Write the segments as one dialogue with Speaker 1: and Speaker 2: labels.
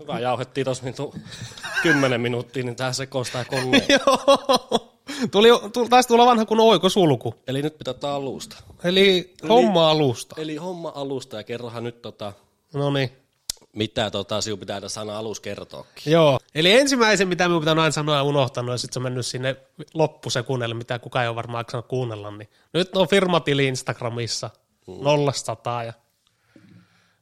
Speaker 1: Hyvä, jauhettiin tuossa niin tu- 10 minuuttia, niin tähän sekoistaa koneen.
Speaker 2: Joo. Tuli, tuli, taisi tulla vanha kun oikosulku.
Speaker 1: Eli nyt pitää ottaa alusta.
Speaker 2: Eli homma alusta.
Speaker 1: Eli homma alusta ja kerrohan nyt tota,
Speaker 2: No niin.
Speaker 1: mitä tota, siu pitää tässä sana alus kertoakin.
Speaker 2: Joo. Eli ensimmäisen, mitä minun pitää aina sanoa ja unohtanut, ja sitten se on mennyt sinne loppusekunneille, mitä kukaan ei ole varmaan jaksanut kuunnella, niin nyt on firmatili Instagramissa, nollasta ja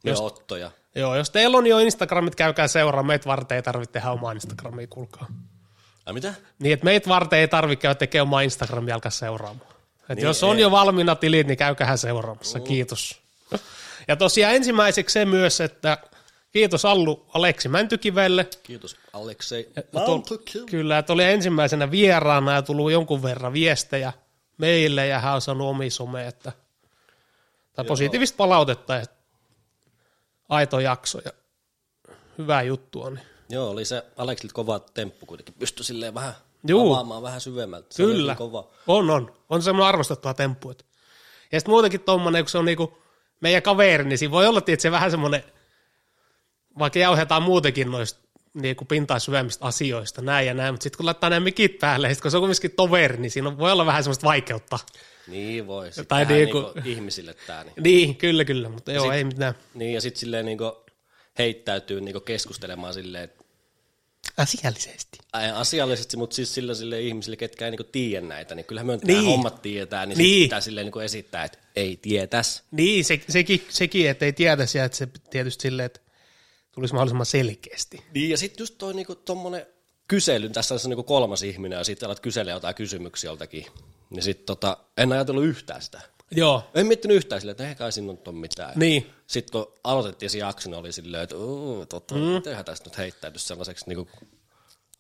Speaker 1: Ne ottoja.
Speaker 2: Joo, jos teillä on jo Instagramit, käykää seuraa, meitä varten ei tarvitse tehdä omaa Instagramia, kuulkaa.
Speaker 1: Ai mitä?
Speaker 2: Niin, että meitä varten ei tarvitse käydä tekemään omaa Instagramia, alkaa seuraamaan. Et
Speaker 1: Niin,
Speaker 2: niin, jos on
Speaker 1: ei.
Speaker 2: ei. jo valmiina tilit, niin käykää seuraamassa, uh. kiitos. Ja tosiaan ensimmäiseksi se myös, että kiitos Allu Aleksi Mäntykivelle.
Speaker 1: Kiitos Aleksei.
Speaker 2: Ja tuli, kyllä, että oli ensimmäisenä vieraana ja tullut jonkun verran viestejä meille ja hän on saanut omi some, että, tai positiivista palautetta, että aito jakso ja hyvää juttua. Niin.
Speaker 1: Joo, oli se Aleksilta kova temppu kuitenkin. Pystyi silleen vähän
Speaker 2: Juu.
Speaker 1: avaamaan vähän syvemmältä. Se
Speaker 2: Kyllä.
Speaker 1: Oli niin kova.
Speaker 2: On, on. On semmoinen arvostettava temppu. et. Ja sitten muutenkin tommonen, kun se on niinku meidän kaveri, niin siinä voi olla tietysti vähän semmoinen, vaikka jauhetaan muutenkin noista niinku pintaa syvemmistä asioista, näin ja näin, mutta sitten kun laittaa nämä mikit päälle, ja sit kun se on kumminkin toveri, niin siinä on- voi olla vähän semmoista vaikeutta.
Speaker 1: Niin voi.
Speaker 2: Tai
Speaker 1: Tai niinku...
Speaker 2: niinku-
Speaker 1: ihmisille tää. Niin.
Speaker 2: Niin, kyllä, kyllä, mutta joo, ei mitään.
Speaker 1: niin ja sit silleen niinku heittäytyy niinku keskustelemaan silleen, että
Speaker 2: Asiallisesti.
Speaker 1: Ai, asiallisesti, mutta siis sillä sille ihmisille, ketkä ei niinku tiedä näitä, niin kyllähän me niin.
Speaker 2: Niin.
Speaker 1: hommat tietää, niin, niin.
Speaker 2: Niin.
Speaker 1: pitää silleen niinku esittää, että ei tietäs.
Speaker 2: Niin, se, sekin, sekin, että ei tietäisi, ja että se tietysti silleen, että tulisi mahdollisimman selkeästi.
Speaker 1: Niin, ja sitten just toi niinku tommonen kysely, tässä on se niinku kolmas ihminen, ja sitten alat kyselemään jotain kysymyksiä joltakin, niin sitten tota, en ajatellut yhtään sitä.
Speaker 2: Joo.
Speaker 1: En miettinyt yhtään silleen, että eihän kai sinun on mitään.
Speaker 2: Niin.
Speaker 1: Sitten kun aloitettiin se jakso, niin oli silleen, että uu, tota, mm. mitenhän tästä nyt heittäydy sellaiseksi, niinku,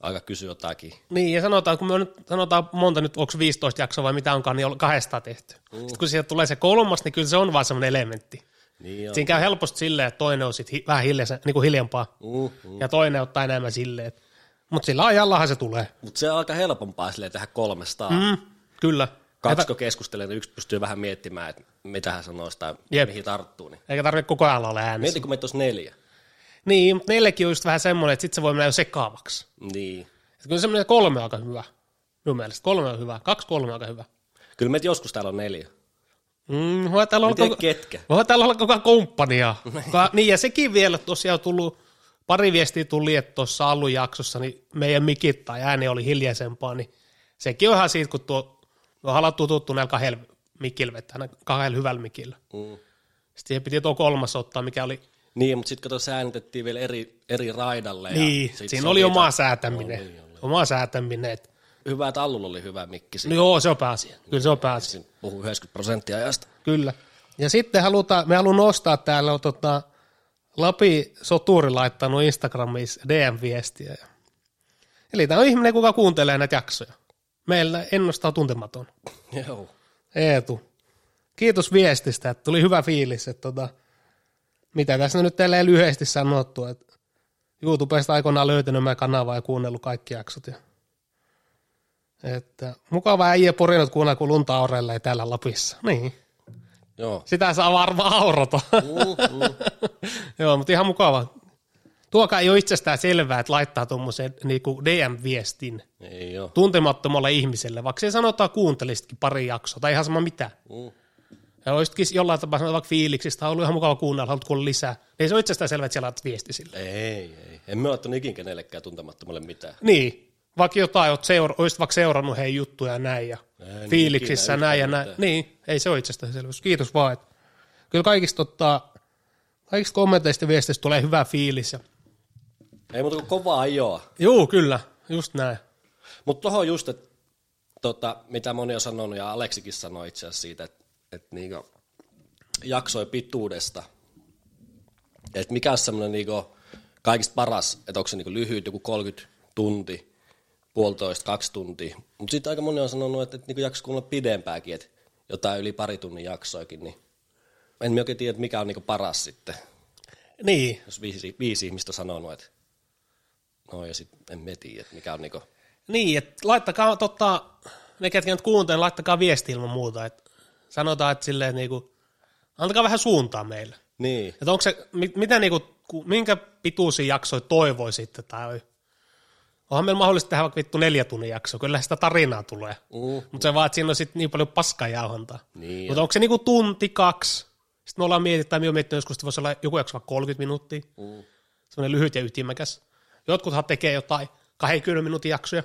Speaker 1: aika kysyä jotakin.
Speaker 2: Niin, ja sanotaan, kun me on nyt, sanotaan monta nyt, onko 15 jaksoa vai mitä onkaan, niin on kahdesta tehty. Mm. Sitten kun sieltä tulee se kolmas, niin kyllä se on vaan semmoinen elementti.
Speaker 1: Niin joo.
Speaker 2: Siinä käy helposti silleen, että toinen on sitten hi- vähän hiljensä, niin kuin hiljempaa,
Speaker 1: Mm.
Speaker 2: mm. ja toinen ottaa enemmän silleen. Mutta sillä ajallahan se tulee.
Speaker 1: Mutta se on aika helpompaa silleen tehdä kolmesta. Mm.
Speaker 2: Mm, kyllä. Eikä,
Speaker 1: Kaksi keskustelee, niin yksi pystyy vähän miettimään, että mitä hän sanoo tai Jep.
Speaker 2: Jep.
Speaker 1: mihin tarttuu. Niin.
Speaker 2: eikä tarvitse koko ajan olla äänessä.
Speaker 1: Mieti, kun meitä olisi neljä.
Speaker 2: Niin, mutta neillekin on just vähän semmoinen, että sitten se voi mennä jo sekaavaksi.
Speaker 1: Niin.
Speaker 2: Et kyllä semmoinen kolme on aika hyvä. Minun mielestä kolme on hyvä. Kaksi kolme on aika hyvä.
Speaker 1: Kyllä meitä joskus täällä on neljä.
Speaker 2: Mm, voi täällä olla
Speaker 1: En tiedä,
Speaker 2: koko-
Speaker 1: ketkä.
Speaker 2: Voi täällä olla koko komppania. Ka- niin ja sekin vielä tosiaan tullut, pari viestiä tuli, että tuossa alun jaksossa niin meidän mikit tai ääni oli hiljaisempaa, niin sekin on ihan siitä, kun tuo, no halat tututtu näillä kahdella mikillä vettä, aina kahdella hyvällä mikillä.
Speaker 1: Mm.
Speaker 2: Sitten siihen piti tuo kolmas ottaa, mikä oli,
Speaker 1: Niin, mutta sitten kato, se äänitettiin vielä eri, eri raidalle. ja
Speaker 2: niin,
Speaker 1: sit
Speaker 2: siinä
Speaker 1: se
Speaker 2: oli oma
Speaker 1: niitä-
Speaker 2: säätäminen.
Speaker 1: Oli, oli.
Speaker 2: Oma säätäminen, että
Speaker 1: Hyvä, että Allulla oli hyvä mikki.
Speaker 2: no
Speaker 1: Siinä
Speaker 2: joo, se on pääasia. Kyllä se on pääasia.
Speaker 1: no. puhuu 90 prosenttia ajasta.
Speaker 2: Kyllä. Ja sitten halutaan, me haluan nostaa täällä on tota, Lapi Soturi laittanut Instagramiin DM-viestiä. ja- Eli tämä on ihminen, kuka kuuntelee näitä jaksoja. Meillä ennustaa tuntematon.
Speaker 1: Joo.
Speaker 2: Eetu, kiitos viestistä, että tuli hyvä fiilis, että tota, mitä tässä nyt teille lyhyesti sanottu, että YouTubesta aikoinaan löytänyt mä kanavaa ja kuunnellut kaikki jaksot. Ja, että mukava äijä porinut kuunnella, kun lunta aureilla ei täällä Lapissa. Niin.
Speaker 1: Joo. Mm.
Speaker 2: Sitä saa varmaan aurata. Joo, mutta ihan mukava. Tuokaa ei ole itsestään selvää, että laittaa tuommoisen niinku DM-viestin
Speaker 1: Ei joo.
Speaker 2: tuntemattomalle ihmiselle, vaikka se sanotaan kuuntelisikin pari jaksoa, tai ihan sama mitä.
Speaker 1: Mm.
Speaker 2: Ja olisikin jollain tapaa sanotaan vaikka fiiliksistä, on ollut ihan mukava kuunnella, haluat kuulla lisää. Ei se ole itsestään selvää, että siellä laitat viesti sille.
Speaker 1: Ei, ei. En mä ottanut ikinä kenellekään tuntemattomalle mitään.
Speaker 2: Niin, vaikka jotain, oot seura- olisit vaikka seurannut hei juttuja ja näin, ja
Speaker 1: niin,
Speaker 2: ei, fiiliksissä
Speaker 1: ikinä
Speaker 2: niin, näin ja
Speaker 1: yhtään
Speaker 2: näin. Niin, ei se ole itsestäänselvyys. Kiitos vaan. Että kyllä kaikista, ottaa, kaikista kommenteista ja viesteistä tulee hyvä fiilis. Ja...
Speaker 1: Ei muuta kuin kovaa ajoa.
Speaker 2: Juu, kyllä, just näin.
Speaker 1: Mutta tuohon just, että tota, mitä moni on sanonut, ja Aleksikin sanoi itse asiassa siitä, että et niinku, jaksoi pituudesta. Että mikä on semmoinen niinku, kaikista paras, että onko se niinku lyhyt, joku 30 tunti, puolitoista, kaksi tuntia. Mutta sitten aika moni on sanonut, että et niinku jakso kuulla pidempääkin, että jotain yli pari tunnin jaksoikin, niin en mä oikein tiedä, että mikä on niinku paras sitten,
Speaker 2: Niin,
Speaker 1: jos viisi, viisi ihmistä on sanonut, että no ja sitten en mä tiedä, että mikä on niinku,
Speaker 2: niin että laittakaa tota, ne ketkä nyt kuuntelee, laittakaa viesti ilman muuta. Että sanotaan, että silleen niinku, antakaa vähän suuntaa meille.
Speaker 1: niin.
Speaker 2: Että onko se, mit, mitä niinku ku, minkä pituisia jaksoja toivoisitte tai Onhan meillä mahdollista tehdä vaikka vittu neljä tunnin jakso, kyllä sitä tarinaa tulee.
Speaker 1: Uh,
Speaker 2: Mutta se vaan, että siinä on sitten niin paljon paskaa jauhantaa.
Speaker 1: Niin
Speaker 2: Mutta onko se niinku tunti, kaksi? Sitten me ollaan mietitty, tai me on miettinyt joskus, että voisi olla joku jakso vaikka 30 minuuttia.
Speaker 1: uh,
Speaker 2: Sellainen lyhyt ja ytimekäs. Jotkuthan tekee jotain 20 minuutin jaksoja.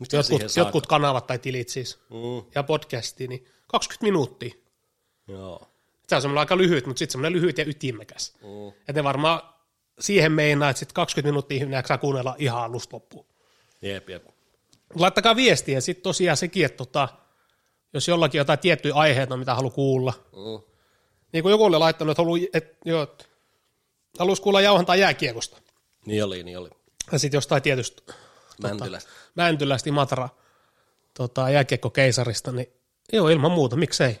Speaker 1: mitä
Speaker 2: Jotkut,
Speaker 1: siihen
Speaker 2: jotkut kanavat tai tilit siis.
Speaker 1: Mm,
Speaker 2: Ja podcasti, niin 20 minuuttia.
Speaker 1: joo.
Speaker 2: Se on semmoinen aika lyhyt, mutta sitten semmoinen lyhyt ja ytimekäs.
Speaker 1: Mm.
Speaker 2: Ja ne varmaan siihen meinaa, että sitten 20 minuuttia ihminen jaksaa kuunnella ihan alusta loppuun.
Speaker 1: Jep, jep.
Speaker 2: Laittakaa viestiä ja sitten tosiaan sekin, että tota, jos jollakin jotain tiettyjä aiheita, on, mitä haluaa kuulla.
Speaker 1: Mm.
Speaker 2: Niin kuin joku oli laittanut, että, halu, että, joo, että haluaisi kuulla jauhantaa jääkiekosta.
Speaker 1: Niin oli, niin oli.
Speaker 2: Ja sitten jostain tietystä
Speaker 1: Mäntylästä.
Speaker 2: Mäntylästä Imatra tota, jääkiekkokeisarista, niin joo, ilman muuta, miksei.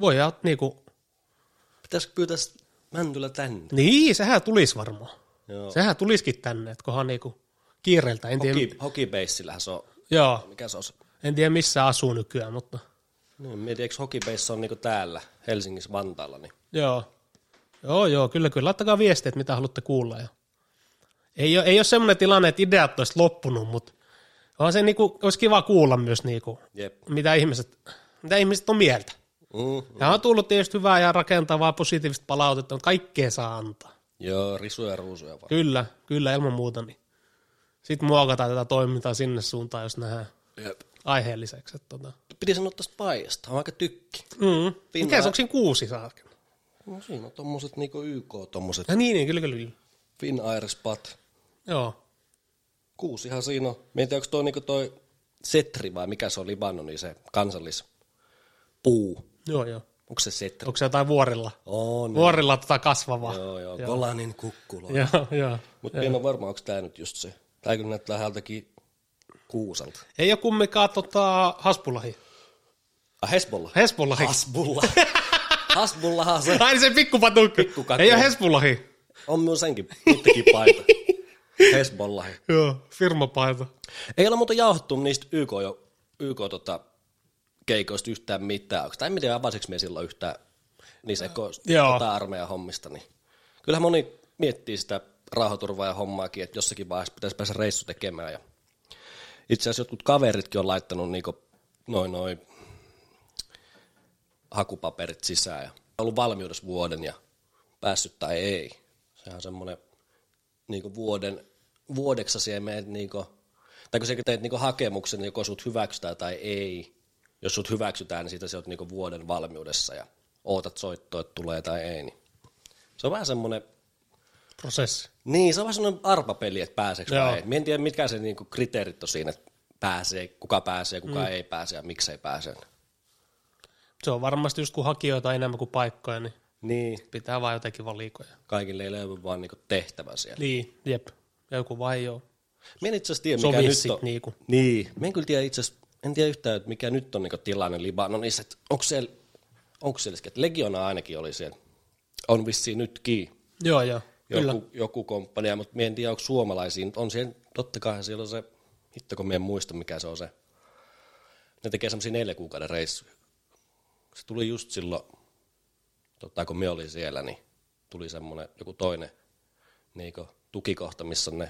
Speaker 2: Voi ja niinku,
Speaker 1: Pitäisikö pyytää s- Mäntylä tänne?
Speaker 2: niin, sehän tulisi varmaan.
Speaker 1: Joo.
Speaker 2: Sehän tulisikin tänne, että kunhan niinku kiireiltä, en tiedä,
Speaker 1: Hoki, hokibeissillähän se on.
Speaker 2: joo,
Speaker 1: Mikä se on se?
Speaker 2: en tiedä missä asuu nykyään, mutta
Speaker 1: Niin, mietin, eikö hokibeissa on niinku täällä Helsingissä Vantaalla, niin
Speaker 2: Joo. Joo, joo, kyllä, kyllä. Laittakaa viestiä, että mitä haluatte kuulla. Ja. Ei, ole, ei ole semmoinen tilanne, että ideat olisi loppunut, mutta on se niinku, olisi kiva kuulla myös, niinku,
Speaker 1: jep.
Speaker 2: mitä, ihmiset, mitä ihmiset on mieltä.
Speaker 1: Mm.
Speaker 2: Ja on tullut tietysti hyvää ja rakentavaa positiivista palautetta, mutta kaikkea saa antaa.
Speaker 1: Joo, risuja ja ruusuja vaan.
Speaker 2: Kyllä, kyllä, ilman muuta. Niin. Sitten muokataan tätä toimintaa sinne suuntaan, jos nähdään
Speaker 1: Jep.
Speaker 2: aiheelliseksi. että Tota.
Speaker 1: Piti sanoa tästä paijasta, on aika tykki.
Speaker 2: Mm. Mikä
Speaker 1: Finnair.
Speaker 2: se, onko siinä kuusi saatkin?
Speaker 1: No siinä on tommoset niinku YK, tommoset
Speaker 2: Ja niin, niin, kyllä, kyllä, kyllä.
Speaker 1: Finnair Spat.
Speaker 2: Joo.
Speaker 1: Kuusihan siinä on. Mietin, onko toi niinku toi setri vai mikä se on Libanoni, se kansallis puu.
Speaker 2: Joo, joo.
Speaker 1: Onko se setri?
Speaker 2: Onko se jotain vuorilla?
Speaker 1: On.
Speaker 2: Vuorilla tota kasvavaa.
Speaker 1: Joo, joo, Kolanin kukkula.
Speaker 2: Joo, joo.
Speaker 1: Mutta en ole varma, onko tämä nyt just se. Tämä kyllä näyttää hältäkin kuuselta.
Speaker 2: Ei ole kumminkaan tota, Haspullahi.
Speaker 1: Ah, Hesbolla.
Speaker 2: Hespullahi.
Speaker 1: Hasbulla. Hasbullahan se
Speaker 2: Ai niin se pikkupatukki.
Speaker 1: Pikkukakku.
Speaker 2: Ei ole Hespullahi.
Speaker 1: on minun senkin puttikin paita. Hesbollahi.
Speaker 2: Joo, firmapaita.
Speaker 1: Ei ole muuten jauhattu niistä YK, jo, YK tota, keikoista yhtään mitään. Onks, tai en tiedä, avasiko me silloin yhtään niissä ekoista
Speaker 2: Joo.
Speaker 1: tota armeijan hommista. Niin. Kyllähän moni miettii sitä rauhaturvaa ja hommaakin, että jossakin vaiheessa pitäisi päästä reissu tekemään. Ja itse asiassa jotkut kaveritkin on laittanut niinku noin noin hakupaperit sisään ja ollut valmiudessa vuoden ja päässyt tai ei. Sehän on semmoinen niin vuoden, vuodeksi siihen menet, niin kuin, tai kun sä teet niin hakemuksen, niin joko sut hyväksytään tai ei. Jos sut hyväksytään, niin siitä sä oot niin vuoden valmiudessa ja ootat soittoa, että tulee tai ei. Niin. Se on vähän semmoinen,
Speaker 2: Prosessi.
Speaker 1: niin se on vähän semmoinen arpapeli, että pääseekö
Speaker 2: Joo.
Speaker 1: vai ei. Mä en tiedä, mitkä se niin kriteerit on siinä, että pääsee, kuka pääsee, kuka mm. ei pääse ja miksei pääse.
Speaker 2: Se on varmasti just kun hakijoita on enemmän kuin paikkoja, niin
Speaker 1: Niin.
Speaker 2: pitää vaan jotakin valikoja.
Speaker 1: Kaikille ei löydy vaan niin tehtävä siellä.
Speaker 2: Niin, jep. Joku vai joo.
Speaker 1: Mä en itse asiassa tiedä, mikä
Speaker 2: Sovi
Speaker 1: nyt
Speaker 2: sit
Speaker 1: on.
Speaker 2: niinku.
Speaker 1: Niin, mä en kyllä tiedä itse asiassa, en tiedä yhtään, että mikä nyt on niinku tilanne Libanonissa, että onko siellä, onko siellä, että Legiona ainakin oli siellä, on vissiin nytkin
Speaker 2: Joo, joo. Kyllä.
Speaker 1: joku, joku komppania, mutta mä en tiedä, onko suomalaisia, mutta on siellä, totta kai siellä on se, hitto kun mä en muista, mikä se on se, ne tekee semmoisia neljä kuukauden reissuja. Se tuli just silloin, totta kun me olin siellä, niin tuli semmoinen joku toinen niin tukikohta, missä ne,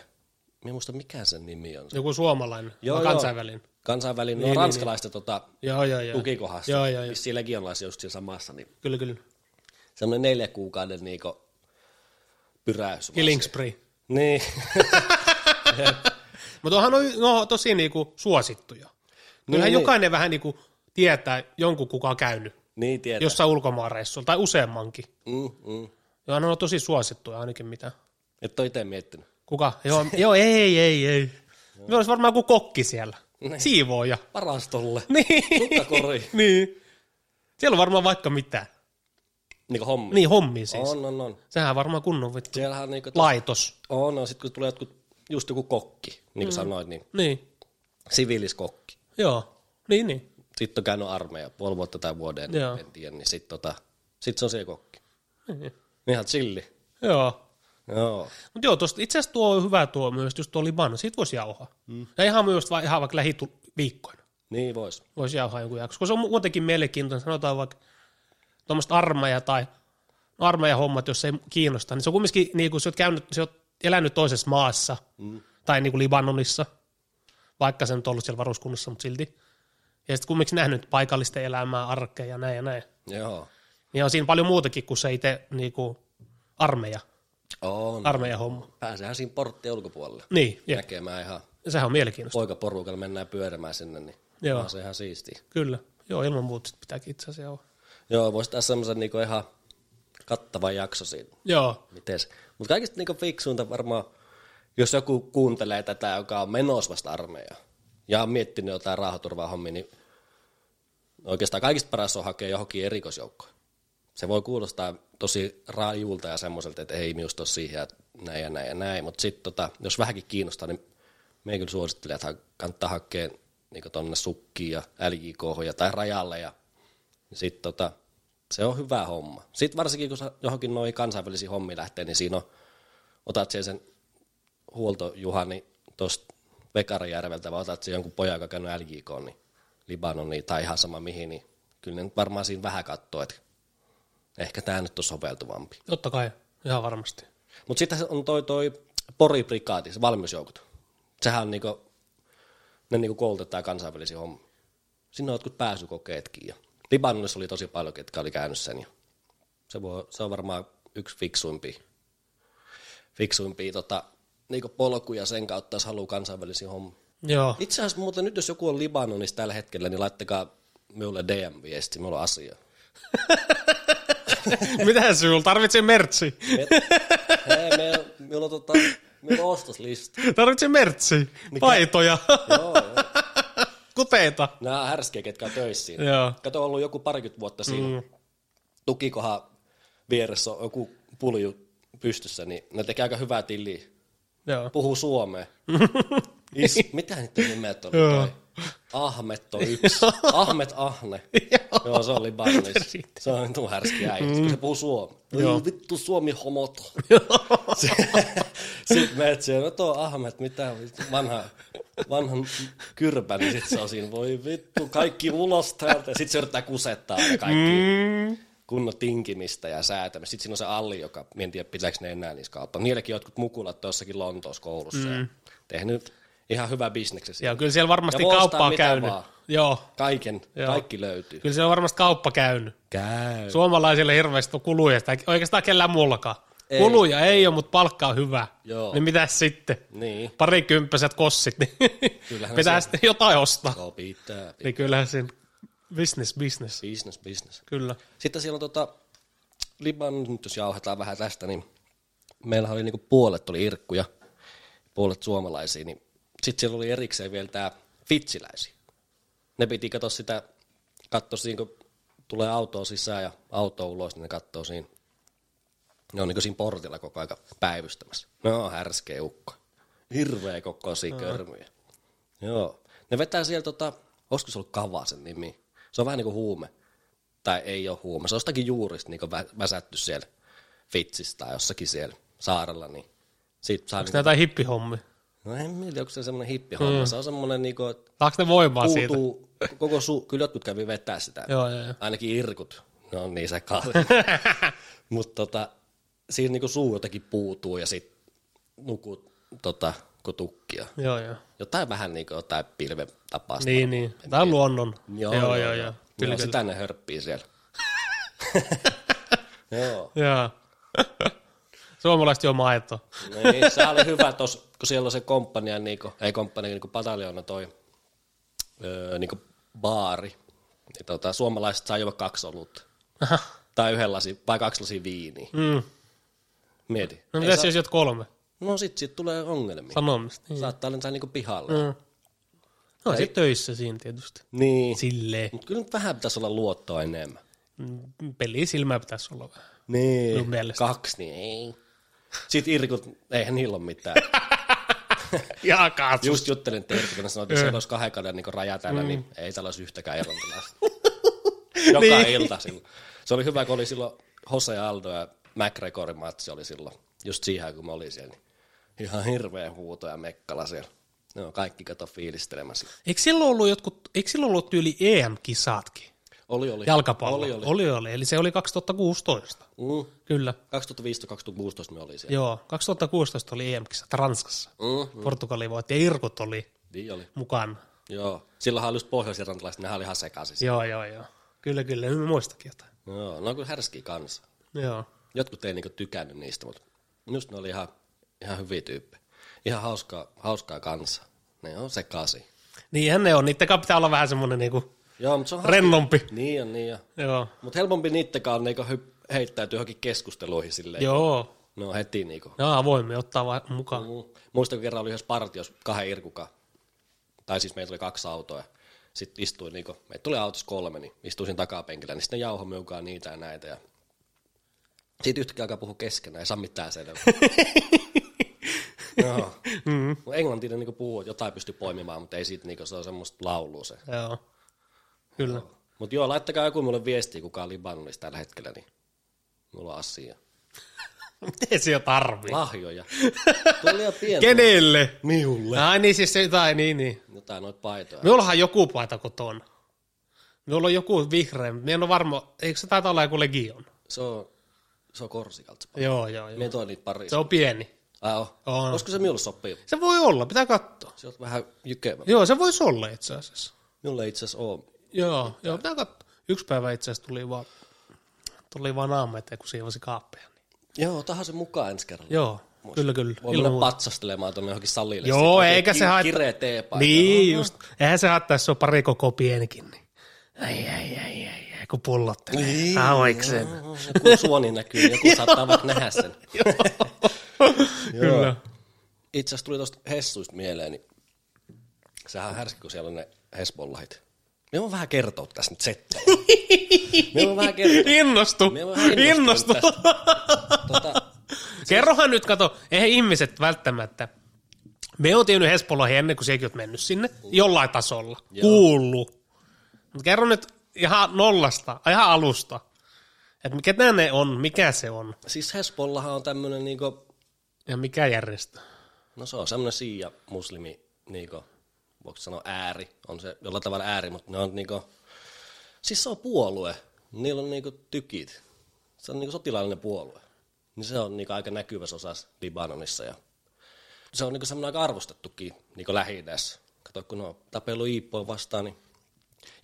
Speaker 1: mä en muista mikä sen nimi on,
Speaker 2: Joku suomalainen.
Speaker 1: Joo,
Speaker 2: Joo,
Speaker 1: joo.
Speaker 2: kansainvälinen.
Speaker 1: kansainvälinen, niin, no ranskalaista niin, tota,
Speaker 2: Joo, joo, joo.
Speaker 1: tukikohdasta,
Speaker 2: Joo, joo, joo.
Speaker 1: vissiin legionlaisia just siinä samassa, niin
Speaker 2: Kyllä, kyllä.
Speaker 1: semmoinen neljä kuukauden niinku pyräys.
Speaker 2: Killing spree.
Speaker 1: Niin,
Speaker 2: Mutta onhan no, no tosi niinku suosittuja. Kyllähän
Speaker 1: niin.
Speaker 2: jokainen vähän niinku tietää jonkun kuka on käynyt
Speaker 1: niin tietää. Jos...
Speaker 2: jossain ulkomaanreissulla tai useammankin.
Speaker 1: Mm, mm.
Speaker 2: Joo, ne on tosi suosittuja ainakin mitä.
Speaker 1: Et ole itse miettinyt.
Speaker 2: Kuka? Joo, joo ei, ei, ei. Me olisi varmaan joku kokki siellä.
Speaker 1: Niin.
Speaker 2: Siivooja.
Speaker 1: Varastolle.
Speaker 2: Niin.
Speaker 1: Tukkakori.
Speaker 2: niin. Siellä on varmaan vaikka mitä.
Speaker 1: Niinku hommi.
Speaker 2: Niin, hommi siis.
Speaker 1: On, on, on.
Speaker 2: Sehän on varmaan kunnon vittu.
Speaker 1: Siellähän on niinku...
Speaker 2: Laitos.
Speaker 1: On, on. Sitten kun tulee jotkut, just joku kokki, niin kuin mm. sanoit, niin
Speaker 2: Niin.
Speaker 1: siviiliskokki.
Speaker 2: Joo. Niin, niin.
Speaker 1: Sitten on käynyt armeija puoli vuotta tai vuoden,
Speaker 2: Joo.
Speaker 1: en tiedä, niin sitten tota, sit se on se kokki.
Speaker 2: niin.
Speaker 1: Ihan chilli.
Speaker 2: Joo.
Speaker 1: Joo.
Speaker 2: Mutta joo, tosta, itse asiassa tuo on hyvä tuo myös, just tuo Libano, siitä voisi jauhaa. Mm. Ja ihan myös va- ihan vaikka lähiviikkoina
Speaker 1: Niin vois.
Speaker 2: voisi jauhaa joku jakso, kun se on muutenkin mielenkiintoinen, sanotaan vaikka tuommoista armeija tai armeijan hommat, jos ei kiinnosta, niin se on kumminkin, niin kuin sä oot, käynyt, sä oot elänyt toisessa maassa, mm. tai niin kuin Libanonissa, vaikka se nyt ollut siellä varuskunnassa, mutta silti. Ja sitten kumminkin nähnyt paikallisten elämää, arkea ja näin ja näin.
Speaker 1: Joo.
Speaker 2: Niin on siinä paljon muutakin kuin se itse niin kuin armeija,
Speaker 1: On.
Speaker 2: armeijan homma.
Speaker 1: Pääsehän siinä portti ulkopuolelle.
Speaker 2: Niin, jep.
Speaker 1: Näkemään ihan
Speaker 2: sehän on mielenkiintoista.
Speaker 1: poikaporukalla mennään pyörimään sinne, niin
Speaker 2: Joo.
Speaker 1: on se ihan siistiä.
Speaker 2: Kyllä, joo, ilman muuta sit pitääkin itse asiassa olla.
Speaker 1: Joo, voisi tehdä semmoisen niinku ihan kattavan jakso siitä.
Speaker 2: Joo,
Speaker 1: Mites? Mutta kaikista niinku fiksuinta varmaan, jos joku kuuntelee tätä, joka on menossa vasta armeijaan ja on miettinyt jotain rauhaturvahommia, niin oikeastaan kaikista paras on hakea johonkin erikoisjoukkoon. Se voi kuulostaa tosi rajulta ja semmoiselta, että ei minusta ole siihen ja näin ja näin ja näin, mutta sitten tota, jos vähänkin kiinnostaa, niin me kyllä suosittelen, että ha- kannattaa hakea niin tonne sukkiin ja LJK ja tai rajalle ja sitten tota, se on hyvä homma. Sitten varsinkin, kun sä johonkin noihin kansainvälisiin hommiin lähtee, niin siinä on, otat siihen sen huoltojuhani tuosta Vekarijärveltä, vai otat siihen jonkun pojan, joka on käynyt LJK, niin Libanoniin tai ihan sama mihin, niin kyllä ne nyt varmaan siinä vähän katsoo, että ehkä tämä nyt on soveltuvampi.
Speaker 2: totta kai, ihan varmasti.
Speaker 1: Mutta sitten on toi, toi poriprikaati, se valmiusjoukot. Sehän on niinku, ne niinku koulutetaan kansainvälisiin hommiin. Sinne on jotkut pääsykokeetkin. Ja Libanonissa oli tosi paljon, ketkä oli käynyt sen. Ja se, voi, se on varmaan yksi fiksuimpia, fiksuimpia tota, niinku polkuja sen kautta, jos haluaa kansainvälisiin hommiin.
Speaker 2: Joo,
Speaker 1: Itse asiassa muuten nyt, jos joku on Libanonissa tällä hetkellä, niin laittakaa minulle DM-viesti, minulla on asia.
Speaker 2: mitä sinulla tarvitsee mertsi?
Speaker 1: Hei, meillä, meillä on, tota, meillä on ostoslista.
Speaker 2: Tarvitsee mertsi, paitoja,
Speaker 1: Joo, joo.
Speaker 2: kuteita.
Speaker 1: Nämä on härskejä, ketkä on töissä siinä.
Speaker 2: Joo.
Speaker 1: Kato, on ollut joku parikymmentä vuotta siinä. Mm. Tukikohan vieressä on joku pulju pystyssä, niin ne tekee aika hyvää tiliä.
Speaker 2: Joo.
Speaker 1: Puhuu suomea. Is, mitä niiden nimet oli?
Speaker 2: Joo.
Speaker 1: Toi? Ahmet on yksi. Ahmet Ahne. Joo, se oli Barnis. Se on tuo härski äijä,
Speaker 2: Mm.
Speaker 1: kun se puhuu suomea. Joo. Vittu suomi homot. Sitten menet siellä, no tuo Ahmet, mitä vittu, vanha, vanhan kyrpä, niin sit se on siinä, voi vittu, kaikki ulos täältä. Sitten se yrittää kusettaa aina kaikki
Speaker 2: Mm.
Speaker 1: kunnon tinkimistä ja säätämistä. Sitten siinä on se Alli, joka, mä en tiedä pitääkö ne enää niissä kauppaa. Niilläkin jotkut mukulat tuossakin Lontoossa koulussa. Mm. Tehnyt ihan hyvä bisneksessä.
Speaker 2: Ja kyllä siellä varmasti
Speaker 1: Ja voi ostaa
Speaker 2: kauppa on
Speaker 1: mitä
Speaker 2: käynyt.
Speaker 1: vaan.
Speaker 2: Joo,
Speaker 1: Kaiken,
Speaker 2: Joo.
Speaker 1: kaikki löytyy.
Speaker 2: kyllä siellä on varmasti kauppa käynyt.
Speaker 1: Käy.
Speaker 2: Suomalaisille hirveästi on kuluja, sitä ei oikeastaan kellään muullakaan.
Speaker 1: Ei.
Speaker 2: Kuluja ei ole, mutta palkka on hyvä.
Speaker 1: Joo.
Speaker 2: Niin mitäs sitten?
Speaker 1: Niin.
Speaker 2: Parikymppiset kossit, niin
Speaker 1: Kyllähän
Speaker 2: pitää sitten jotain ostaa.
Speaker 1: Joo, pitää.
Speaker 2: Niin kyllähän siinä business, business.
Speaker 1: Business, business.
Speaker 2: Kyllä.
Speaker 1: Sitten siellä on tota, Liban, nyt jos jauhetaan vähän tästä, niin meillähän oli niinku puolet oli irkkuja, puolet suomalaisia, niin sitten siellä oli erikseen vielä tämä fitsiläisiä. Ne piti katsoa sitä, katsoa siinä, kun tulee autoa sisään ja auto ulos, niin ne katsoo siinä. Ne on niinku siinä portilla koko aika päivystämässä. Ne on härskeä ukko. Hirveä kokoisia körmyjä. Joo. Ne vetää siellä tota, olisiko se ollut kavaa sen nimi? Se on vähän niin kuin huume. Tai ei ole huume. Se on jostakin juurista niin väsätty siellä Fitsistä tai jossakin siellä saarella. Niin. Siitä saa
Speaker 2: Onko
Speaker 1: niin
Speaker 2: näitä jotain hippihommia?
Speaker 1: No en mieti, onko se semmoinen hippihomma. Mm. Se on semmoinen, niinku, että
Speaker 2: Saako ne voimaa siitä?
Speaker 1: puutuu, koko su, kyllä jotkut kävi vetää sitä.
Speaker 2: Joo, joo, joo.
Speaker 1: Ainakin irkut. No niin, se kaali. Mutta tota, siinä niinku suu jotenkin puutuu ja sit nukut tota, kutukkia.
Speaker 2: Joo, joo.
Speaker 1: Jotain vähän niinku jotain pilven tapaista.
Speaker 2: Niin, niin. Tämä on luonnon. Joo, joo, joo. joo.
Speaker 1: Kyllä,
Speaker 2: Kyllä,
Speaker 1: joo sitä ne hörppii siellä. joo.
Speaker 2: kyllä. Joo. Suomalaiset jo maito.
Speaker 1: No niin, se oli hyvä tos, kun siellä on se komppania, niinku, ei komppania, niinku pataljona toi öö, niinku baari. Niin tota, suomalaiset saa jopa kaksi olutta. tai yhden lasin, vai kaksi lasia viiniä.
Speaker 2: Mm.
Speaker 1: Mieti. Ei
Speaker 2: No mitäs
Speaker 1: saa-
Speaker 2: jos jot kolme?
Speaker 1: No sit siitä tulee ongelmia.
Speaker 2: Sanomista. Niin.
Speaker 1: Saattaa olla saa niinku pihalle.
Speaker 2: Mm. No sitten töissä siinä tietysti.
Speaker 1: Niin.
Speaker 2: Silleen.
Speaker 1: Mut kyllä nyt vähän pitäisi olla luottoa enemmän.
Speaker 2: Mm, Pelisilmää pitäisi olla vähän.
Speaker 1: Niin.
Speaker 2: Mun mielestä.
Speaker 1: Kaksi, niin ei. Sitten Irkut, eihän niillä ole mitään.
Speaker 2: Ja katso.
Speaker 1: Just juttelin teille, kun ne sanoivat, että siellä olisi kahden kauden niin raja täällä, mm. niin ei täällä olisi yhtäkään erontilaista. Joka
Speaker 2: Niin.
Speaker 1: niin. ilta silloin. Se oli hyvä, kun oli silloin Jose Aldo ja McGregorin matsi oli silloin, just siihen kun mä olin siellä. Niin ihan hirveä huuto ja mekkala siellä. Ne on kaikki kato fiilistelemässä.
Speaker 2: Eikö silloin ollut jotkut, eikö silloin ollut tyyli EM-kisatkin?
Speaker 1: Oli, oli.
Speaker 2: E Jalkapallo.
Speaker 1: Oli, oli.
Speaker 2: oli, oli. Eli se oli 2016.
Speaker 1: Mm.
Speaker 2: Kyllä.
Speaker 1: 2015-2016 me oli siellä.
Speaker 2: Joo, 2016 oli EM-kisat Ranskassa.
Speaker 1: Mm.
Speaker 2: Portugali voitti ja Irkut oli
Speaker 1: Niin oli.
Speaker 2: mukana.
Speaker 1: Joo. Silloinhan oli just pohjois-irlantilaiset, nehän oli ihan sekaisin.
Speaker 2: Joo, joo, joo. Kyllä, kyllä. Nyt mä muistakin jotain.
Speaker 1: Joo, no on kyllä härskiä kanssa.
Speaker 2: Joo.
Speaker 1: Jotkut ei niinku tykännyt niistä, mutta minusta ne oli ihan, ihan hyviä tyyppejä. Ihan hauskaa, hauskaa kanssa. Ne on sekaisin.
Speaker 2: Niinhän ne on. Niittenkaan pitää olla vähän semmoinen niinku
Speaker 1: Joo, mutta se on hauska.
Speaker 2: rennompi.
Speaker 1: Niin on, Ah, niin on.
Speaker 2: Joo.
Speaker 1: Mutta helpompi niittekaan niinku hy- heittäytyy johonkin keskusteluihin silleen.
Speaker 2: Joo.
Speaker 1: Ne on heti niinku.
Speaker 2: Ne on avoimia, ottaa vaan mukaan.
Speaker 1: Mm. Muistan, kun kerran oli yhdessä partiossa kahden irkukaan. Tai siis meillä oli kaksi autoa. Sitten istuin, niinku, meitä tuli autossa kolme, niin istuin siinä takapenkillä, niin sitten jauhomme mukaan niitä ja näitä. Ja... Sitten yhtäkkiä alkaa puhua keskenään ja saa mitään selvää. Joo. Mm. Englantia niinku puhuu, että jotain pystyy poimimaan, mutta ei siitä niinku, se on semmoista laulua se.
Speaker 2: Joo. Kyllä.
Speaker 1: Mutta joo, laittakaa joku mulle viestiä, kuka on Libanonissa tällä hetkellä, niin mulla on asia.
Speaker 2: Miten se jo tarvii?
Speaker 1: Lahjoja. Tuli liian pientä.
Speaker 2: Kenelle?
Speaker 1: Miulle.
Speaker 2: Ai niin, siis se jotain, niin, niin.
Speaker 1: Jotain noita paitoja.
Speaker 2: Minullahan on joku paita kotona. Minulla on joku vihreä, mutta minä en ole varma, eikö se taita olla joku legion?
Speaker 1: Se on, se on Korsikalta.
Speaker 2: Joo, joo, joo.
Speaker 1: Me toi niitä pari.
Speaker 2: Se on pieni.
Speaker 1: Ah, oh.
Speaker 2: On.
Speaker 1: Olisiko se minulle sopii?
Speaker 2: Se voi olla, pitää katsoa.
Speaker 1: Se on vähän jykevä.
Speaker 2: Joo, se voisi olla itse asiassa.
Speaker 1: Minulla ei itse asiassa ole.
Speaker 2: Joo, joo, pitää katsoa. Yksi päivä itse asiassa tuli vaan, tuli vaan naama eteen, kun siivosi kaappeja. Niin.
Speaker 1: Joo, tähän se mukaan ensi kerralla.
Speaker 2: Joo, kyllä, kyllä.
Speaker 1: Voi
Speaker 2: ilman
Speaker 1: mennä
Speaker 2: muuta.
Speaker 1: patsastelemaan tuonne johonkin salille.
Speaker 2: Joo,
Speaker 1: Sitten
Speaker 2: eikä
Speaker 1: oikein
Speaker 2: se
Speaker 1: ki-
Speaker 2: haittaa.
Speaker 1: Kireä teepaita.
Speaker 2: Niin just. Eihän se haittaa, jos se on pari koko pienikin. Niin. Ai, ai, ai, ai, ai, kun pullottelee. Niin, Auiksen.
Speaker 1: Joku suoni näkyy, joku saattaa vaikka nähdä sen.
Speaker 2: Kyllä.
Speaker 1: Itse asiassa tuli tuosta Hessuista mieleen, niin sehän on härski, kun siellä on ne Hesbollahit. Me voin vähän kertoa tässä nyt settiä. Me voin vähän kertoa.
Speaker 2: Innostu.
Speaker 1: Me voin vähän
Speaker 2: Innostu.
Speaker 1: innostua tästä. Tota,
Speaker 2: Kerrohan nyt, kato, eihän ihmiset välttämättä. Me oon tiennyt Hespoloihin ennen kuin sekin oot mennyt sinne, jollain tasolla, kuullut. Mutta kerro nyt ihan nollasta, ihan alusta, että ketä ne on, mikä se on
Speaker 1: siis Hesbollahan on tämmöinen niinku
Speaker 2: ja mikä järjestö.
Speaker 1: No se on semmoinen siia muslimi, niinku, voiko sanoa ääri, on se jollain tavalla ääri, mutta ne on niinku, siis se on puolue, niillä on niinku tykit, se on niinku sotilaallinen puolue, niin se on niinku aika näkyvässä osassa Libanonissa ja se on niinku semmoinen aika arvostettukin niinku lähi Kato, kun ne on tapellut Iippoa vastaan, niin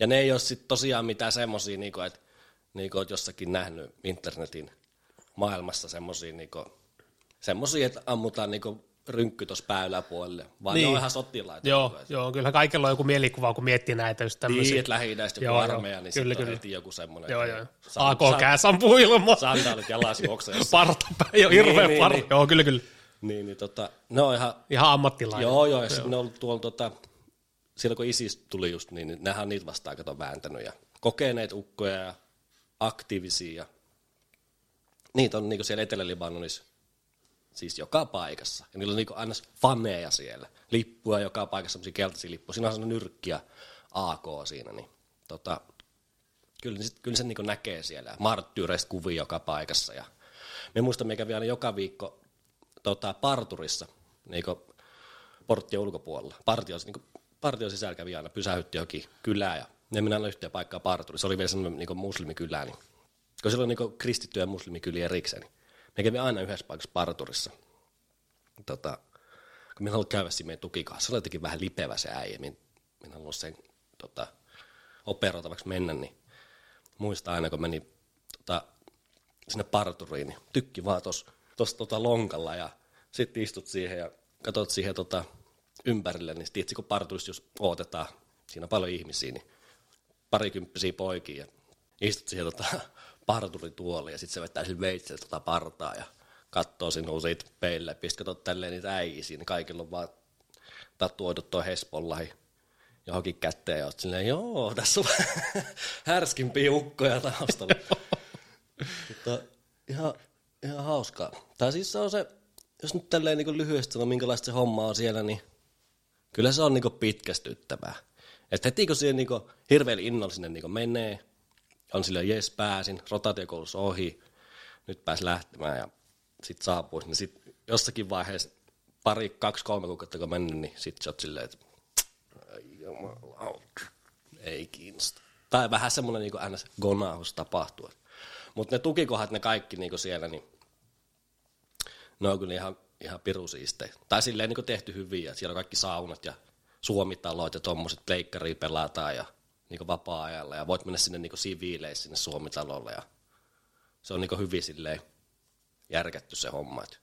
Speaker 1: ja ne ei ole sitten tosiaan mitään semmoisia, niinku, että niinku, oot jossakin nähnyt internetin maailmassa semmoisia, niinku, semmosia, että ammutaan niinku, rynkky tuossa pääyläpuolelle, vaan niin. ne
Speaker 2: Niin.
Speaker 1: on ihan sotilaita.
Speaker 2: Joo, joo, kyllä kaikilla on joku mielikuva, kun miettii näitä just
Speaker 1: Niin,
Speaker 2: tämmöisiä.
Speaker 1: että lähi joku
Speaker 2: Joo, joo.
Speaker 1: armeija, niin
Speaker 2: Kyllä,
Speaker 1: sitten on
Speaker 2: kyllä.
Speaker 1: heti joku semmoinen.
Speaker 2: Joo, joo.
Speaker 1: Sa-
Speaker 2: AK kääs ampuu ilmaa.
Speaker 1: sandaalit jalas juoksee.
Speaker 2: Partapää, jo hirveä
Speaker 1: Niin, niin,
Speaker 2: parta.
Speaker 1: niin.
Speaker 2: Joo, kyllä, kyllä.
Speaker 1: niin, niin tota, ne on ihan
Speaker 2: Ihan ammattilainen.
Speaker 1: Joo, joo, ja sitten ne on ollut tuolla tota, silloin kun ISIS tuli just niin, niin nehän on niitä vastaan kato vääntänyt ja kokeneet ukkoja ja aktiivisia ja niitä on niinku siellä Etelä-Libanonissa siis joka paikassa. Ja niillä on niinku aina faneja siellä, lippuja joka paikassa, semmoisia keltaisia lippuja. Siinä on sellainen nyrkki ja AK siinä, niin tota, kyllä, niin sit, kyllä sen niin näkee siellä. Marttyyreistä kuvia joka paikassa. Ja me muistamme, me kävi aina joka viikko tota, parturissa niin porttien ulkopuolella. Partio, niin partion sisällä kävi aina, pysähytti johonkin kylään ja ne minä aina yhteen paikkaan parturi. Se oli vielä semmoinen niin muslimikylä, niin, kun silloin niin kristittyjä ja muslimikyliä erikseen, niin me kävi aina yhdessä paikassa parturissa. Tota, kun minä haluan käydä siinä meidän tukikaassa, se oli jotenkin vähän lipevä se äijä, minä, minä haluan sen tota, operoitavaksi mennä, niin muista aina, kun meni tota, sinne parturiin, niin tykki vaan tuossa tota lonkalla ja sitten istut siihen ja katsot siihen tota, ympärille, niin sit itse kun parturissa jos odotetaan, siinä on paljon ihmisiä, niin parikymppisiä poikia ja istut siihen tota, parturituoliin ja sitten se vetää sen veitsellä tota partaa ja katsoo sinua siitä peille ja katsot tälleen niitä äijiä siinä, kaikilla on vaan tatuoidut toi Hespollahi johonkin kätteen ja oot silleen, joo, tässä on härskimpiä ukkoja taustalla. Mutta ihan, ihan hauskaa. Tai siis se on se, jos nyt tälleen niin lyhyesti sanoo, minkälaista se homma on siellä, niin kyllä se on niin pitkästyttävää. Että heti kun siihen niin hirveän innolla sinne niin menee, on silleen, jes pääsin, rotaatiokoulussa ohi, nyt pääs lähtemään ja sitten saapuisi, niin sitten jossakin vaiheessa pari, kaksi, kolme kuukautta kun on mennyt, niin sitten sä oot silleen, että ai jumalauta, ei kiinnosta. tai vähän semmoinen niinku ns. gonaus tapahtuu. Mutta ne tukikohdat, ne kaikki niinku siellä, niin ne on kyllä ihan, ihan pirusiistejä. Tai silleen niinku tehty hyviä, että siellä on kaikki saunat ja suomitalot ja tommoset pleikkariin pelataan ja niinku vapaa-ajalla. Ja voit mennä sinne niinku siviileissä sinne suomitalolle ja se on niinku hyvin silleen järkätty se homma. Et.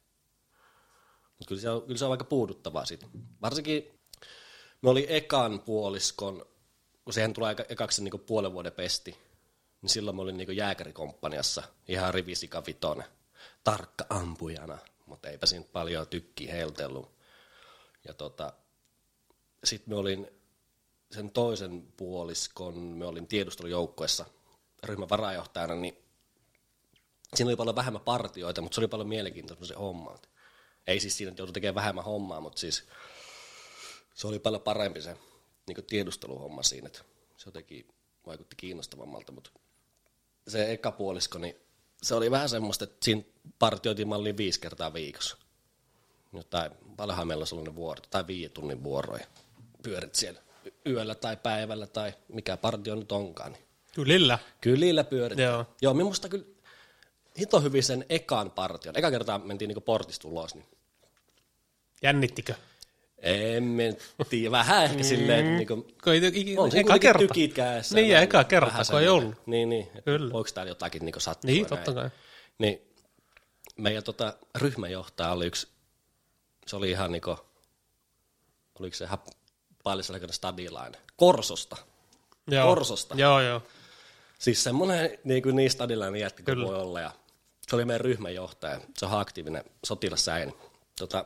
Speaker 1: Mut kyllä, se on, kyllä se on aika puuduttavaa sit. Varsinkin me oli ekan puoliskon, kun siihen tulee eka- ekaksi niinku puolen vuoden pesti, niin silloin mä olin niinku jääkärikomppaniassa ihan rivisika vitonen, tarkka ampujana, mutta eipä siinä paljon tykki heiltellut. Ja tota, sitten me olin sen toisen puoliskon, me olin tiedustelujoukkoessa ryhmän varajohtajana, niin siinä oli paljon vähemmän partioita, mutta se oli paljon mielenkiintoista se homma. Et Ei siis siinä, että joutui tekemään vähemmän hommaa, mutta siis se oli paljon parempi se niin tiedusteluhomma siinä. Et se jotenkin vaikutti kiinnostavammalta, mutta se eka puolisko, niin se oli vähän semmoista, että siinä partioitiin malliin viisi kertaa viikossa. Jotain, paljonhan meillä on sellainen vuoro, tai viiden tunnin vuoroja. Pyörit siellä yöllä tai päivällä tai mikä partio nyt onkaan. Niin
Speaker 2: Kylillä.
Speaker 1: Kylillä pyöritään. Joo.
Speaker 2: Joo.
Speaker 1: Joo, minusta kyllä hito hyvin sen ekan partion. Eka kertaa mentiin niinku portista ulos, niin
Speaker 2: Jännittikö?
Speaker 1: en me tiedä. Vähän ehkä silleen, mm. niinku,
Speaker 2: Kun ei, ei,
Speaker 1: on siinä
Speaker 2: eka
Speaker 1: kuitenkin
Speaker 2: kerta.
Speaker 1: tykit kädessä.
Speaker 2: Niin, ja
Speaker 1: vähän-
Speaker 2: eka kerta,
Speaker 1: vähän
Speaker 2: kun ei
Speaker 1: semmoinen.
Speaker 2: ollut.
Speaker 1: Niin, niin. Kyllä.
Speaker 2: Kyllä.
Speaker 1: Onko täällä jotakin niinku sattua?
Speaker 2: Niin,
Speaker 1: ja
Speaker 2: totta
Speaker 1: näin.
Speaker 2: kai.
Speaker 1: Niin, meidän tota, ryhmäjohtaja oli yksi, se oli ihan niinku, oliko se ihan paikalliselkäinen stadilainen, Korsosta.
Speaker 2: Joo.
Speaker 1: Korsosta.
Speaker 2: Joo, joo.
Speaker 1: Siis semmoinen niin, kuin niin stadilainen jätkä kuin
Speaker 2: Kyllä.
Speaker 1: voi olla. Ja se oli meidän ryhmänjohtaja. Se on aktiivinen sotilassäin. Tota,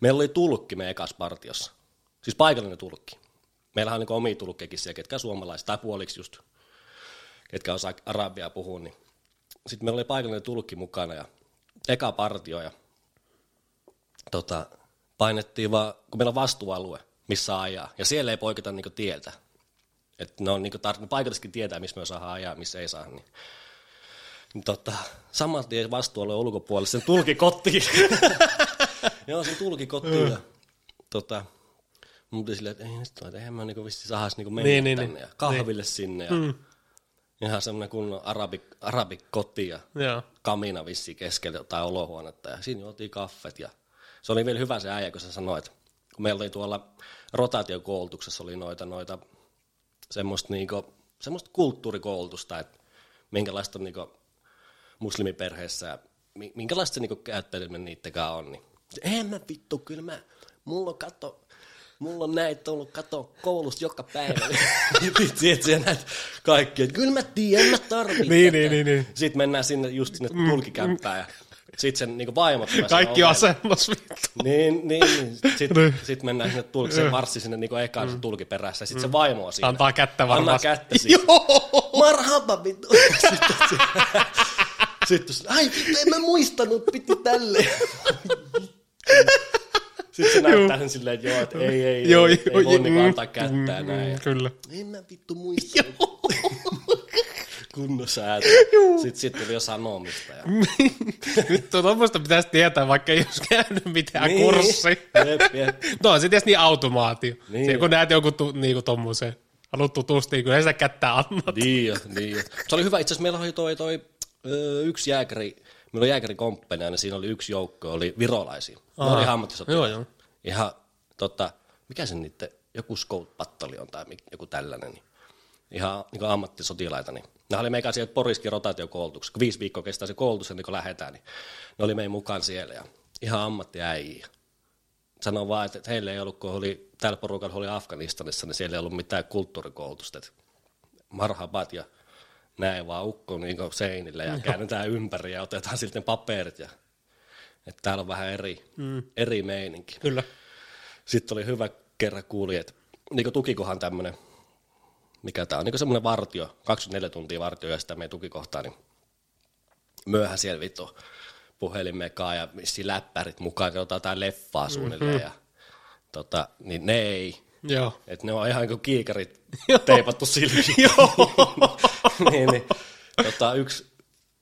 Speaker 1: meillä oli tulkki meidän ekas partiossa. Siis paikallinen tulkki. Meillähän on niin omia tulkkejakin siellä, ketkä on suomalaiset, tai puoliksi just, ketkä osaa arabiaa puhua. Niin. Sitten meillä oli paikallinen tulkki mukana ja eka partio. Ja, tota, painettiin vaan, kun meillä on vastuualue, missä ajaa. Ja siellä ei poiketa niin tieltä. Et ne on niinku tar- ne paikallisetkin tietää, missä me saadaan ajaa, missä ei saa. Niin. Niin tota, saman tien vastuualueen ulkopuolelle sen tulki kotiin. Joo, sen tulki kotiin. ja, tota, mun piti silleen, että ei nyt tuo, että eihän mä niinku vissi sahas niinku mennä niin,
Speaker 2: Niin,
Speaker 1: niin,
Speaker 2: niin,
Speaker 1: tänne ja kahville niin. sinne. Ja mm. Ihan semmoinen kunnon arabi, arabi koti ja
Speaker 2: Joo.
Speaker 1: kamina vissi keskellä jotain olohuonetta ja siinä juotiin kaffet ja se oli vielä hyvä se äijä, kun sä sanoit, kun meillä oli tuolla rotaatiokoulutuksessa oli noita, noita semmoista, niinku, semmoista kulttuurikoulutusta, että minkälaista on niinku muslimiperheessä ja mi- minkälaista se niinku käyttäytyminen niittenkään on. Niin. En mä vittu, kyllä mä, mulla on kato, mulla on näitä ollut kato koulusta joka päivä. Niin Vitsi, että siellä näet kaikki, että kyllä mä tiedän, mä tarvitsen.
Speaker 2: Niin, niin, niin, niin.
Speaker 1: Sitten mennään sinne just sinne tulkikämppään ja sitten sen niinku vaimot tulee
Speaker 2: Mm. Kaikki
Speaker 1: sinne
Speaker 2: on
Speaker 1: ovelle.
Speaker 2: asennossa. vittu.
Speaker 1: Niin, niin. niin. Sitten
Speaker 2: Niin.
Speaker 1: sit mennään sinne tulkki, se marssi sinne niinku ekaan mm. tulki perässä, ja sitten se vaimo on siinä.
Speaker 2: Antaa kättä varmaan.
Speaker 1: Antaa kättä siinä.
Speaker 2: Joo.
Speaker 1: Marhaba vittu. Sitten se, sitten se, ai vittu, en mä muistanut, piti tälle. Sitten se näyttää sen silleen, että joo, että ei, ei, ei, joo, ei, joo, ei voi niinku
Speaker 2: mm,
Speaker 1: antaa kättä ja
Speaker 2: mm,
Speaker 1: näin.
Speaker 2: mm, Kyllä.
Speaker 1: En mä vittu muista. Kunnon säätö. Sitten sit tuli jo sanomista. Ja...
Speaker 2: Nyt tuo tuommoista pitäisi tietää, vaikka ei olisi käynyt mitään niin. kurssi.
Speaker 1: Jep, jep.
Speaker 2: No on se tietysti niin automaatio.
Speaker 1: Niin.
Speaker 2: Niin. Siinä, kun näet joku tu, niinku tommosen, haluat tutustua, niin kyllä sitä kättä annat.
Speaker 1: Niin jo, niin jo. Se oli hyvä, itse asiassa meillä oli toi, toi ö, yksi jääkäri, meillä oli jääkärikomppania, niin siinä oli yksi joukko, oli virolaisia. Ne
Speaker 2: Aa.
Speaker 1: oli ammattisotilaita.
Speaker 2: Joo, joo.
Speaker 1: Ihan, tota, mikä se niiden, joku scout-pattalion tai mi- joku tällainen, niin ihan niin ammattisotilaita, niin ne oli meikä siellä Poriskin rotaatiokoulutuksessa, kun viisi viikkoa kestää se koulutus, ennen kuin lähdetään, niin ne oli meidän mukaan siellä ja ihan ammattiäijiä. Sanoin vaan, että heillä ei ollut, kun oli, täällä porukalla oli Afganistanissa, niin siellä ei ollut mitään kulttuurikoulutusta, että marhabat ja näin vaan ukko niin seinille ja käännetään ympäri ja otetaan silti ne paperit ja että täällä on vähän eri, mm. eri meininki.
Speaker 2: Kyllä.
Speaker 1: Sitten oli hyvä kerran kuuli, että niin tukikohan tämmöinen, mikä tämä on, niin semmoinen vartio, 24 tuntia vartio ja sitä meidän tukikohtaa, niin myöhään siellä vittu puhelimekaan ja missi läppärit mukaan, katsotaan jotain leffaa suunnilleen mm-hmm. ja tota, niin ne ei,
Speaker 2: Joo.
Speaker 1: et ne on ihan kuin kiikarit teipattu silmiin. niin, niin. Tota, yksi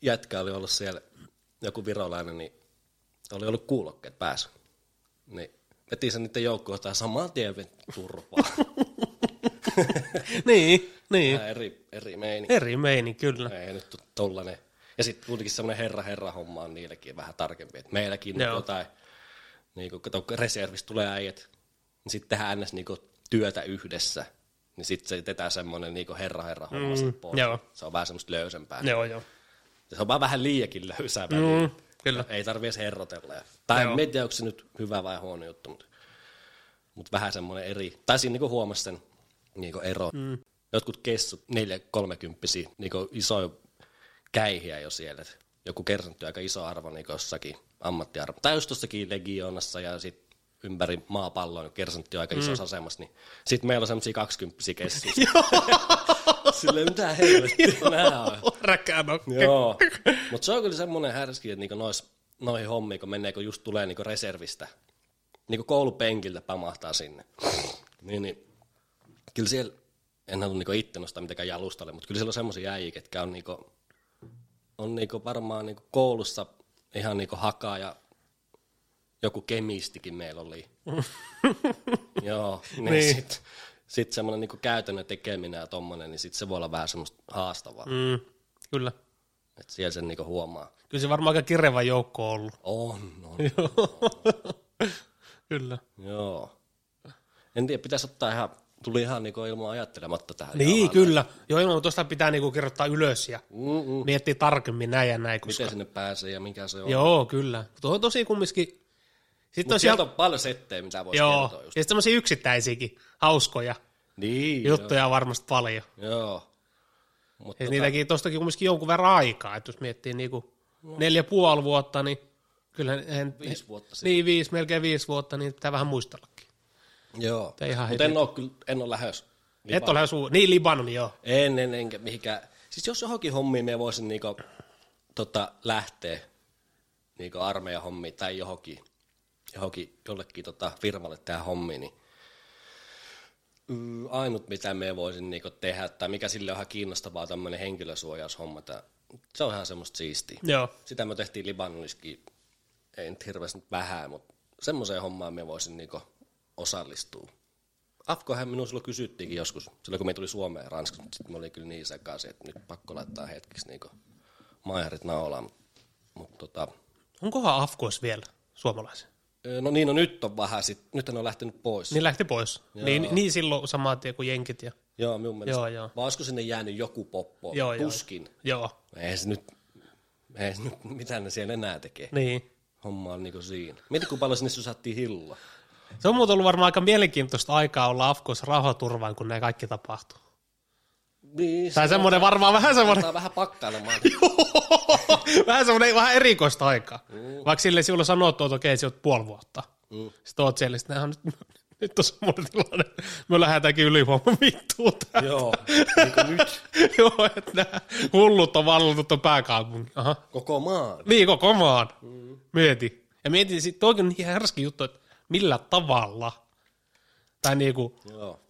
Speaker 1: jätkä oli ollut siellä, joku virolainen, niin oli ollut kuulokkeet päässä. Niin veti sen niiden joukkoon tai saman tien veti turpaa.
Speaker 2: niin, niin.
Speaker 1: Vähän eri, eri meininki.
Speaker 2: Eri meini, kyllä.
Speaker 1: Ei nyt tu- tollanen. Ja sitten kuitenkin semmoinen herra herra homma on niilläkin vähän tarkempi. Et meilläkin
Speaker 2: Joo.
Speaker 1: Joo. jotain, niin kun, kato, kun reservistä tulee äijät, niin sitten tehdään ns. Niin työtä yhdessä. Niin sitten se tetään semmoinen niin herra herra homma mm, pois.
Speaker 2: joo.
Speaker 1: Se on vähän semmoista löysempää.
Speaker 2: Joo, joo.
Speaker 1: Ja Se on vaan vähän liiakin löysää mm,
Speaker 2: kyllä.
Speaker 1: Ei tarvi edes herrotella. Ja- Tai
Speaker 2: Joo.
Speaker 1: en tiedä, onko se nyt hyvä vai huono juttu, mutta, mutta vähän semmoinen eri. Tai siinä niinku huomasi sen niinku ero. Mm. Jotkut kessut, neljä kolmekymppisiä, niinku isoja käihiä jo siellä. Et Joku kersantti on aika iso arvo niinku jossakin ammattiarvo. Tai just tossakin legioonassa ja sitten ympäri maapalloa, niin kersantti on aika isossa mm. asemassa, niin sitten meillä on semmoisia kaksikymppisiä kessuja. Silleen, mitä helvettiä nämä on.
Speaker 2: Räkään on.
Speaker 1: Joo, mutta se on kyllä semmoinen härski, että niinku nois, noihin hommiin, kun menee, kun just tulee niinku reservistä, niinku koulupenkiltä pamahtaa sinne, niin, niin kyllä siellä, en halua niinku itse nostaa mitenkään jalustalle, mutta kyllä siellä on semmoisia äijiä, ketkä on, niinku, on niinku varmaan niinku koulussa ihan niinku hakaa ja joku kemistikin meillä oli. Joo, niin,
Speaker 2: Niin.
Speaker 1: niin. sitten sit semmoinen niinku käytännön tekeminen ja tommonen, niin sit se voi olla vähän semmoista haastavaa.
Speaker 2: Mm, kyllä.
Speaker 1: Et siellä sen niinku huomaa.
Speaker 2: Kyllä se varmaan aika kireva joukko on ollut.
Speaker 1: On, on.
Speaker 2: Kyllä.
Speaker 1: Joo. En tiedä, pitäisi ottaa ihan, tuli ihan niinku ilman ajattelematta tähän.
Speaker 2: Niin, kyllä. Joo, ilman, mutta tuosta pitää niinku kirjoittaa ylös ja
Speaker 1: Mm-mm.
Speaker 2: miettiä tarkemmin näin ja näin. Koska...
Speaker 1: Mm. Miten sinne pääsee ja mikä se on. Joo,
Speaker 2: Joo, kyllä. Tuo on tosi kumminkin. Sitten
Speaker 1: Mut sieltä
Speaker 2: on sieltä,
Speaker 1: on paljon settejä, mitä voisi
Speaker 2: joo,
Speaker 1: kertoa
Speaker 2: ja
Speaker 1: just.
Speaker 2: sitten semmoisia yksittäisiäkin hauskoja
Speaker 1: Niin,
Speaker 2: juttuja on varmasti paljon.
Speaker 1: joo. joo. Mut
Speaker 2: Ja
Speaker 1: tota,
Speaker 2: niitäkin tuostakin kumminkin jonkun verran aikaa, että jos miettii niinku neljä puoli vuotta, niin kyllähän en,
Speaker 1: viisi vuotta sitten.
Speaker 2: niin viisi, melkein viisi vuotta, niin pitää vähän muistellakin.
Speaker 1: Joo.
Speaker 2: Tää ihan
Speaker 1: Mut
Speaker 2: heti.
Speaker 1: en ole kyllä, en ole lähes.
Speaker 2: Liban. Et ole ihan suu... Niin, Libanon, joo.
Speaker 1: En, en, enkä mihinkään. Siis jos johonkin hommiin me voisin niinku, tota, lähteä niinku armeijan hommiin tai johonkin, johonkin jollekin tota, firmalle tähän hommiin, niin mm, ainut mitä me voisin niinku tehdä tai mikä sille on ihan kiinnostavaa tämmöinen henkilösuojaushomma, tää, se on ihan semmoista siistiä.
Speaker 2: Joo.
Speaker 1: Sitä me tehtiin Libanonissakin, ei nyt hirveästi nyt vähän, mutta semmoiseen hommaan me voisin niinku osallistua. Afkohan minua silloin kysyttiinkin joskus, silloin kun me tuli Suomeen Ranskassa, mutta sitten me oli kyllä niin sekaisin, että nyt pakko laittaa hetkeksi niinku maiharit naulaan. Mutta tota,
Speaker 2: Onkohan Afkois vielä suomalaisia?
Speaker 1: no niin, no nyt on vähän, sit, nyt on lähtenyt pois. Niin.
Speaker 2: Niin lähti pois. Niin, niin, silloin samaa tie kuin jenkit. Ja...
Speaker 1: Joo, minun mielestä.
Speaker 2: Joo,
Speaker 1: Joo,
Speaker 2: joo.
Speaker 1: joo. Vai olisiko sinne jäänyt joku poppo?
Speaker 2: Joo, joo.
Speaker 1: Tuskin.
Speaker 2: Joo,
Speaker 1: Ei se nyt, ei se nyt, mitä ne siellä enää tekee.
Speaker 2: niin.
Speaker 1: Homma on niinku siinä. Mieti, kun paljon sinne sysättiin hilloa.
Speaker 2: Se on muuten ollut varmaan aika mielenkiintoista aikaa olla Afkoissa rauhaturvaan, kun nämä kaikki tapahtuu.
Speaker 1: Niin,
Speaker 2: Tai semmoinen varmaan vähän semmoinen,
Speaker 1: Tää vähän pakkailemaan.
Speaker 2: vähän semmoinen vähän erikoista aikaa. Mm. Vaikka sille sinulla sanottu, että okei, sä oot puoli vuotta. Mm. Sitten oot siellä, sitten nyt, nyt on semmoinen tilanne. Me lähdetäänkin yli huomaan vittuun tää.
Speaker 1: Joo, niin kuin nyt
Speaker 2: Joo, että nämä hullut on vallannut tuon pääkaupungin. Aha.
Speaker 1: koko maan.
Speaker 2: Niin, koko maan. Mm. Mieti. Ja mieti, sit toikin on niin härski juttu, että millä tavalla. Tai niinku,
Speaker 1: Joo,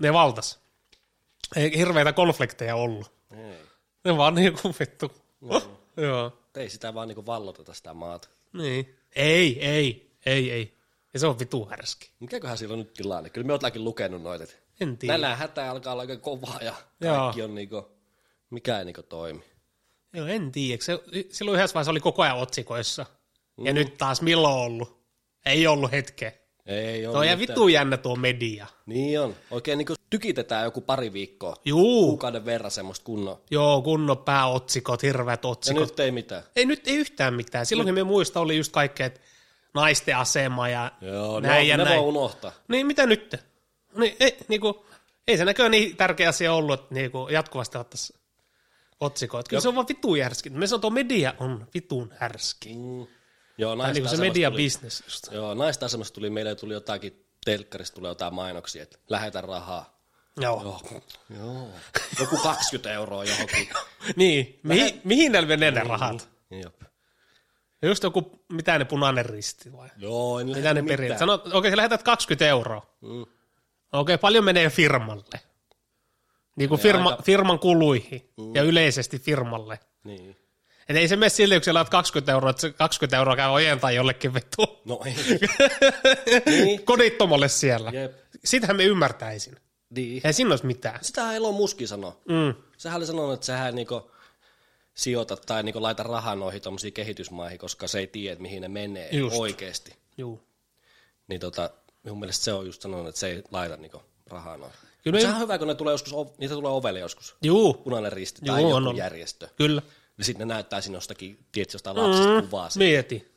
Speaker 2: ne valtas. Ei hirveitä konflikteja ollut.
Speaker 1: ei.
Speaker 2: Ne vaan niinku vittu. No. Joo.
Speaker 1: Ei sitä vaan niinku valloteta sitä maata.
Speaker 2: Niin. Ei, ei, ei, ei. Ja se on vitu härski.
Speaker 1: Mikäköhän sillä on nyt tilanne? Kyllä me ootlakin lukenut noita. et
Speaker 2: En tiedä.
Speaker 1: Tänään hätä alkaa olla aika kovaa ja
Speaker 2: Joo.
Speaker 1: kaikki on niinku, mikä ei niinku toimi.
Speaker 2: Joo, en tiedä. Se, silloin yhdessä vaiheessa oli koko ajan otsikoissa. Mm. Ja nyt taas milloin ollut? Ei ollut hetkeä.
Speaker 1: Ei ole
Speaker 2: Tuo on ihan
Speaker 1: mitään.
Speaker 2: vitu jännä tuo media.
Speaker 1: Niin on. Oikein niinku tykitetään joku pari viikkoa.
Speaker 2: Juu.
Speaker 1: Kuukauden verran semmoista kunnon.
Speaker 2: Joo, kunnon pääotsikot, hirveät
Speaker 1: Ja
Speaker 2: otsikot.
Speaker 1: nyt ei mitään.
Speaker 2: Ei nyt ei yhtään mitään. Silloinkin me muista oli just kaikkea, että naisten asema ja
Speaker 1: Joo,
Speaker 2: näin
Speaker 1: ne,
Speaker 2: ja
Speaker 1: ne
Speaker 2: näin.
Speaker 1: voi unohtaa.
Speaker 2: Niin mitä nyt? Niin, ei, niinku, ei se näköjään niin tärkeä asia ollut, että niinku jatkuvasti ottaisiin otsikoita. Kyllä se on vaan vitun härski. Me sanotaan, tuo media on vitun härski.
Speaker 1: Mm. Joo,
Speaker 2: Tai
Speaker 1: naisten
Speaker 2: niinku se
Speaker 1: asemasta tuli-
Speaker 2: mediabisnes just.
Speaker 1: Joo, naisten asemasta tuli, meille tuli jotakin, telkkarista tuli jotain mainoksia, että lähetä rahaa.
Speaker 2: Joo. Joo.
Speaker 1: Joo. Joo. Joku 20 euroa johonkin.
Speaker 2: Niin, mihin, mihin näillä menee ne rahat?
Speaker 1: Jop.
Speaker 2: Niin. Just joku, mitä ne punainen risti vai?
Speaker 1: Joo, en
Speaker 2: Mitä
Speaker 1: lähde
Speaker 2: ne perin? Sano, okei, okay, lähetät 20 euroa.
Speaker 1: Mm.
Speaker 2: Okei, paljon menee firmalle? Niin kuin firma,
Speaker 1: aika-
Speaker 2: firman kuluihin mm. ja yleisesti firmalle.
Speaker 1: Niin.
Speaker 2: Et ei se mene sille, kun sä laat 20 euroa, että se 20 euroa käy ojentaa jollekin vetu
Speaker 1: No ei. niin.
Speaker 2: kodittomalle siellä.
Speaker 1: Jep.
Speaker 2: Sitähän me ymmärtäisin.
Speaker 1: Niin.
Speaker 2: Ei siinä olisi mitään.
Speaker 1: Sitähän Elon Muski sanoi.
Speaker 2: Mm.
Speaker 1: Sehän oli sanonut, että sehän ei niinku sijoita tai niinku laita rahaa noihin tuommoisiin kehitysmaihin, koska se ei tiedä, että mihin ne menee
Speaker 2: Just.
Speaker 1: oikeasti.
Speaker 2: Juu.
Speaker 1: Niin tota, minun mielestä se on just sanonut, että se ei laita niinku rahaa noihin.
Speaker 2: Kyllä
Speaker 1: Kyllä
Speaker 2: me-
Speaker 1: sehän on hyvä, kun ne tulee joskus, ov- niitä tulee ovelle joskus.
Speaker 2: Juu.
Speaker 1: Punainen risti
Speaker 2: Juu,
Speaker 1: tai joku
Speaker 2: on ollut.
Speaker 1: järjestö.
Speaker 2: Kyllä.
Speaker 1: Niin sitten ne näyttää sinne jostakin, tiedätkö, jostain lapsesta mm. kuvaa. Siitä.
Speaker 2: Mieti.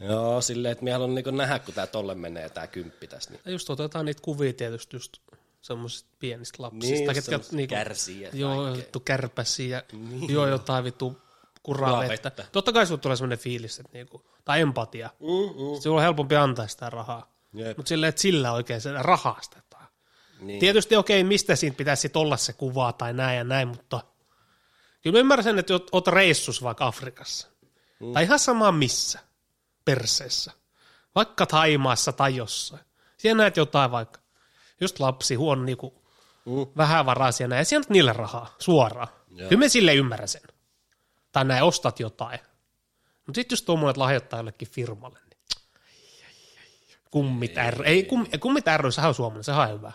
Speaker 1: Joo, silleen, että minä haluan niinku nähdä, kun tämä tolle menee, tämä kymppi tästä. Niin.
Speaker 2: Ja just otetaan niitä kuvia tietysti just semmoisista pienistä lapsista,
Speaker 1: Niin,
Speaker 2: ketkä
Speaker 1: semmoset
Speaker 2: niinku,
Speaker 1: kärsii ja
Speaker 2: joo,
Speaker 1: kaikkea. Niin.
Speaker 2: vittu kärpäsiä ja joo jotain vittu kuraa
Speaker 1: Kuravettä.
Speaker 2: vettä. Totta kai sulla tulee semmoinen fiilis, että niinku, tai empatia.
Speaker 1: Mm, mm.
Speaker 2: Sulla on helpompi antaa sitä rahaa.
Speaker 1: Jep.
Speaker 2: Mutta silleen, että sillä oikein se rahastetaan.
Speaker 1: Niin.
Speaker 2: Tietysti okei, mistä siitä pitäisi sit olla se kuva tai näin ja näin, mutta kyllä mä ymmärrän sen, että oot, oot reissus vaikka Afrikassa. Mm. Tai ihan sama missä, perseessä. Vaikka Taimaassa tai jossain. Siellä näet jotain vaikka, just lapsi, huono niinku,
Speaker 1: Mm.
Speaker 2: mm. vähän varaa siellä näin. Ja siellä annat niille rahaa suoraan.
Speaker 1: Joo.
Speaker 2: Joo. Kyllä mä sille ymmärrän sen. Tai näin ostat jotain. Mutta sitten just tuommoinen, että lahjoittaa jollekin firmalle. Niin. Kummit ei, ry. Ei, kum, ei, kummit ry, sehän on suomalainen, sehän on hyvä.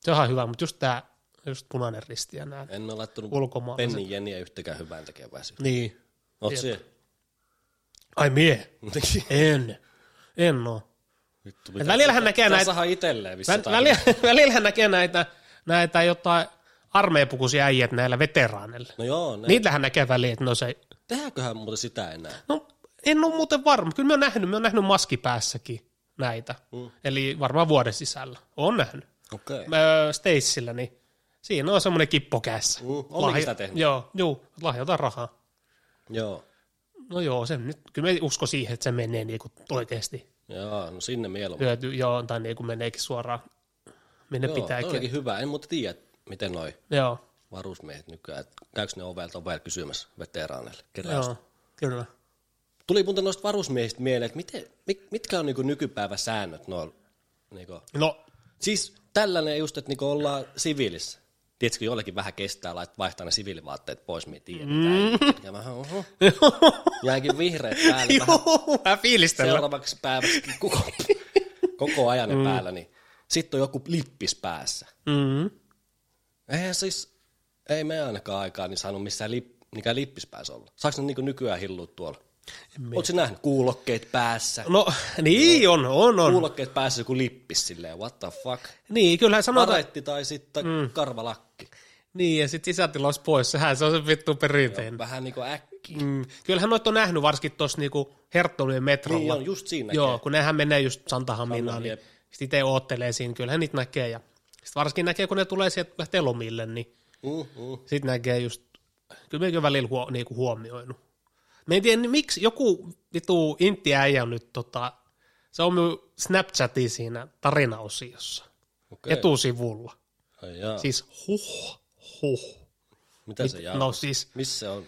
Speaker 2: Sehän on hyvä, mutta just tämä just punainen risti ja nämä.
Speaker 1: En ole laittanut
Speaker 2: Ulkomaalaiset.
Speaker 1: pennin jeniä yhtäkään hyvään tekeväisyyttä.
Speaker 2: Niin.
Speaker 1: Oot
Speaker 2: Jep.
Speaker 1: siellä?
Speaker 2: Ai mie, en. En oo.
Speaker 1: Vittu,
Speaker 2: Et välillähän näkee näitä,
Speaker 1: Saadaan itselleen
Speaker 2: vä,
Speaker 1: vissiin
Speaker 2: väli, välillähän näkee näitä, näitä jotain armeijapukuisia äijät näillä veteraaneilla.
Speaker 1: No joo, ne. Niin.
Speaker 2: Niitähän näkee väliin, että no se,
Speaker 1: Tehdäänköhän muuten sitä enää?
Speaker 2: no en ole muuten varma. Kyllä mä oon nähnyt, mä oon nähnyt maskipäässäkin näitä. Mm. Eli varmaan vuoden sisällä. Oon nähnyt.
Speaker 1: Okei. Okay.
Speaker 2: öö, Stacella, niin siinä on semmoinen kippo kädessä.
Speaker 1: Mm, on niitä tehnyt.
Speaker 2: Joo, juu, lahjoitaan rahaa.
Speaker 1: Joo.
Speaker 2: No joo, se nyt, kyllä me usko siihen, että se menee niinku oikeasti
Speaker 1: Joo, no sinne mieluummin.
Speaker 2: hyöty, joo, tai niinku meneekin suoraan, minne
Speaker 1: Joo, toi
Speaker 2: pitääkin.
Speaker 1: olikin hyvä. En muuta tiedä, miten noi
Speaker 2: Joo,
Speaker 1: varusmiehet nykyään, että käykö ne ovelta ovella kysymässä veteraaneille keräystä.
Speaker 2: joo, kyllä.
Speaker 1: Tuli muuten noista varusmiehistä mieleen, että miten, mit, mitkä on niinku nykypäivän säännöt noilla? Niinku.
Speaker 2: No,
Speaker 1: Siis tällainen just, että niinku ollaan siviilissä. Tiedätkö, jollakin vähän kestää lait- vaihtaa ne siviilivaatteet pois, mä en tiedä mitä. ei- Ja vähän, oho. Jääkin vihreät päälle vähän
Speaker 2: joo, vähän fiilistellä.
Speaker 1: seuraavaksi päiväksi koko, koko ajan ne mm. päällä, niin sitten on joku lippis päässä.
Speaker 2: Mm-hmm.
Speaker 1: Eihän siis, ei me ainakaan aikaa niin saanut missään lip, mikä lippis päässä olla. Saako ne niinku nykyään hillua tuolla? Oletko nähnyt kuulokkeet päässä?
Speaker 2: No, niin on, on, on.
Speaker 1: Kuulokkeet päässä joku lippis silleen, what the fuck?
Speaker 2: Niin, kyllähän sanotaan,
Speaker 1: Paretti tai sitten mm. karvalakki.
Speaker 2: niin, ja sitten sisätilaus pois, sehän se on se vittu perinteinen.
Speaker 1: Vähän niinku äkki.
Speaker 2: Mm, kyllähän noita on nähnyt varsinkin tuossa niinku Herttoulien metrolla.
Speaker 1: Niin on, just siinä
Speaker 2: Joo, kun nehän menee just Santahaminaan,
Speaker 1: Sanna,
Speaker 2: niin
Speaker 1: jep.
Speaker 2: sit itse oottelee siinä, kyllähän niitä näkee. Ja sit varsinkin näkee, kun ne tulee sieltä lähtee lomille, niin
Speaker 1: Mm, mm.
Speaker 2: sit näkee just, kyllä mekin on välillä huo, niinku huomioinut. Mä en tiedä, niin miksi joku vitu intiäijä on nyt tota, se on minun Snapchatin siinä tarinaosiossa,
Speaker 1: Okay.
Speaker 2: okay. etusivulla.
Speaker 1: Siis,
Speaker 2: Siis huh, huh.
Speaker 1: Mitä se jaa?
Speaker 2: No siis
Speaker 1: Missä se on?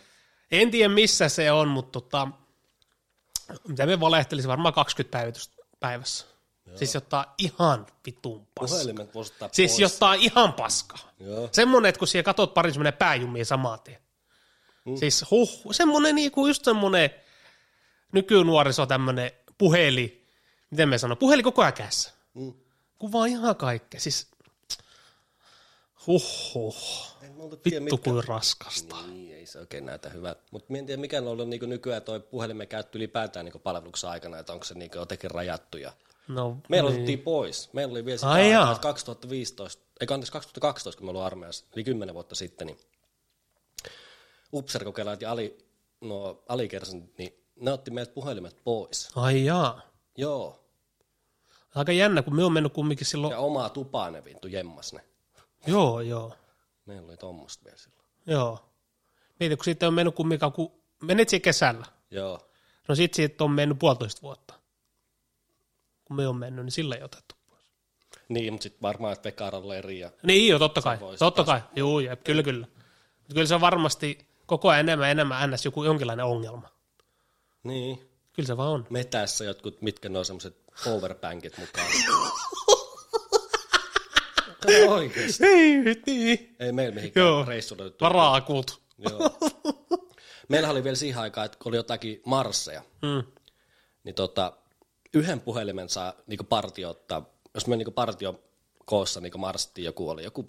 Speaker 2: En tiedä missä se on, mutta tota, mitä me valehtelisin, varmaan 20 päivitystä päivässä. Joo. Siis jotain ihan vitun paskaa.
Speaker 1: Puhelimet voisi ottaa
Speaker 2: Siis
Speaker 1: pois.
Speaker 2: jotain ihan paskaa.
Speaker 1: Joo.
Speaker 2: Semmonen, että kun siellä katot parin semmoinen pääjumia samaa tien. Mm. Siis huh, semmonen niinku just semmonen nykynuoriso tämmönen puheli, miten me sanon, puheli koko ajan kädessä.
Speaker 1: Mm.
Speaker 2: Kuvaa ihan kaikkea, siis huh, huh.
Speaker 1: En mä ollut tiedä,
Speaker 2: Vittu
Speaker 1: mitkä
Speaker 2: kuin raskasta.
Speaker 1: Niin, ei se oikein näytä hyvältä. Mutta en tiedä, mikä on ollut niin nykyään toi puhelimen käyttö ylipäätään niin palveluksen aikana, että onko se niin jotenkin rajattu. Ja...
Speaker 2: No,
Speaker 1: Meillä niin. oltiin pois. Meillä oli vielä sitä
Speaker 2: Ai
Speaker 1: aikaa,
Speaker 2: jaa.
Speaker 1: että 2015, ei anteeksi, 2012, kun me olin armeijassa, eli 10 vuotta sitten, niin upserkokelat ja ali, no, alikersin, niin ne otti meiltä puhelimet pois.
Speaker 2: ai jaa.
Speaker 1: Joo,
Speaker 2: Aika jännä, kun me on mennyt kumminkin silloin.
Speaker 1: ja omaa tupaa ne vittu jemmas ne.
Speaker 2: Joo, joo,
Speaker 1: Meillä oli tommoista vielä silloin.
Speaker 2: joo. Mietin, kun siitä on mennyt kumminkaan, kun menit siihen kesällä.
Speaker 1: Joo,
Speaker 2: No sit siitä on mennyt puolitoista vuotta. Kun me on mennyt, niin sillä ei otettu.
Speaker 1: niin, mutta sitten varmaan, että Vekaaralla eri ja
Speaker 2: Niin joo, totta kai,
Speaker 1: voisi
Speaker 2: totta kai. Joo, jep, kyllä, kyllä. Mutta kyllä se on varmasti koko ajan enemmän ja enemmän ns. joku jonkinlainen ongelma.
Speaker 1: niin.
Speaker 2: Kyllä se vaan on.
Speaker 1: metässä jotkut, mitkä ne on semmoiset powerbankit mukaan. Kato oikeesti.
Speaker 2: Ei, nyt niin.
Speaker 1: Ei meillä mihinkään
Speaker 2: Joo.
Speaker 1: Joo. reissulle nyt.
Speaker 2: Varaa kult.
Speaker 1: Joo. Meillähän oli vielä siihen aikaan, että kun oli jotakin marsseja,
Speaker 2: Mm.
Speaker 1: niin tota, yhden puhelimen saa niinku partio ottaa, jos me niinku partio koossa niin marssittiin, joku oli joku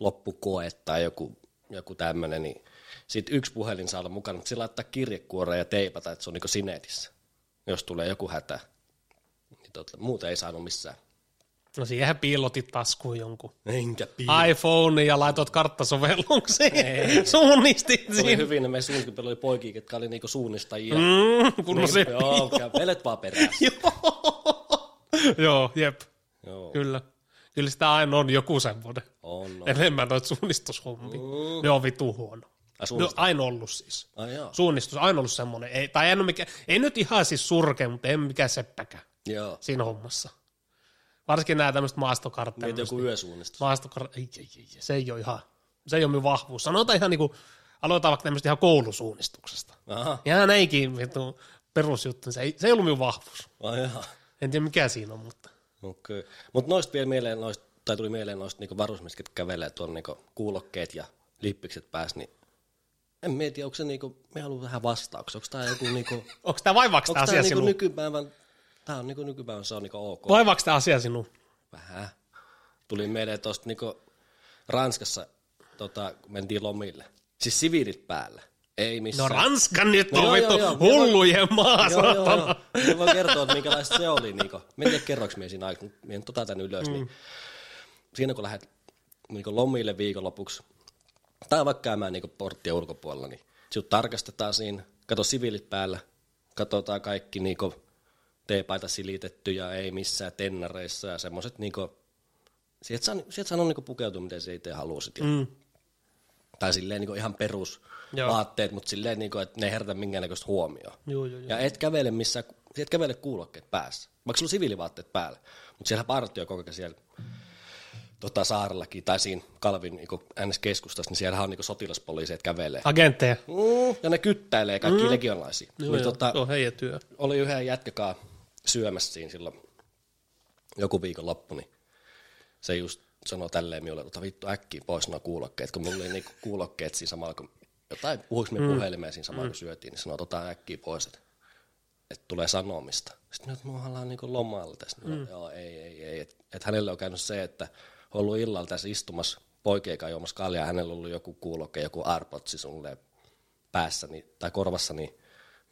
Speaker 1: loppukoe tai joku, joku tämmöinen, niin sit yksi puhelin saa olla mukana, mutta sillä laittaa kirjekuoreen ja teipata, että se on niin sinetissä, jos tulee joku hätä. Niin totta, muuta ei saanut missään.
Speaker 2: No siihenhän piilotit taskuun jonkun.
Speaker 1: Enkä piirrä.
Speaker 2: iPhone iPhoneen ja laitoit karttasovellukseen. Suunnistit
Speaker 1: Se oli
Speaker 2: siinä.
Speaker 1: hyvin, ne meidän suunnittelijoilla oli poikia, jotka oli niinku suunnistajia. Niin,
Speaker 2: Mm, kun se
Speaker 1: Joo, käy- velet vaan perään.
Speaker 2: Joo, jep,
Speaker 1: Joo,
Speaker 2: kyllä. Kyllä sitä aina on joku semmoinen.
Speaker 1: on, on.
Speaker 2: Enemmän noita suunnistushommia. Ne on vitu huono.
Speaker 1: Ai
Speaker 2: Ne
Speaker 1: Mm.
Speaker 2: on
Speaker 1: suunnistus.
Speaker 2: aina ollut siis.
Speaker 1: Ai joo.
Speaker 2: Suunnistus on aina ollut semmoinen. Ei, tai en, ole mikä, ei nyt ihan siis surke, mutta en mikään seppäkään
Speaker 1: Joo.
Speaker 2: siinä hommassa. Varsinkin nämä tämmöiset maastokartteja.
Speaker 1: Mietin Niin, joku yösuunnistus.
Speaker 2: Maastokar- ei, ei, ei, se ei ole ihan, se ei ole minun vahvuus. Sanotaan ihan niinku, aloitetaan vaikka tämmöistä ihan koulusuunnistuksesta.
Speaker 1: Aha,
Speaker 2: Ihan näinkin vittu perusjuttu, se ei, se ei ollut minun vahvuus.
Speaker 1: ai joo.
Speaker 2: En tiedä mikä siinä on, mutta
Speaker 1: Okei. Okay. Mutta noista vielä mieleen, noista, tai tuli mieleen noista niinku varusmiestä, jotka kävelee tuolla niinku kuulokkeet ja lippikset päässä, niin en mieti, onko se niinku, me haluan vähän vastauksia, onko tämä joku niinku,
Speaker 2: onko tämä vaivaako
Speaker 1: onko
Speaker 2: tämä asia
Speaker 1: tämä niinku
Speaker 2: sinun? Ny-
Speaker 1: nykypäivän, tämä on niinku nykypäivän, se on niinku ok.
Speaker 2: vaivaako tämä asia sinun?
Speaker 1: Vähän. Tuli mieleen tuosta niinku Ranskassa, tota, kun mentiin lomille, siis siviilit päällä, ei
Speaker 2: No
Speaker 1: missään.
Speaker 2: Ranska nyt
Speaker 1: No
Speaker 2: on
Speaker 1: joo,
Speaker 2: vittu
Speaker 1: joo, joo.
Speaker 2: hullujen maa,
Speaker 1: Joo, joo,
Speaker 2: saatana.
Speaker 1: joo. Mä voin kertoa, että minkälaista se oli. Niin mä en tiedä, kerroinko minä siinä aikana, minä en tota tän ylös. Mm. Niin siinä kun lähdet niin lomille viikonlopuksi, tai vaikka käymään niin porttien ulkopuolella, niin sinut tarkastetaan siinä, kato siviilit päällä, katsotaan kaikki niin teepaita silitetty ja ei missään tennareissa ja semmoiset niin sieltä saa, sieltä saa niin pukeutua, miten se itse halusit. Ja
Speaker 2: Mm.
Speaker 1: tai silleen niin ihan perus
Speaker 2: Joo.
Speaker 1: vaatteet, mutta silleen, niin kuin, että ne ei herätä minkäännäköistä huomioon.
Speaker 2: Joo, joo, joo.
Speaker 1: Ja et kävele missään, et kävele kuulokkeet päässä, vaikka sulla on siviilivaatteet päällä, mutta siellä partio koko ajan siellä tota, saarellakin tai siinä Kalvin niin NS-keskustassa, niin siellähän on niin sotilaspoliiseet kävelee.
Speaker 2: Agentteja.
Speaker 1: Mm, ja ne kyttäilee kaikki mm. legionlaisia.
Speaker 2: Ah. Joo,
Speaker 1: niin,
Speaker 2: joo,
Speaker 1: tota,
Speaker 2: se on heidän työ.
Speaker 1: oli yhden jätkäkaa syömässä siinä silloin joku viikon loppu, niin se just sanoi tälleen minulle, että vittu äkkiä pois nuo kuulokkeet, kun mulla oli niinku kuulokkeet siinä samalla, kun jotain puhuiks me puhelimeen siinä samalla, kun syötiin, niin sanoi, tota äkkiä pois, että, että tulee sanomista. Sitten nyt mua ollaan niinku lomalla tässä. Mm. Joo, ei, ei, ei. Että et hänelle on käynyt se, että on ollut illalla tässä istumassa poikien kanssa juomassa kaljaa, hänellä on ollut joku kuulokke, joku arpotsi sulle päässä niin, tai korvassa, niin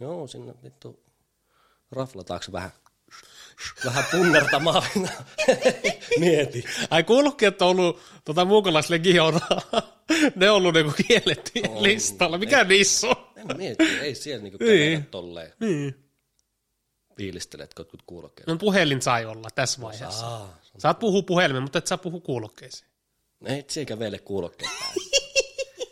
Speaker 1: joo, sinne vittu rafla taakse vähän, vähän punnertamaan. Mieti.
Speaker 2: Ai kuulokkeet on ollut tota, muukalaislegionaa. ne on ollut niinku kielletty listalla. Mikä niissä on?
Speaker 1: En mieti, ei siellä niinku käydä tolleen.
Speaker 2: Niin.
Speaker 1: Fiilistelet jotkut kuulokkeet.
Speaker 2: No puhelin sai olla tässä vaiheessa.
Speaker 1: Aa,
Speaker 2: Saat puhua puhelimeen, mutta et saa puhua kuulokkeisiin.
Speaker 1: ei siellä kävele kuulokkeet päässä.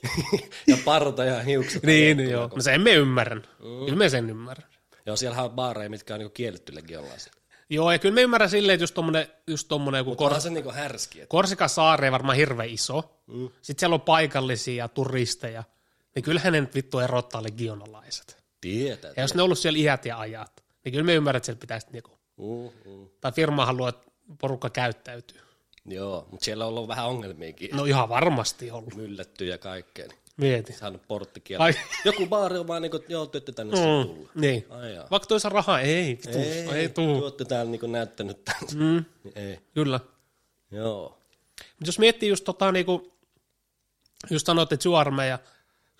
Speaker 1: ja parta ja hiukset.
Speaker 2: Niin, joo. No sen me ymmärrän. Mm. Kyllä me sen ymmärrän.
Speaker 1: Joo, siellähän on baareja, mitkä on niinku kielletty legionlaisille.
Speaker 2: Joo, ja kyllä me ymmärrän silleen, että just tommonen, just tommonen joku kor-
Speaker 1: Onhan se niinku härski. Et.
Speaker 2: Korsikasaari on varmaan hirveän iso. Mm. Sitten siellä on paikallisia turisteja. Niin kyllähän ne nyt vittu erottaa legionalaiset.
Speaker 1: Tietää.
Speaker 2: Ja jos ne on ollut siellä iät ja ajat, niin kyllä me ymmärrän, että siellä pitäisi niinku,
Speaker 1: Mm, mm.
Speaker 2: tai firma haluaa, että porukka käyttäytyy.
Speaker 1: Joo, mutta siellä on ollut vähän ongelmiakin.
Speaker 2: No ihan varmasti ollut.
Speaker 1: Myllätty ja kaikkea. Niin.
Speaker 2: Mieti.
Speaker 1: Saanut porttikieltä.
Speaker 2: Ai.
Speaker 1: Joku baari on vaan niinku, että joo, te ette tänne saa tulla.
Speaker 2: Mm, niin.
Speaker 1: Ai jaa.
Speaker 2: Vaikka toisa rahaa, ei, vitu, ei, ei tuu.
Speaker 1: Te olette täällä niinku näyttänyt tämän. Mm. Ei.
Speaker 2: Kyllä.
Speaker 1: Joo.
Speaker 2: Mut jos miettii just tota niinku, just sanoit, että syöarmeija,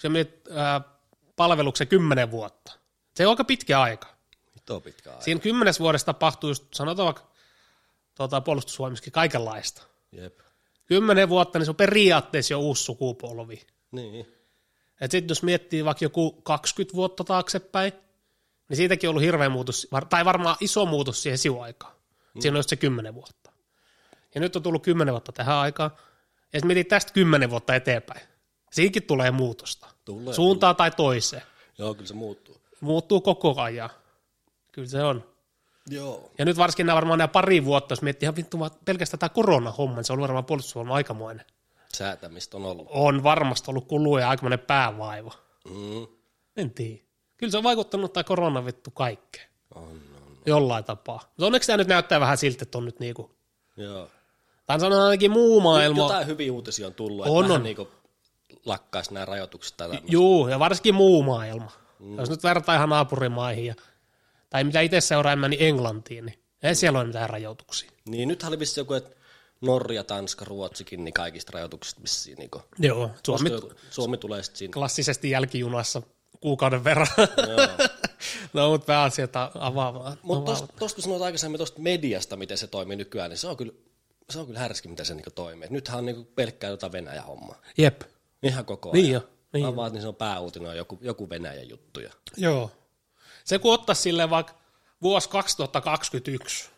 Speaker 2: se mietit ää, palveluksen kymmenen vuotta. Se on aika pitkä aika.
Speaker 1: Nyt on pitkä aika.
Speaker 2: Siinä kymmenes vuodessa tapahtuu just, sanotaan vaikka tota, puolustusvoimissakin kaikenlaista.
Speaker 1: Jep.
Speaker 2: Kymmenen vuotta, niin se on periaatteessa jo uusi sukupolvi.
Speaker 1: Niin.
Speaker 2: Et sitten jos miettii vaikka joku 20 vuotta taaksepäin, niin siitäkin on ollut hirveä muutos, var- tai varmaan iso muutos siihen sivuaikaan. Mm. Siinä on just se 10 vuotta. Ja nyt on tullut 10 vuotta tähän aikaan, ja sitten mietit tästä 10 vuotta eteenpäin. Siinäkin tulee muutosta.
Speaker 1: Tulee,
Speaker 2: Suuntaan tai toiseen.
Speaker 1: Joo, kyllä se muuttuu.
Speaker 2: Muuttuu koko ajan. Kyllä se on.
Speaker 1: Joo.
Speaker 2: Ja nyt varsinkin nämä varmaan nämä pari vuotta, jos miettii ihan vittu vaan pelkästään tämä koronahomma, niin se on ollut varmaan puolustusvoiman aikamoinen.
Speaker 1: Säätämistä on ollut.
Speaker 2: On varmasti ollut kuluja aikamoinen päävaiva.
Speaker 1: Mm.
Speaker 2: En tiedä. Kyllä se on vaikuttanut tämä korona vittu kaikkeen.
Speaker 1: On, on.
Speaker 2: Jollain tapaa. Mutta onneksi tämä nyt näyttää vähän siltä, että on nyt niinku,
Speaker 1: Joo.
Speaker 2: tai sanon ainakin muu maailma.
Speaker 1: Jotain hyviä uutisia on tullut,
Speaker 2: No, On,
Speaker 1: että vähän
Speaker 2: on.
Speaker 1: niinku lakkaisi nämä rajoitukset. Tai tämmöset.
Speaker 2: Juu, ja varsinkin muu maailma. Mm. Jos nyt vertaa ihan naapurimaihin, ja, tai mitä itse seuraa enemmän, niin Englantiin, niin ei siellä ole mitään rajoituksia.
Speaker 1: niin nythän oli vissi joku, että Norja, Tanska, Ruotsikin, niin kaikista rajoituksista vissiin. Niin kuin,
Speaker 2: Joo, Suomi
Speaker 1: Suomi, Suomi tulee sitten siinä.
Speaker 2: klassisesti jälkijunassa kuukauden verran. no, mutta pääasia, että avaamaan.
Speaker 1: Mutta tuosta tosta, kun sanoit aikaisemmin tuosta mediasta, miten se toimii nykyään, niin se on kyllä, se on kyllä härski, miten se niinku toimii. Et nythän on niinku pelkkää tota Venäjä-hommaa.
Speaker 2: Jep.
Speaker 1: Ihan koko ajan.
Speaker 2: Niin jo, niin
Speaker 1: Avaat, niin se on pääuutinen, on joku, joku Venäjän juttu. Ja,
Speaker 2: Joo. Se kun ottaisi sille vaikka vuosi 2021,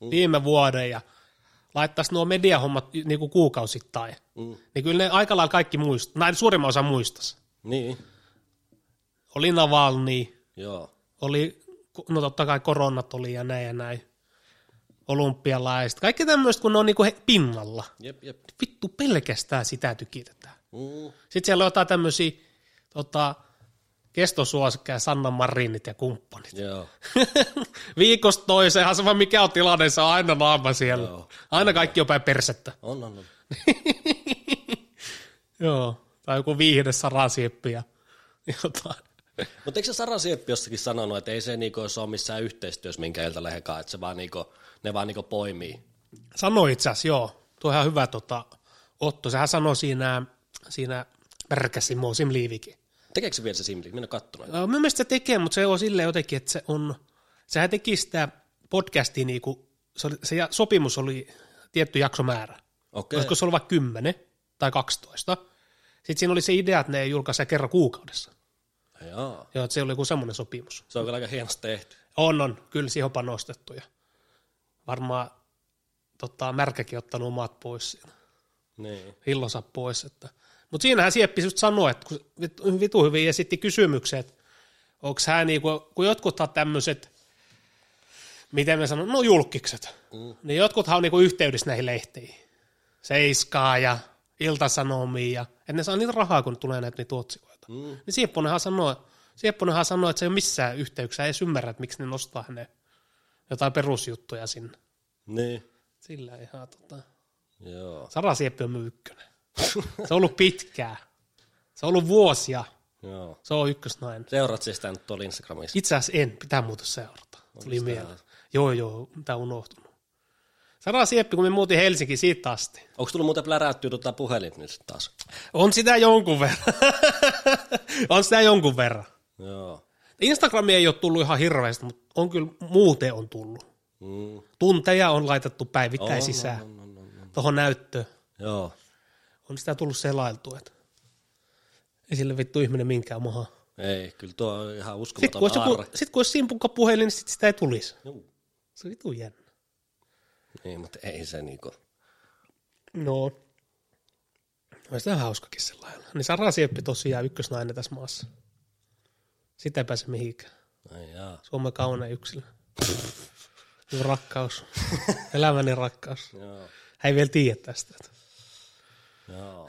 Speaker 2: mm. viime vuoden, ja laittaisi nuo mediahommat niin kuin kuukausittain, mm. niin kyllä ne aika lailla kaikki muistaa, näin suurimman osa muistaisi.
Speaker 1: niin,
Speaker 2: Oli Navalni,
Speaker 1: joo.
Speaker 2: oli, no totta kai koronat oli ja näin ja näin, olympialaiset, kaikki tämmöistä, kun ne on niin kuin he, pinnalla.
Speaker 1: Jep, jep.
Speaker 2: Vittu pelkästään sitä tykitetään.
Speaker 1: Mm,
Speaker 2: Sitten siellä on jotain tämmöisiä tota, kestosuosikkeja, Sanna Marinit ja kumppanit.
Speaker 1: joo.
Speaker 2: Viikosta toiseen, ihan sama mikä on tilanne, se on aina naama siellä.
Speaker 1: Joo.
Speaker 2: Aina kaikki on päin persettä.
Speaker 1: On, on, on.
Speaker 2: Joo. Tai joku viihde sarasieppi ja jotain.
Speaker 1: Mutta eikö se Sara Sieppi jossakin sanonut, että ei se niinku, se ole missään yhteistyössä minkä ilta lehekaan, että se vaan niinku, ne vaan niinku poimii.
Speaker 2: Sanoi itse asiassa, joo. Tuo on ihan hyvä tota, Otto. Sehän sanoi siinä, siinä Pärkäsimo Simliivikin.
Speaker 1: Tekeekö se vielä se Simli? Minä en ole kattonut.
Speaker 2: Ö, Mun mielestä se tekee, mutta se on silleen jotenkin, että se on, sehän teki sitä podcastia, niin kuin, se, oli, se ja- sopimus oli tietty jaksomäärä.
Speaker 1: Okei.
Speaker 2: Olisiko se ollut vaikka 10 tai 12. Sitten siinä oli se idea, että ne julkaisee kerran kuukaudessa.
Speaker 1: Joo.
Speaker 2: Joo, että se oli joku semmoinen sopimus.
Speaker 1: Se on kyllä aika hienosti tehty.
Speaker 2: On, on. Kyllä siihen on panostettu. Ja varmaan tota, märkäkin ottanut omat pois siinä.
Speaker 1: Niin.
Speaker 2: Hillonsa pois. Että. Mutta siinähän Sieppi just sanoi, että kun vit- vitu hyvin esitti kysymyksen, että onko hän niinku, kun jotkuthan tämmöiset, miten me sanon, no julkikset, mm. niin jotkuthan on niinku yhteydessä näihin lehtiin. Seiskaa ja Ilta-Sanomiin ja, että ne saa niitä rahaa, kun tulee näitä niitä otsikoita. Mm. Niin Siepponenhan sanoi, Siepponenhan sanoi, että se ei ole missään yhteyksissä, ei edes ymmärrä, että miksi ne nostaa hänen jotain perusjuttuja sinne.
Speaker 1: Niin.
Speaker 2: Sillä ihan tota,
Speaker 1: Joo.
Speaker 2: Sara Sieppi on mun ykkönen. Se on ollut pitkää. Se on ollut vuosia.
Speaker 1: Joo.
Speaker 2: Se on ykkösnainen.
Speaker 1: Seuraat siis tämän tuolla Instagramissa.
Speaker 2: Itse asiassa en, pitää muuta seurata. Tuli
Speaker 1: Onks
Speaker 2: mieleen. Joo, joo, tämä on unohtunut. Sara Sieppi, kun me muutin Helsinkiin siitä asti.
Speaker 1: Onko tullut muuten plärättyä tuota puhelinta nyt sit taas?
Speaker 2: On sitä jonkun verran. on sitä jonkun verran.
Speaker 1: Joo.
Speaker 2: Instagrami ei ole tullut ihan hirveästi, mutta on kyllä muuten on tullut.
Speaker 1: Mm.
Speaker 2: Tunteja on laitettu päivittäin sisään
Speaker 1: On, on, on, on.
Speaker 2: tuohon näyttöön.
Speaker 1: Joo.
Speaker 2: On sitä tullut selailtua, että ei sille vittu ihminen minkään mahaan.
Speaker 1: Ei, kyllä tuo on ihan
Speaker 2: Sitten kun,
Speaker 1: uskomaton
Speaker 2: olisi joku,
Speaker 1: aarre.
Speaker 2: sit kun olisi simpukka puhelin, niin sit sitä ei tulisi.
Speaker 1: Juu.
Speaker 2: Se on vitu jännä.
Speaker 1: Niin, mutta ei se niinku.
Speaker 2: No. Olisi tämä hauskakin sellainen. Niin Sara Sieppi tosiaan ykkösnainen tässä maassa. Sitä ei pääse mihinkään.
Speaker 1: Ai jaa.
Speaker 2: Suomen kaunein yksilö. Minun rakkaus. Elämäni rakkaus.
Speaker 1: Joo.
Speaker 2: Hän ei vielä tiedä tästä.
Speaker 1: Joo.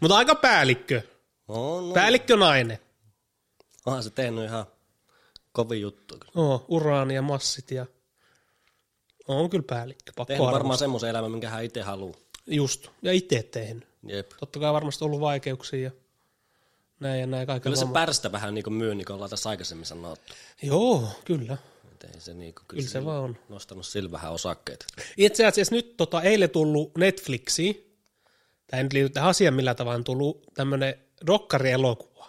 Speaker 2: Mutta aika päällikkö.
Speaker 1: On, on.
Speaker 2: Päällikkö nainen.
Speaker 1: Onhan se tehnyt ihan kovin juttu. kyllä.
Speaker 2: Oo, uraani ja massit ja... On kyllä päällikkö. Pakko
Speaker 1: Tehnyt
Speaker 2: varma...
Speaker 1: varmaan semmoisen elämän, minkä hän itse haluaa.
Speaker 2: Just. Ja itse tehnyt.
Speaker 1: Jep.
Speaker 2: totta kai varmasti ollut vaikeuksia ja näin ja näin kaiken
Speaker 1: Kyllä se
Speaker 2: maailman-
Speaker 1: pärstä vähän niin kuin myy, niin kuin ollaan tässä aikaisemmin sanottu.
Speaker 2: Joo, kyllä.
Speaker 1: Et ei se niinku,
Speaker 2: Kyllä se vaan on.
Speaker 1: nostanut sillä vähän osakkeita.
Speaker 2: Itse asiassa nyt tota, eilen tullut Netflixiin, tämä ei nyt liity tähän asiaan millään tavalla, on tullut tämmöinen rokkarielokuva.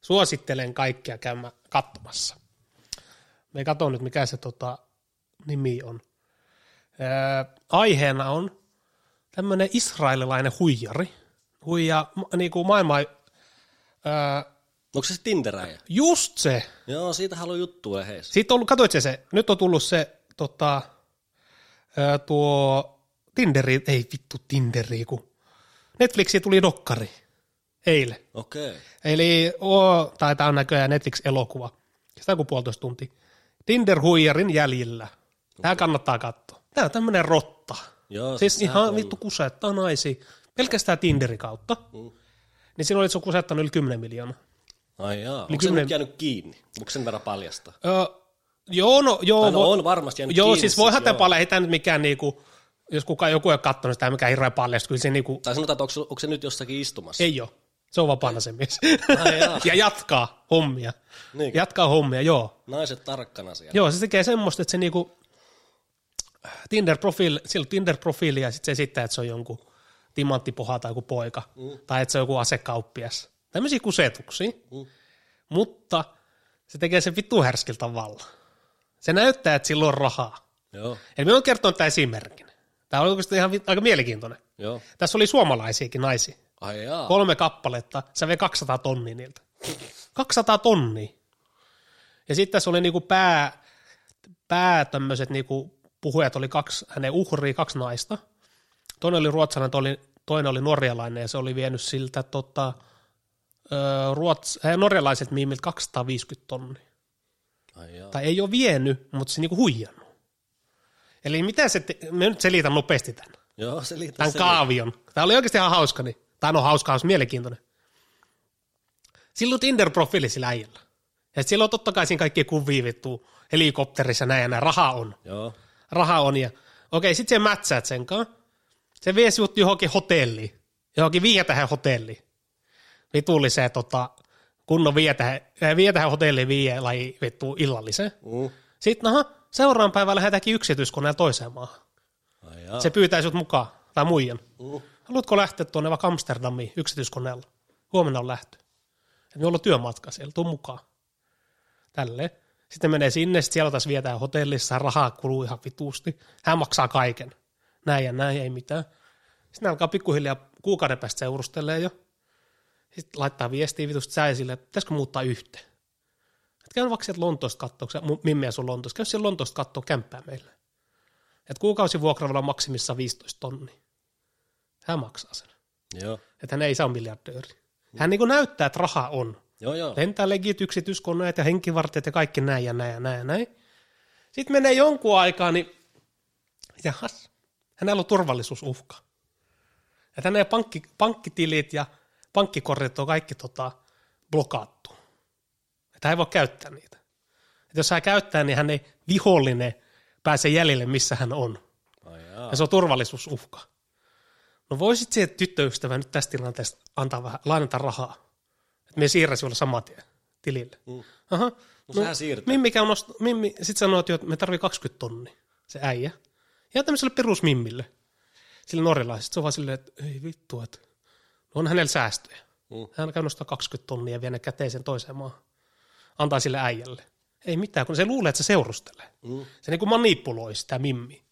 Speaker 2: Suosittelen kaikkia käymään katsomassa. Me katson nyt, mikä se tota, nimi on. Öö, aiheena on tämmöinen israelilainen huijari. Huija ma- niinku maailmaa, öö,
Speaker 1: Onko se se Tinderäjä?
Speaker 2: just se,
Speaker 1: Joo, siitä haluaa juttua lehdessä.
Speaker 2: Siitä on ollut, katsoit sä se, nyt on tullut se tota, ää, tuo Tinderi, ei vittu Tinderi, kun Netflixiin tuli dokkari eilen.
Speaker 1: Okei. Okay.
Speaker 2: Eli oo, tai tämä on näköjään Netflix-elokuva, sitä kuin puolitoista tuntia. Tinder-huijarin jäljillä. Tämä kannattaa katsoa. Tämä on tämmöinen rotta.
Speaker 1: Joo,
Speaker 2: Siis
Speaker 1: sehän
Speaker 2: ihan
Speaker 1: on-
Speaker 2: vittu kusettaa naisia. Pelkästään Tinderin kautta.
Speaker 1: Mm.
Speaker 2: Niin siinä oli se kusettanut yli 10 miljoonaa.
Speaker 1: Ai jaa. Onko se
Speaker 2: kymmenen-
Speaker 1: nyt jäänyt kiinni? Onko sen verran paljasta?
Speaker 2: Öö, joo, no, joo,
Speaker 1: Tai no
Speaker 2: vo-
Speaker 1: on varmasti jäänyt
Speaker 2: Joo,
Speaker 1: kiinni.
Speaker 2: siis voihan tämä
Speaker 1: joo.
Speaker 2: paljon, ei tämä nyt mikään niinku, jos kukaan joku ei ole katsonut sitä, mikä hirveä paljasta, kyllä se niinku,
Speaker 1: Tai sanotaan, että onko, se- onko se nyt jossakin istumassa?
Speaker 2: ei ole. Se on vapaana se mies.
Speaker 1: Ai jaa.
Speaker 2: ja jatkaa hommia.
Speaker 1: Niinkö?
Speaker 2: Jatkaa hommia, joo.
Speaker 1: Naiset tarkkana siellä.
Speaker 2: Joo, se tekee semmoista, että se niinku Tinder-profiili, sillä on Tinder-profiili ja sitten se esittää, että se on jonkun timanttipoha tai joku poika, mm. tai että se on joku asekauppias. Tämmöisiä kusetuksia, mm. mutta se tekee sen vittu härskiltä tavalla. Se näyttää, että sillä on rahaa.
Speaker 1: Joo,
Speaker 2: Eli minä olen kertonut tämän esimerkin. Tämä oli oikeasti ihan vi- aika mielenkiintoinen.
Speaker 1: joo.
Speaker 2: Tässä oli suomalaisiakin naisia.
Speaker 1: Ai jaa.
Speaker 2: Kolme kappaletta, sä vei 200 tonnia niiltä. 200 tonnia. Ja sitten tässä oli niinku pää, pää tämmöiset niinku puhujat, oli kaksi, hänen uhria, kaksi naista. Toinen oli ruotsalainen, toinen oli, toinen oli norjalainen ja se oli vienyt siltä tota, ö, ruots, äh, norjalaiset miimiltä 250 tonnia
Speaker 1: Ai jaa.
Speaker 2: tai ei ole vienyt, mutta se niinku huijannut. Eli mitä se, te- mä nyt selitän nopeasti tämän,
Speaker 1: Joo, selitä,
Speaker 2: tämän
Speaker 1: selitä.
Speaker 2: kaavion. Tämä oli oikeasti ihan hauska, niin. tämä on hauska, hauska, mielenkiintoinen. Sillä on Tinder-profiili sillä äijällä. Ja sillä on totta kai siinä kaikki kuvia vittu helikopterissa näin ja näin, raha on.
Speaker 1: Joo,
Speaker 2: Raha on ja okei, sit se mätsäät sen kanssa. Se vie sut johonkin hotelliin, johonkin viietähän hotelliin. Vitulliseen tota, kunnon viietähän, viietähän hotelliin vie laji vittu illalliseen.
Speaker 1: mm.
Speaker 2: Sitten aha, seuraavan päivän lähdetäänkin yksityiskoneella toiseen maahan.
Speaker 1: ai jaa.
Speaker 2: Se pyytää sut mukaan, tai muijan.
Speaker 1: Mm.
Speaker 2: Haluatko lähteä tuonne vaikka Amsterdamiin yksityiskoneella? Huomenna on lähtö. Et me ollaan työmatka siellä, tuu mukaan. Tälleen. Sitten menee sinne, sit siellä taas vietään hotellissa, rahaa kuluu ihan vituusti. Hän maksaa kaiken. Näin ja näin, ei mitään. Sitten ne alkaa pikkuhiljaa kuukauden päästä seurustelee jo. Sitten laittaa viestiä vitusti sä esille, että pitäisikö muuttaa yhteen. Et käy vaikka sieltä Lontoosta kattoo, mimmiä sun Lontoosta, käy siellä Lontoosta kattoo kämppää meille. Et kuukausivuokravalla on maksimissaan 15 tonnia. Hän maksaa sen.
Speaker 1: Joo,
Speaker 2: Että hän ei saa miljardööri. Hän niin näyttää, että raha on.
Speaker 1: joo, joo.
Speaker 2: Lentää legit yksityiskoneet ja henkivartijat ja kaikki näin ja näin ja näin ja näin. Sitten menee jonkun aikaa, niin jahas, hänellä on turvallisuusuhka. Ja tänne pankki, pankkitilit ja pankkikortit on kaikki tota, blokattu. Että hän ei voi käyttää niitä. Et jos hän käyttää, niin hän ei vihollinen pääse jäljelle, missä hän on.
Speaker 1: Ai jaa.
Speaker 2: Ja se on turvallisuusuhka. No voisit se tyttöystävä nyt tästä tilanteesta antaa vähän, lainata rahaa. Että me siirrä sinulle saman tien tilille.
Speaker 1: Mm.
Speaker 2: Aha. No,
Speaker 1: sehän siirtää.
Speaker 2: Mimmi, käy nost- Mimmi sit sanoo, että joo, että me tarvii 20 tonni, se äijä. Ja tämmöiselle perusmimmille, sille norjalaiselle. Se on vaan silleen, että ei vittu, että no on hänellä säästöjä.
Speaker 1: Mm.
Speaker 2: Hän käy nostaa 20 tonnia ja vie ne käteen sen toiseen maahan. Antaa sille äijälle. Ei mitään, kun se luulee, että se seurustelee.
Speaker 1: Mm.
Speaker 2: Se niinku manipuloi sitä mimmiä.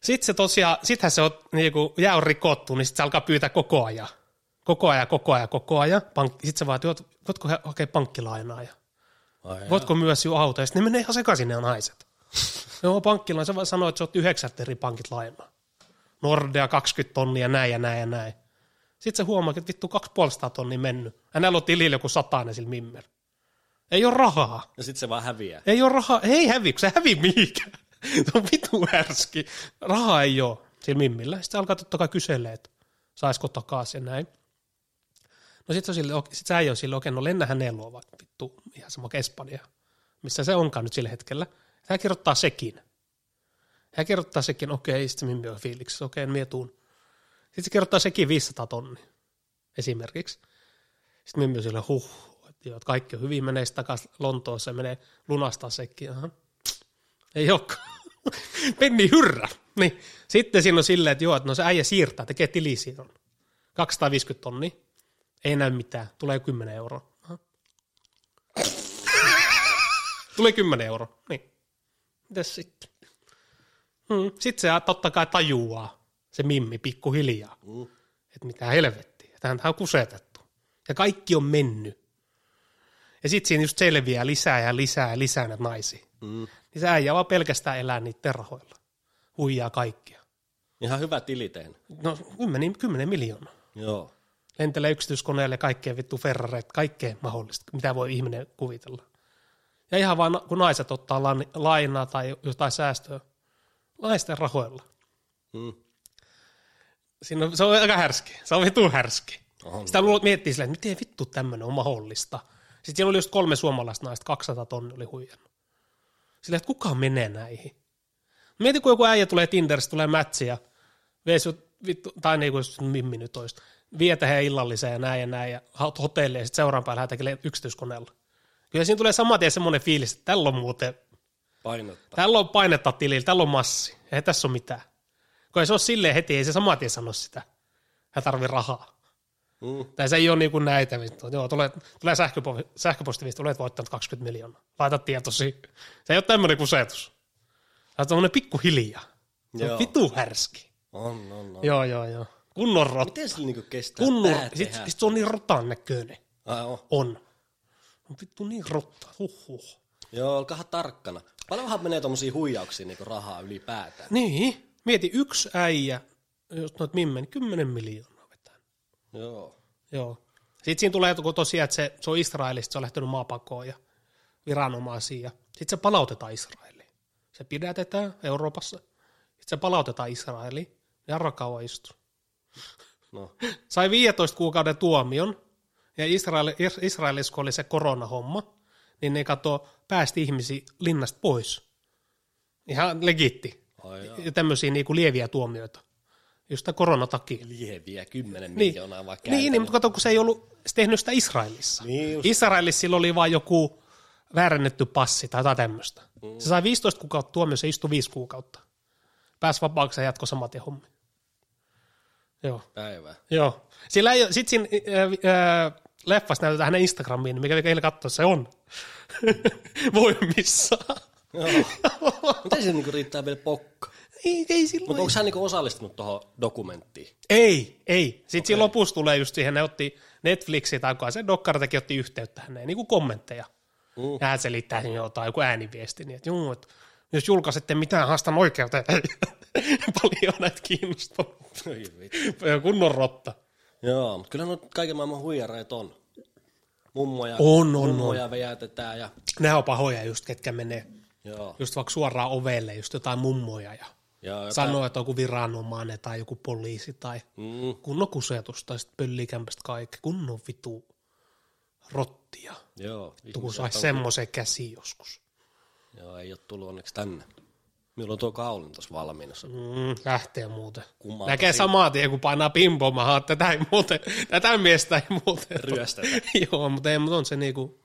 Speaker 2: Sitten se tosiaan, sittenhän se on, niinku, jää on rikottu, niin sitten se alkaa pyytää koko ajan. Koko ajan, koko ajan, koko ajan. Pank- sitten se vaatii, "Oot- voitko he- hakea pankkilainaa ja
Speaker 1: Ai jaa.
Speaker 2: voitko myydä sinun auto. Ja sitten ne menee ihan sekaisin ne naiset. Joo, pankkilaina, sä vaan sanoit, että sä oot yhdeksältä eri pankit lainaa. Nordea 20 tonnia, näin ja näin ja näin. Sitten se huomaa, että vittu 2,5 tonnia mennyt. Hänellä on tilillä joku satainen sillä mimmer. Ei ole rahaa.
Speaker 1: Ja sit se vaan häviää.
Speaker 2: Ei ole rahaa, ei hävi, kun se hävi mihinkään. Se on vitu härski. Rahaa ei ole sillä mimmillä. Sitten se alkaa totta kai kyselee, että saisiko takaisin ja näin. No sit, se on sille, ok- sit sä ei ole sille, okei, no lennä hänen luo vaan vittu ihan sama kuin Espanja, missä se onkaan nyt sillä hetkellä. Hän kirjoittaa sekin. Hän kirjoittaa sekin, okei, sitten mimmi on fiiliksissä, okei, mie tuun. Sitten se kirjoittaa sekin 500 tonnia esimerkiksi. Sitten mimmi on sille, huh, että joo, että kaikki on hyvin, menee sitten takaisin Lontoossa ja menee lunastaa sekin. Aha. Ei olekaan. Penni hyrrä. Niin. Sitten siinä on silleen, että joo, että no se äijä siirtää, tekee tili silloin. 250 tonnia. Ei näy mitään. Tulee 10 euroa. Aha. Tulee 10 euroa. Niin. Mitäs sitten? Hmm. Sitten se totta kai tajuaa, se mimmi pikkuhiljaa
Speaker 1: Mm.
Speaker 2: että mitä helvettiä, että häntä on kusetettu. Ja kaikki on mennyt. Ja sitten siinä just selviää lisää ja lisää ja lisää näitä naisia.
Speaker 1: Mm.
Speaker 2: Niin se äijä vaan pelkästään elää niiden rahoilla. Huijaa kaikkia.
Speaker 1: Ihan hyvä tili tehnyt.
Speaker 2: No 10, 10 miljoonaa.
Speaker 1: Joo.
Speaker 2: Lentelee yksityiskoneelle kaikkea vittu Ferrareet, kaikkea mahdollista, mitä voi ihminen kuvitella. Ja ihan vaan na- kun naiset ottaa lan- lainaa tai jotain säästöä, naisten rahoilla.
Speaker 1: Mm.
Speaker 2: Siinä on, se on aika härski. Se on vitu härski.
Speaker 1: On.
Speaker 2: Sitä luulet miettiä silleen, että miten vittu tämmöinen on mahdollista. Sitten siellä oli just kolme suomalaista naista, 200 tonnia oli huijannut. Silleen, että kuka menee näihin? Mieti, kun joku äijä tulee Tinderistä, tulee mätsiä, vee sut, vittu, tai niinku jos mimmi nyt olisi, vie tähän illalliseen ja näin ja näin, ja hot- hotelliin, ja sitten seuraavan päällä lähdetään yksityiskoneella. Kyllä siinä tulee saman tien semmoinen fiilis, että tällä on muuten,
Speaker 1: Painottaa.
Speaker 2: Tällä on painetta tilillä, tällä on massi. Ei tässä ole mitään. Kun ei se ole silleen heti, ei se saman tien sano sitä. Hän tarvii rahaa.
Speaker 1: Mm.
Speaker 2: Tai se ei ole niin kuin näitä. vittu. Joo, tulee, tulee sähköpo- sähköpostiviesti, olet voittanut 20 miljoonaa. Laita tietosi. Se ei ole tämmöinen kusetus. Se on tämmöinen pikkuhiljaa. Se on
Speaker 1: Joo.
Speaker 2: vitu härski.
Speaker 1: On, on, on.
Speaker 2: Joo, joo, joo. Kunnon rot.
Speaker 1: Miten sillä niinku kestää
Speaker 2: Kunnon.
Speaker 1: tää
Speaker 2: Sitten
Speaker 1: tehdä?
Speaker 2: sit se on niin rotan näköinen.
Speaker 1: Ai, on.
Speaker 2: On. On vittu niin rotta. Huhhuh.
Speaker 1: Joo, olkaa tarkkana. Paljonhan menee tuommoisia huijauksia niinku rahaa ylipäätään.
Speaker 2: Niin. Mieti yksi äijä, jos noit mimmen, 10 miljoonaa vetää.
Speaker 1: Joo.
Speaker 2: Joo. Sitten siinä tulee kun tosiaan, että se, se on Israelista, se on lähtenyt maapakoon ja viranomaisiin. Ja sitten se palautetaan Israeliin. Se pidätetään Euroopassa. Sitten se palautetaan Israeliin. Ja rakaava istuu.
Speaker 1: No.
Speaker 2: Sai 15 kuukauden tuomion. Ja Israel, Is- Israelissa, kun oli se koronahomma, niin ne kato, päästi ihmisiä linnasta pois. Ihan legitti.
Speaker 1: Ai joo.
Speaker 2: Ja tämmöisiä niinku lieviä tuomioita. Just tämän koronan takia.
Speaker 1: Lieviä 10
Speaker 2: Niin,
Speaker 1: miljoonaa vaan
Speaker 2: niin, niin, mutta kato, kun se ei ollut se tehnyt sitä Israelissa.
Speaker 1: Niin just.
Speaker 2: Israelissa sillä oli vain joku väärännetty passi tai jotain tämmöistä. Mm. Se sai 15 kuukautta tuomio, se istui 5 kuukautta. Pääsi vapaaksi ja jatkoi samat hommi. Joo.
Speaker 1: Päivää.
Speaker 2: Joo. Sillä ei, sit siinä äh, äh, leffassa näytetään hänen Instagramiin, mikä eilen katsoa, se on. Voi missä.
Speaker 1: Joo. Miten se niinku riittää vielä pokka?
Speaker 2: ei, ei silloin.
Speaker 1: Mutta onko hän niinku osallistunut tuohon dokumenttiin?
Speaker 2: Ei, ei. Sitten okay. siinä lopussa tulee just siihen, ne otti Netflixi tai kuka se dokkaritäkin otti yhteyttä häneen, niin kuin kommentteja. Mm.
Speaker 1: Uh.
Speaker 2: Ja hän selittää sinne jotain, joku ääniviesti, niin että juu, että jos julkaisette mitään, haastan oikeuteen. Paljon näitä kiinnostaa.
Speaker 1: Oi vittu.
Speaker 2: Kunnon rotta.
Speaker 1: Joo, mutta kyllä noita kaiken maailman huijareet on. Mummoja,
Speaker 2: On, on,
Speaker 1: mummoja vejätetään ja
Speaker 2: Nämä on pahoja just, ketkä menee
Speaker 1: joo.
Speaker 2: just vaikka suoraan ovelle, just jotain mummoja ja
Speaker 1: Ja jotain-
Speaker 2: sanoo, että on joku viranomainen tai joku poliisi tai
Speaker 1: Mm,
Speaker 2: kunnon kusetus tai sitten pöllikämpästä kaikki, kunnon vitu rottia.
Speaker 1: joo.
Speaker 2: Vittu, kun
Speaker 1: ihmiset
Speaker 2: saisi semmoisen käsi joskus.
Speaker 1: on- Joo, ei ole tullut onneksi tänne. Milloin tuo kaulin tuossa valmiina? Se-
Speaker 2: Mm, lähtee muuten.
Speaker 1: Kummalta
Speaker 2: Näkee samaa tien, kun painaa pimpomaan, että tätä ei muuten, tätä miestä ei muuten.
Speaker 1: Ryöstetään.
Speaker 2: Joo, mutta ei, mutta on se niinku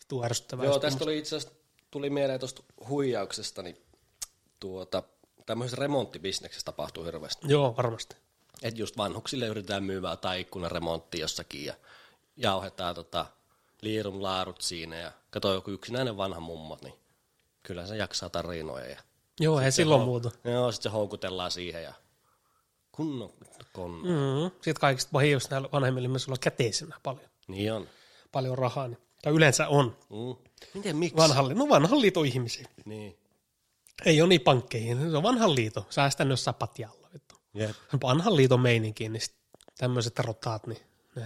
Speaker 2: vittu ärsyttävää.
Speaker 1: Joo, tästä oli itse asiassa, tuli mieleen tuosta huijauksesta, niin tuota, tämmöisessä remonttibisneksessä tapahtuu hirveästi.
Speaker 2: Joo, varmasti.
Speaker 1: Että just vanhuksille yritetään myyvää tai ikkunaremontti jossakin ja jauhetaan tota, liirun laarut siinä ja kato joku yksinäinen vanha mummo, niin kyllä se jaksaa tarinoja. Ja,
Speaker 2: Joo, ei silloin muuta.
Speaker 1: joo, sitten se houkutellaan siihen ja kunnon vittu konna. Mm.
Speaker 2: Mm-hmm. Sitten kaikista pahin, jos näillä vanhemmilla myös olla käteisenä paljon,
Speaker 1: Niin on.
Speaker 2: paljon rahaa. Niin. Tai yleensä on.
Speaker 1: Mm. Miten miksi?
Speaker 2: Vanhan, li- no vanhan liiton ihmisiä.
Speaker 1: Niin.
Speaker 2: Ei ole niin pankkeihin. Se on vanhan liito. Säästän jossain patialla. Vittu.
Speaker 1: Jep.
Speaker 2: vanhan liiton meininkiin, niin tämmöiset rotaat, niin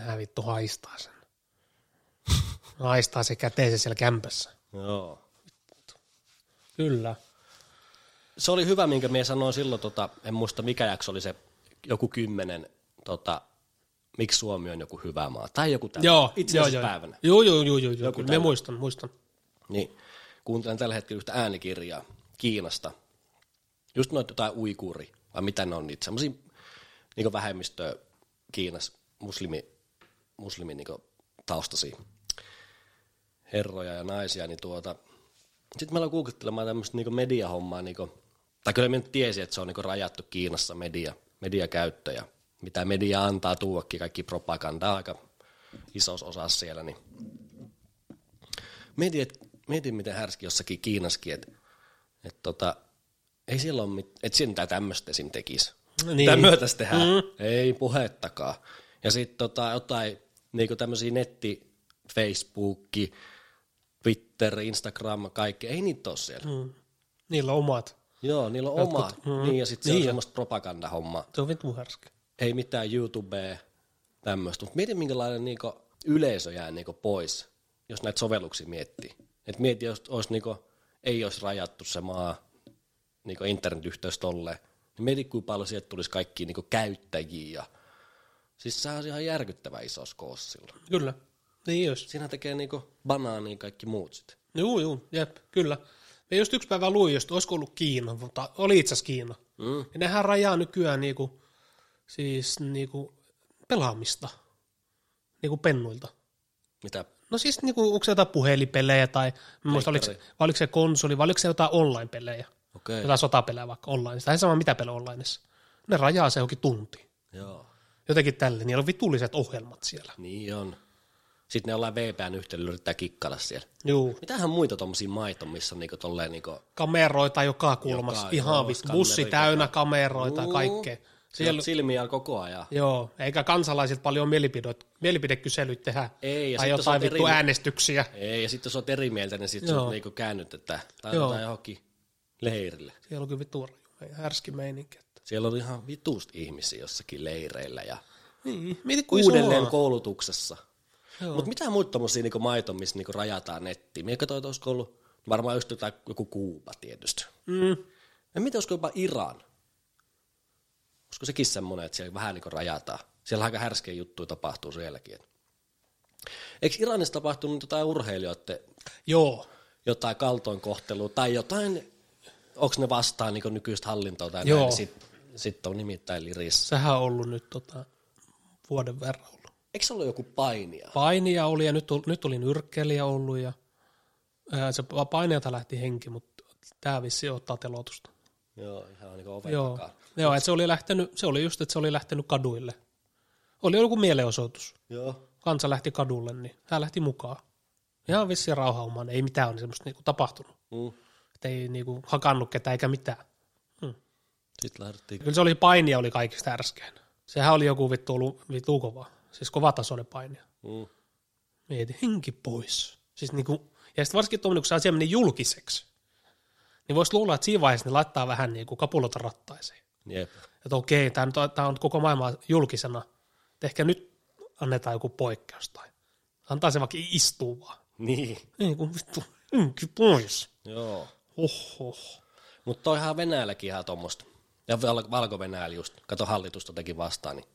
Speaker 2: ne vittu haistaa sen. haistaa se käteensä siellä kämpässä.
Speaker 1: Joo.
Speaker 2: Kyllä.
Speaker 1: se oli hyvä, minkä minä sanoin silloin, tota, en muista mikä jakso oli se joku kymmenen, tota, miksi Suomi on joku hyvä maa, tai joku tämmöinen,
Speaker 2: Joo,
Speaker 1: itse
Speaker 2: joo,
Speaker 1: asiassa
Speaker 2: joo.
Speaker 1: päivänä.
Speaker 2: Joo, joo, joo, joo, joo. Kyllä, mä
Speaker 1: tällainen.
Speaker 2: muistan, muistan.
Speaker 1: Niin, kuuntelen tällä hetkellä yhtä äänikirjaa Kiinasta, just noita jotain uikuri, vai mitä ne on niitä, semmoisia niin vähemmistöä Kiinassa, muslimi, muslimi niin taustasi herroja ja naisia, niin tuota, sitten meillä on googlettelemaan tämmöistä niin mediahommaa, niin kuin, tai kyllä minä nyt tiesin, että se on niin rajattu Kiinassa media, mediakäyttö ja mitä media antaa tuokin, kaikki propaganda on aika isossa osassa siellä, niin mietin, et, mietin miten härski jossakin Kiinaskin, että et tota, ei siellä ole mit, et siinä mitään tämmöistä esim. tekisi.
Speaker 2: Niin.
Speaker 1: Niin. Tämän myötä tehdään. Mm. Ei puhettakaan. Ja sitten tota, jotain niinku tämmöisiä netti, Facebook, Twitter, Instagram, kaikki, ei niitä ole siellä. Mm.
Speaker 2: Niillä on omat.
Speaker 1: Joo, niillä on
Speaker 2: Jotkut-
Speaker 1: omat. Mm. Niin, ja sitten se
Speaker 2: Niin
Speaker 1: on
Speaker 2: jo.
Speaker 1: semmoista propagandahommaa
Speaker 2: Se on vittu härski.
Speaker 1: ei mitään YouTubea, tämmöistä, mutta mieti minkälainen niinku yleisö jää niinku pois, jos näitä sovelluksia miettii. Et mieti, jos olisi niinku, ei olisi rajattu se maa niinku internetyhteys tolleen, niin mieti kuinka paljon sieltä tulisi kaikki niinku käyttäjiä. ja- Siis sehän on ihan järkyttävä iso koos silloin.
Speaker 2: Kyllä. Niin jos.
Speaker 1: Siinä tekee niinku banaania kaikki muut sitten.
Speaker 2: Joo, joo, jep, kyllä. Me just yksi päivä luin, just, olisiko ollut Kiina, mutta oli itse asiassa Kiina. Mm. Ja nehän rajaa nykyään niinku, siis niinku pelaamista, niinku pennuilta.
Speaker 1: Mitä?
Speaker 2: No siis niinku, onko se jotain puhelinpelejä tai, mä muista, oliko, se- vai oliko se konsoli, vai oliko se jotain online-pelejä,
Speaker 1: Okei, okay.
Speaker 2: jotain sotapelejä vaikka online. Sitä ei sama mitä pelejä onlineissa. Ne rajaa se johonkin tuntiin.
Speaker 1: joo.
Speaker 2: Jotenkin tälle, niillä on vitulliset ohjelmat siellä.
Speaker 1: Niin on. Sitten ne ollaan VPN yhteydellä yrittää kikkailla siellä.
Speaker 2: Juu.
Speaker 1: Mitähän muita tommosia maita, on, missä on niinku tolleen niinku,
Speaker 2: Kameroita joka kulmassa,
Speaker 1: Joka- joo,
Speaker 2: ihan vittu.
Speaker 1: skannerit
Speaker 2: Bussi
Speaker 1: ja-
Speaker 2: täynnä kameroita ja kaikkea.
Speaker 1: siellä... silmiä koko ajan.
Speaker 2: Joo, eikä kansalaisilta paljon mielipide- mielipidekyselyt tehdä.
Speaker 1: Ei, ja
Speaker 2: tai
Speaker 1: sitten se on
Speaker 2: jotain vittu
Speaker 1: eri-
Speaker 2: äänestyksiä.
Speaker 1: Ei, ja sitten jos oot eri mieltä, niin sitten sut
Speaker 2: Joo.
Speaker 1: niinku käännytetään. Tai
Speaker 2: Joo.
Speaker 1: jotain johonkin leirille.
Speaker 2: Siellä onkin vittu raju- härski meininki. että-
Speaker 1: Siellä oli ihan vitusti ihmisiä jossakin leireillä ja
Speaker 2: Niin, mieti kuin
Speaker 1: uudelleen
Speaker 2: iso maa.
Speaker 1: koulutuksessa. Mutta mitä muita tommosia niinku maita, missä niinku rajataan nettiin? Minä katsoin, että olisiko ollut varmaan just jotain, joku Kuuba tietysti.
Speaker 2: Mm.
Speaker 1: En mitä olisiko jopa Iran? Olisiko sekin semmoinen, että siellä vähän niin rajataan? Siellä aika härskejä juttuja tapahtuu sielläkin. et. Eikö Iranissa tapahtunut jotain urheilijoiden
Speaker 2: Joo,
Speaker 1: jotain kaltoinkohtelua tai jotain, onko ne vastaan niin nykyistä hallintoa tai
Speaker 2: Joo.
Speaker 1: näin, niin sitten sit on nimittäin lirissä.
Speaker 2: sehän on ollut nyt tota, vuoden verran ollut.
Speaker 1: Eikö se ollut joku painia?
Speaker 2: Painia oli ja nyt, ol- nyt oli nyrkkeilijä ollut ja ää, se pa- painijalta lähti henki, mutta tämä vissi ottaa telotusta.
Speaker 1: Joo, ihan niin oven
Speaker 2: Joo,
Speaker 1: takaa.
Speaker 2: Joo et se, oli lähtenyt, se oli just, että se oli lähtenyt kaduille. Oli joku mielenosoitus.
Speaker 1: Joo.
Speaker 2: Kansa lähti kadulle, niin hän lähti mukaan. Ihan vissi rauhaumaan, ei mitään ole semmoista niinku tapahtunut.
Speaker 1: Mm.
Speaker 2: Et ei niinku hakannut ketään eikä mitään.
Speaker 1: Sitten lähdettiin.
Speaker 2: Kyllä se oli painia oli kaikista ärskein. Sehän oli joku vittu, ollut- vittu kova. Siis kova tasoinen painia.
Speaker 1: Mm.
Speaker 2: Mieti, henki pois. Siis niinku, ja sitten varsinkin tuommoinen, kun se asia meni julkiseksi, niin voisi luulla, että siinä vaiheessa ne laittaa vähän niinku kapulota rattaisiin.
Speaker 1: Jep.
Speaker 2: Että okei, tämä on, tää on koko maailma julkisena. Et ehkä nyt annetaan joku poikkeus tai antaa se vaikka istua vaan.
Speaker 1: Niin.
Speaker 2: Ei kun vittu, henki pois.
Speaker 1: Joo.
Speaker 2: Oho.
Speaker 1: Mutta toihan Venäjälläkin ihan tuommoista. Ja Val- Valko-Venäjällä just, kato hallitusta teki vastaan, niin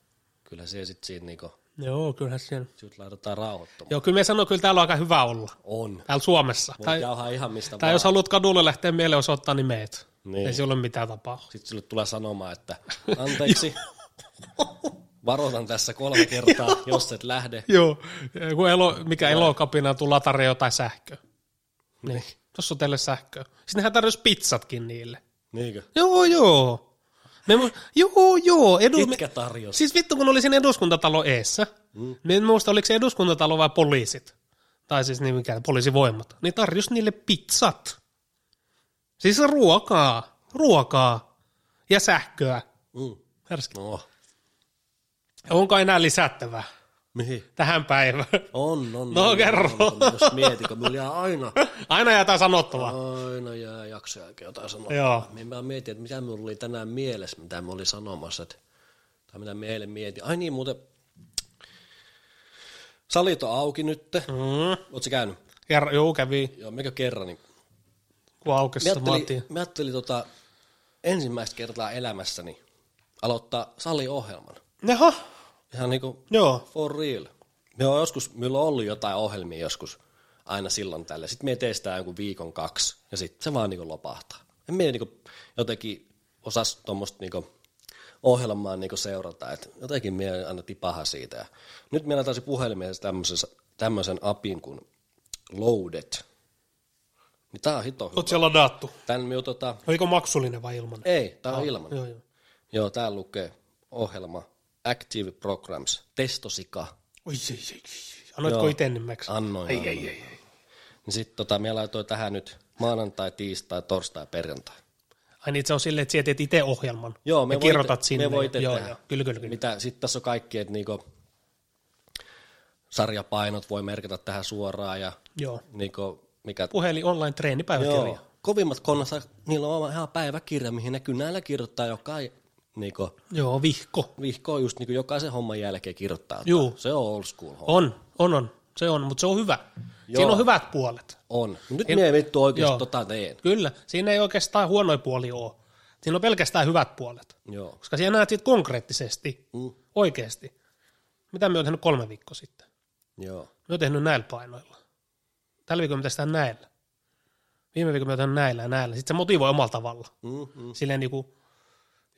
Speaker 1: kyllä se sitten siinä niinku,
Speaker 2: Joo, kyllähän siellä.
Speaker 1: sut laitetaan rauhoittumaan.
Speaker 2: Joo, kyllä me sanoo, kyllä täällä on aika hyvä olla.
Speaker 1: On.
Speaker 2: Täällä Suomessa.
Speaker 1: Voit
Speaker 2: Tai,
Speaker 1: jauhaa ihan mistä
Speaker 2: tai
Speaker 1: vaan.
Speaker 2: jos haluat kadulle lähteä mielenosoittaa, niin meet.
Speaker 1: Niin.
Speaker 2: Ei sillä ole mitään tapaa.
Speaker 1: Sitten sulle tulee sanomaan, että anteeksi, varoitan tässä kolme kertaa, jos et lähde.
Speaker 2: Joo, kun elo, mikä elokapina tulla tarjoaa jotain sähköä. Niin. Tuossa on teille sähköä. Sitten hän tarjosi pizzatkin niille.
Speaker 1: Niinkö?
Speaker 2: Joo, joo. Me, mu- joo, joo. Edu, me,
Speaker 1: Mitkä tarjous?
Speaker 2: siis vittu, kun oli siinä eduskuntatalo eessä. Mm. Niin en muista, oliko se eduskuntatalo vai poliisit. Tai siis niin mikä, poliisivoimat. Niin tarjosi niille pizzat. Siis ruokaa. Ruokaa. Ja sähköä.
Speaker 1: Mm.
Speaker 2: Härski.
Speaker 1: No,
Speaker 2: Onko enää lisättävää
Speaker 1: mihin?
Speaker 2: tähän päivään?
Speaker 1: On, on.
Speaker 2: No,
Speaker 1: on, on,
Speaker 2: kerro.
Speaker 1: On, on, jos mietin, kun mulla jää aina,
Speaker 2: Aina jotain sanottavaa.
Speaker 1: aina jää jaksoja jälkeen jotain sanoa.
Speaker 2: Joo.
Speaker 1: Niin Mä mietin, että mitä minulla oli tänään mielessä, mitä mä olin sanomassa, että, tai mitä meille mietin. Ai niin, muuten, salit on auki nyt.
Speaker 2: Mm.
Speaker 1: Oletko käynyt?
Speaker 2: Kerro, juu, kävi,
Speaker 1: Joo, mekö kerran, niin
Speaker 2: kun aukesi
Speaker 1: Mä
Speaker 2: saman
Speaker 1: ajattelin,
Speaker 2: tien.
Speaker 1: mä ajattelin tota, ensimmäistä kertaa elämässäni aloittaa saliohjelman.
Speaker 2: Jaha,
Speaker 1: Ihan niinku
Speaker 2: joo.
Speaker 1: for real. Me on joskus, meillä on ollut jotain ohjelmia joskus aina silloin tällä. Sitten me testää joku viikon kaksi ja sitten se vaan niinku lopahtaa. En me niinku jotenkin osas tuommoista niinku ohjelmaa niinku seurata. Et jotenkin me aina tipaha siitä. Ja nyt meillä taisi puhelimessa tämmöisen apin kuin Loaded. Niin tää on hito hyvä.
Speaker 2: Oot siellä ladattu.
Speaker 1: Tän me tota,
Speaker 2: Oliko maksullinen vai ilman?
Speaker 1: ei,
Speaker 2: Ah.
Speaker 1: tämä on ilman. Joo.
Speaker 2: Joo, joo.
Speaker 1: joo, täällä lukee ohjelma Active Programs, testosika.
Speaker 2: Oi, ei, ei, ei. Annoitko itse nimmeksi?
Speaker 1: Annoin.
Speaker 2: Ei,
Speaker 1: annoin.
Speaker 2: ei, ei. ei.
Speaker 1: Niin sitten tota, me laitoin tähän nyt maanantai, tiistai, torstai, perjantai.
Speaker 2: Ai niin, se on silleen, että sä teet itse ohjelman.
Speaker 1: Joo, me
Speaker 2: me ja
Speaker 1: voi
Speaker 2: kirjoitat
Speaker 1: te-
Speaker 2: sinne.
Speaker 1: me voi
Speaker 2: ja-
Speaker 1: te
Speaker 2: joo,
Speaker 1: tehdä.
Speaker 2: joo. Kyllä, kyllä, kyllä.
Speaker 1: Mitä sitten tässä on kaikki, että niinku, sarjapainot voi merkitä tähän suoraan ja
Speaker 2: Joo.
Speaker 1: niinku, mikä...
Speaker 2: Puhelin online treeni
Speaker 1: Joo,
Speaker 2: päiväkirja.
Speaker 1: kovimmat konnassa, niillä on oma ihan päiväkirja, mihin ne kynällä kirjoittaa joka niinku,
Speaker 2: Joo, vihko.
Speaker 1: vihkoa just niinku jokaisen homman jälkeen kirjoittaa.
Speaker 2: Juu.
Speaker 1: Se on old school homma.
Speaker 2: On, on, on. Se on, mutta se on hyvä. Joo. Siinä
Speaker 1: Joo.
Speaker 2: on hyvät puolet.
Speaker 1: On. Nyt minä vittu oikeasti
Speaker 2: Joo.
Speaker 1: tota teen.
Speaker 2: Kyllä, siinä ei oikeastaan huonoja puolia ole. Siinä on pelkästään hyvät puolet.
Speaker 1: Joo.
Speaker 2: Koska siellä näet siitä konkreettisesti,
Speaker 1: Mm.
Speaker 2: oikeasti. Mitä me on tehnyt kolme viikkoa sitten?
Speaker 1: Joo.
Speaker 2: Me on tehnyt näillä painoilla. Tällä viikolla me tehdään näillä. Viime viikolla me on tehnyt näillä ja näillä. Sitten se motivoi omalla tavalla.
Speaker 1: Mm, mm.
Speaker 2: Silleen niin kuin,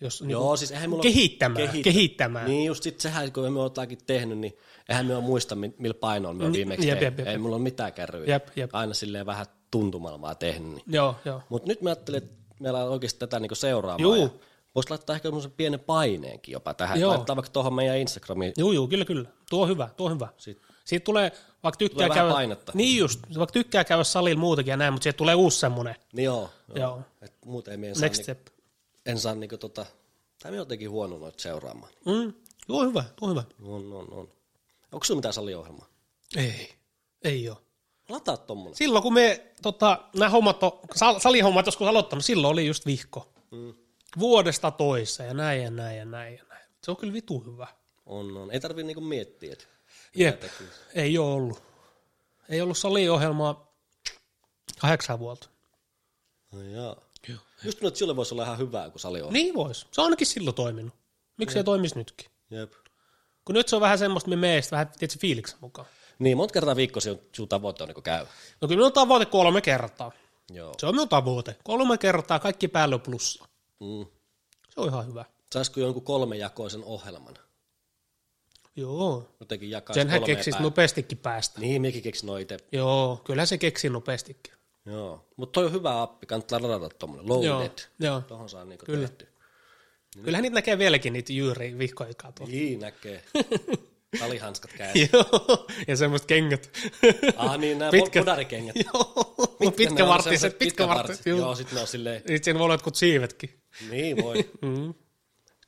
Speaker 2: Jos
Speaker 1: Joo, siis eihän mulla...
Speaker 2: kehittämään,
Speaker 1: kehit-
Speaker 2: kehittämään.
Speaker 1: Niin just sit sehän, kun me jotakin tehnyt, niin eihän me muista, mi- millä painoilla me on viimeksi
Speaker 2: jep,
Speaker 1: jep,
Speaker 2: jep, jep,
Speaker 1: Ei mulla ole mitään kärryä.
Speaker 2: Jep, jep.
Speaker 1: Aina silleen vähän tuntumalmaa tehnyt. Niin.
Speaker 2: Joo, joo.
Speaker 1: Mutta nyt mä ajattelin, että meillä on oikeasti tätä niinku seuraamaan.
Speaker 2: Juu.
Speaker 1: ja Voisi laittaa ehkä semmoisen pienen paineenkin jopa tähän.
Speaker 2: Joo.
Speaker 1: Joo. Laittaa vaikka tuohon meidän Instagramiin.
Speaker 2: Joo, joo, kyllä, kyllä. Tuo on hyvä, tuo on hyvä. Siitä,
Speaker 1: Sit-
Speaker 2: siitä tulee, vaikka tykkää
Speaker 1: Tulee vähän
Speaker 2: käydä...
Speaker 1: painetta.
Speaker 2: Niin just, vaikka tykkää käydä salilla muutenkin ja näin, mutta siitä tulee uusi semmoinen.
Speaker 1: Niin joo. joo.
Speaker 2: Joo.
Speaker 1: Et muuten me en saa,
Speaker 2: Next
Speaker 1: niinku,
Speaker 2: step.
Speaker 1: en saa niinku tota, tai me jotenkin huono noita seuraamaan.
Speaker 2: Mm, tuo on hyvä, tuo on hyvä.
Speaker 1: On, on, on. Onko sulla mitään saliohjelmaa?
Speaker 2: Ei, ei ole.
Speaker 1: Lataa tommonen.
Speaker 2: Silloin kun me tota, nämä hommat on, sal- salihommat joskus aloittanut, silloin oli just vihko.
Speaker 1: Mm.
Speaker 2: Vuodesta toissa ja näin ja näin ja näin ja näin. Se on kyllä vitu hyvä.
Speaker 1: On, on. Ei tarvii niinku miettiä. Et.
Speaker 2: Jep, ei ole ollut. Ei ollut saliohjelmaa kahdeksan vuotta.
Speaker 1: No joo. Just nyt sille voisi olla ihan hyvää, kun sali on.
Speaker 2: Niin vois. Se on ainakin silloin toiminut. Miksi ei toimisi nytkin?
Speaker 1: Jep.
Speaker 2: Kun nyt se on vähän semmoista, me meistä vähän tietysti fiiliksen mukaan.
Speaker 1: Niin, monta kertaa viikossa sinun tavoite on niin käy.
Speaker 2: No kyllä minun tavoite kolme kertaa.
Speaker 1: Joo.
Speaker 2: Se on minun tavoite. Kolme kertaa kaikki päälle on plussa.
Speaker 1: Mm.
Speaker 2: Se on ihan hyvä.
Speaker 1: Saisiko jonkun kolmejakoisen ohjelman?
Speaker 2: Joo.
Speaker 1: Jotenkin jakaa se
Speaker 2: Senhän
Speaker 1: kolmeen
Speaker 2: keksisi
Speaker 1: päivään.
Speaker 2: nopeastikin päästä.
Speaker 1: Niin, mekin keksin noin itse.
Speaker 2: Joo, kyllä se keksi nopeastikin.
Speaker 1: Joo. Mutta toi on hyvä appi, kannattaa ladata tuommoinen.
Speaker 2: Joo,
Speaker 1: Loaded.
Speaker 2: joo.
Speaker 1: Tuohon saa niinku
Speaker 2: Kyllä.
Speaker 1: tehty.
Speaker 2: Kyllähän niitä näkee vieläkin niitä jyyriä vihkoikaa tuolla.
Speaker 1: Niin, näkee. Talihanskat käy.
Speaker 2: Joo, ja semmoiset kengät.
Speaker 1: Ah niin, nämä
Speaker 2: Pitkät.
Speaker 1: podarikengät.
Speaker 2: Joo,
Speaker 1: Ne on
Speaker 2: pitkävartiset,
Speaker 1: semmoset
Speaker 2: pitkävartiset.
Speaker 1: Joo,
Speaker 2: Joo.
Speaker 1: sit ne on silleen,
Speaker 2: Sitten siinä voi olla jotkut siivetkin.
Speaker 1: niin voi.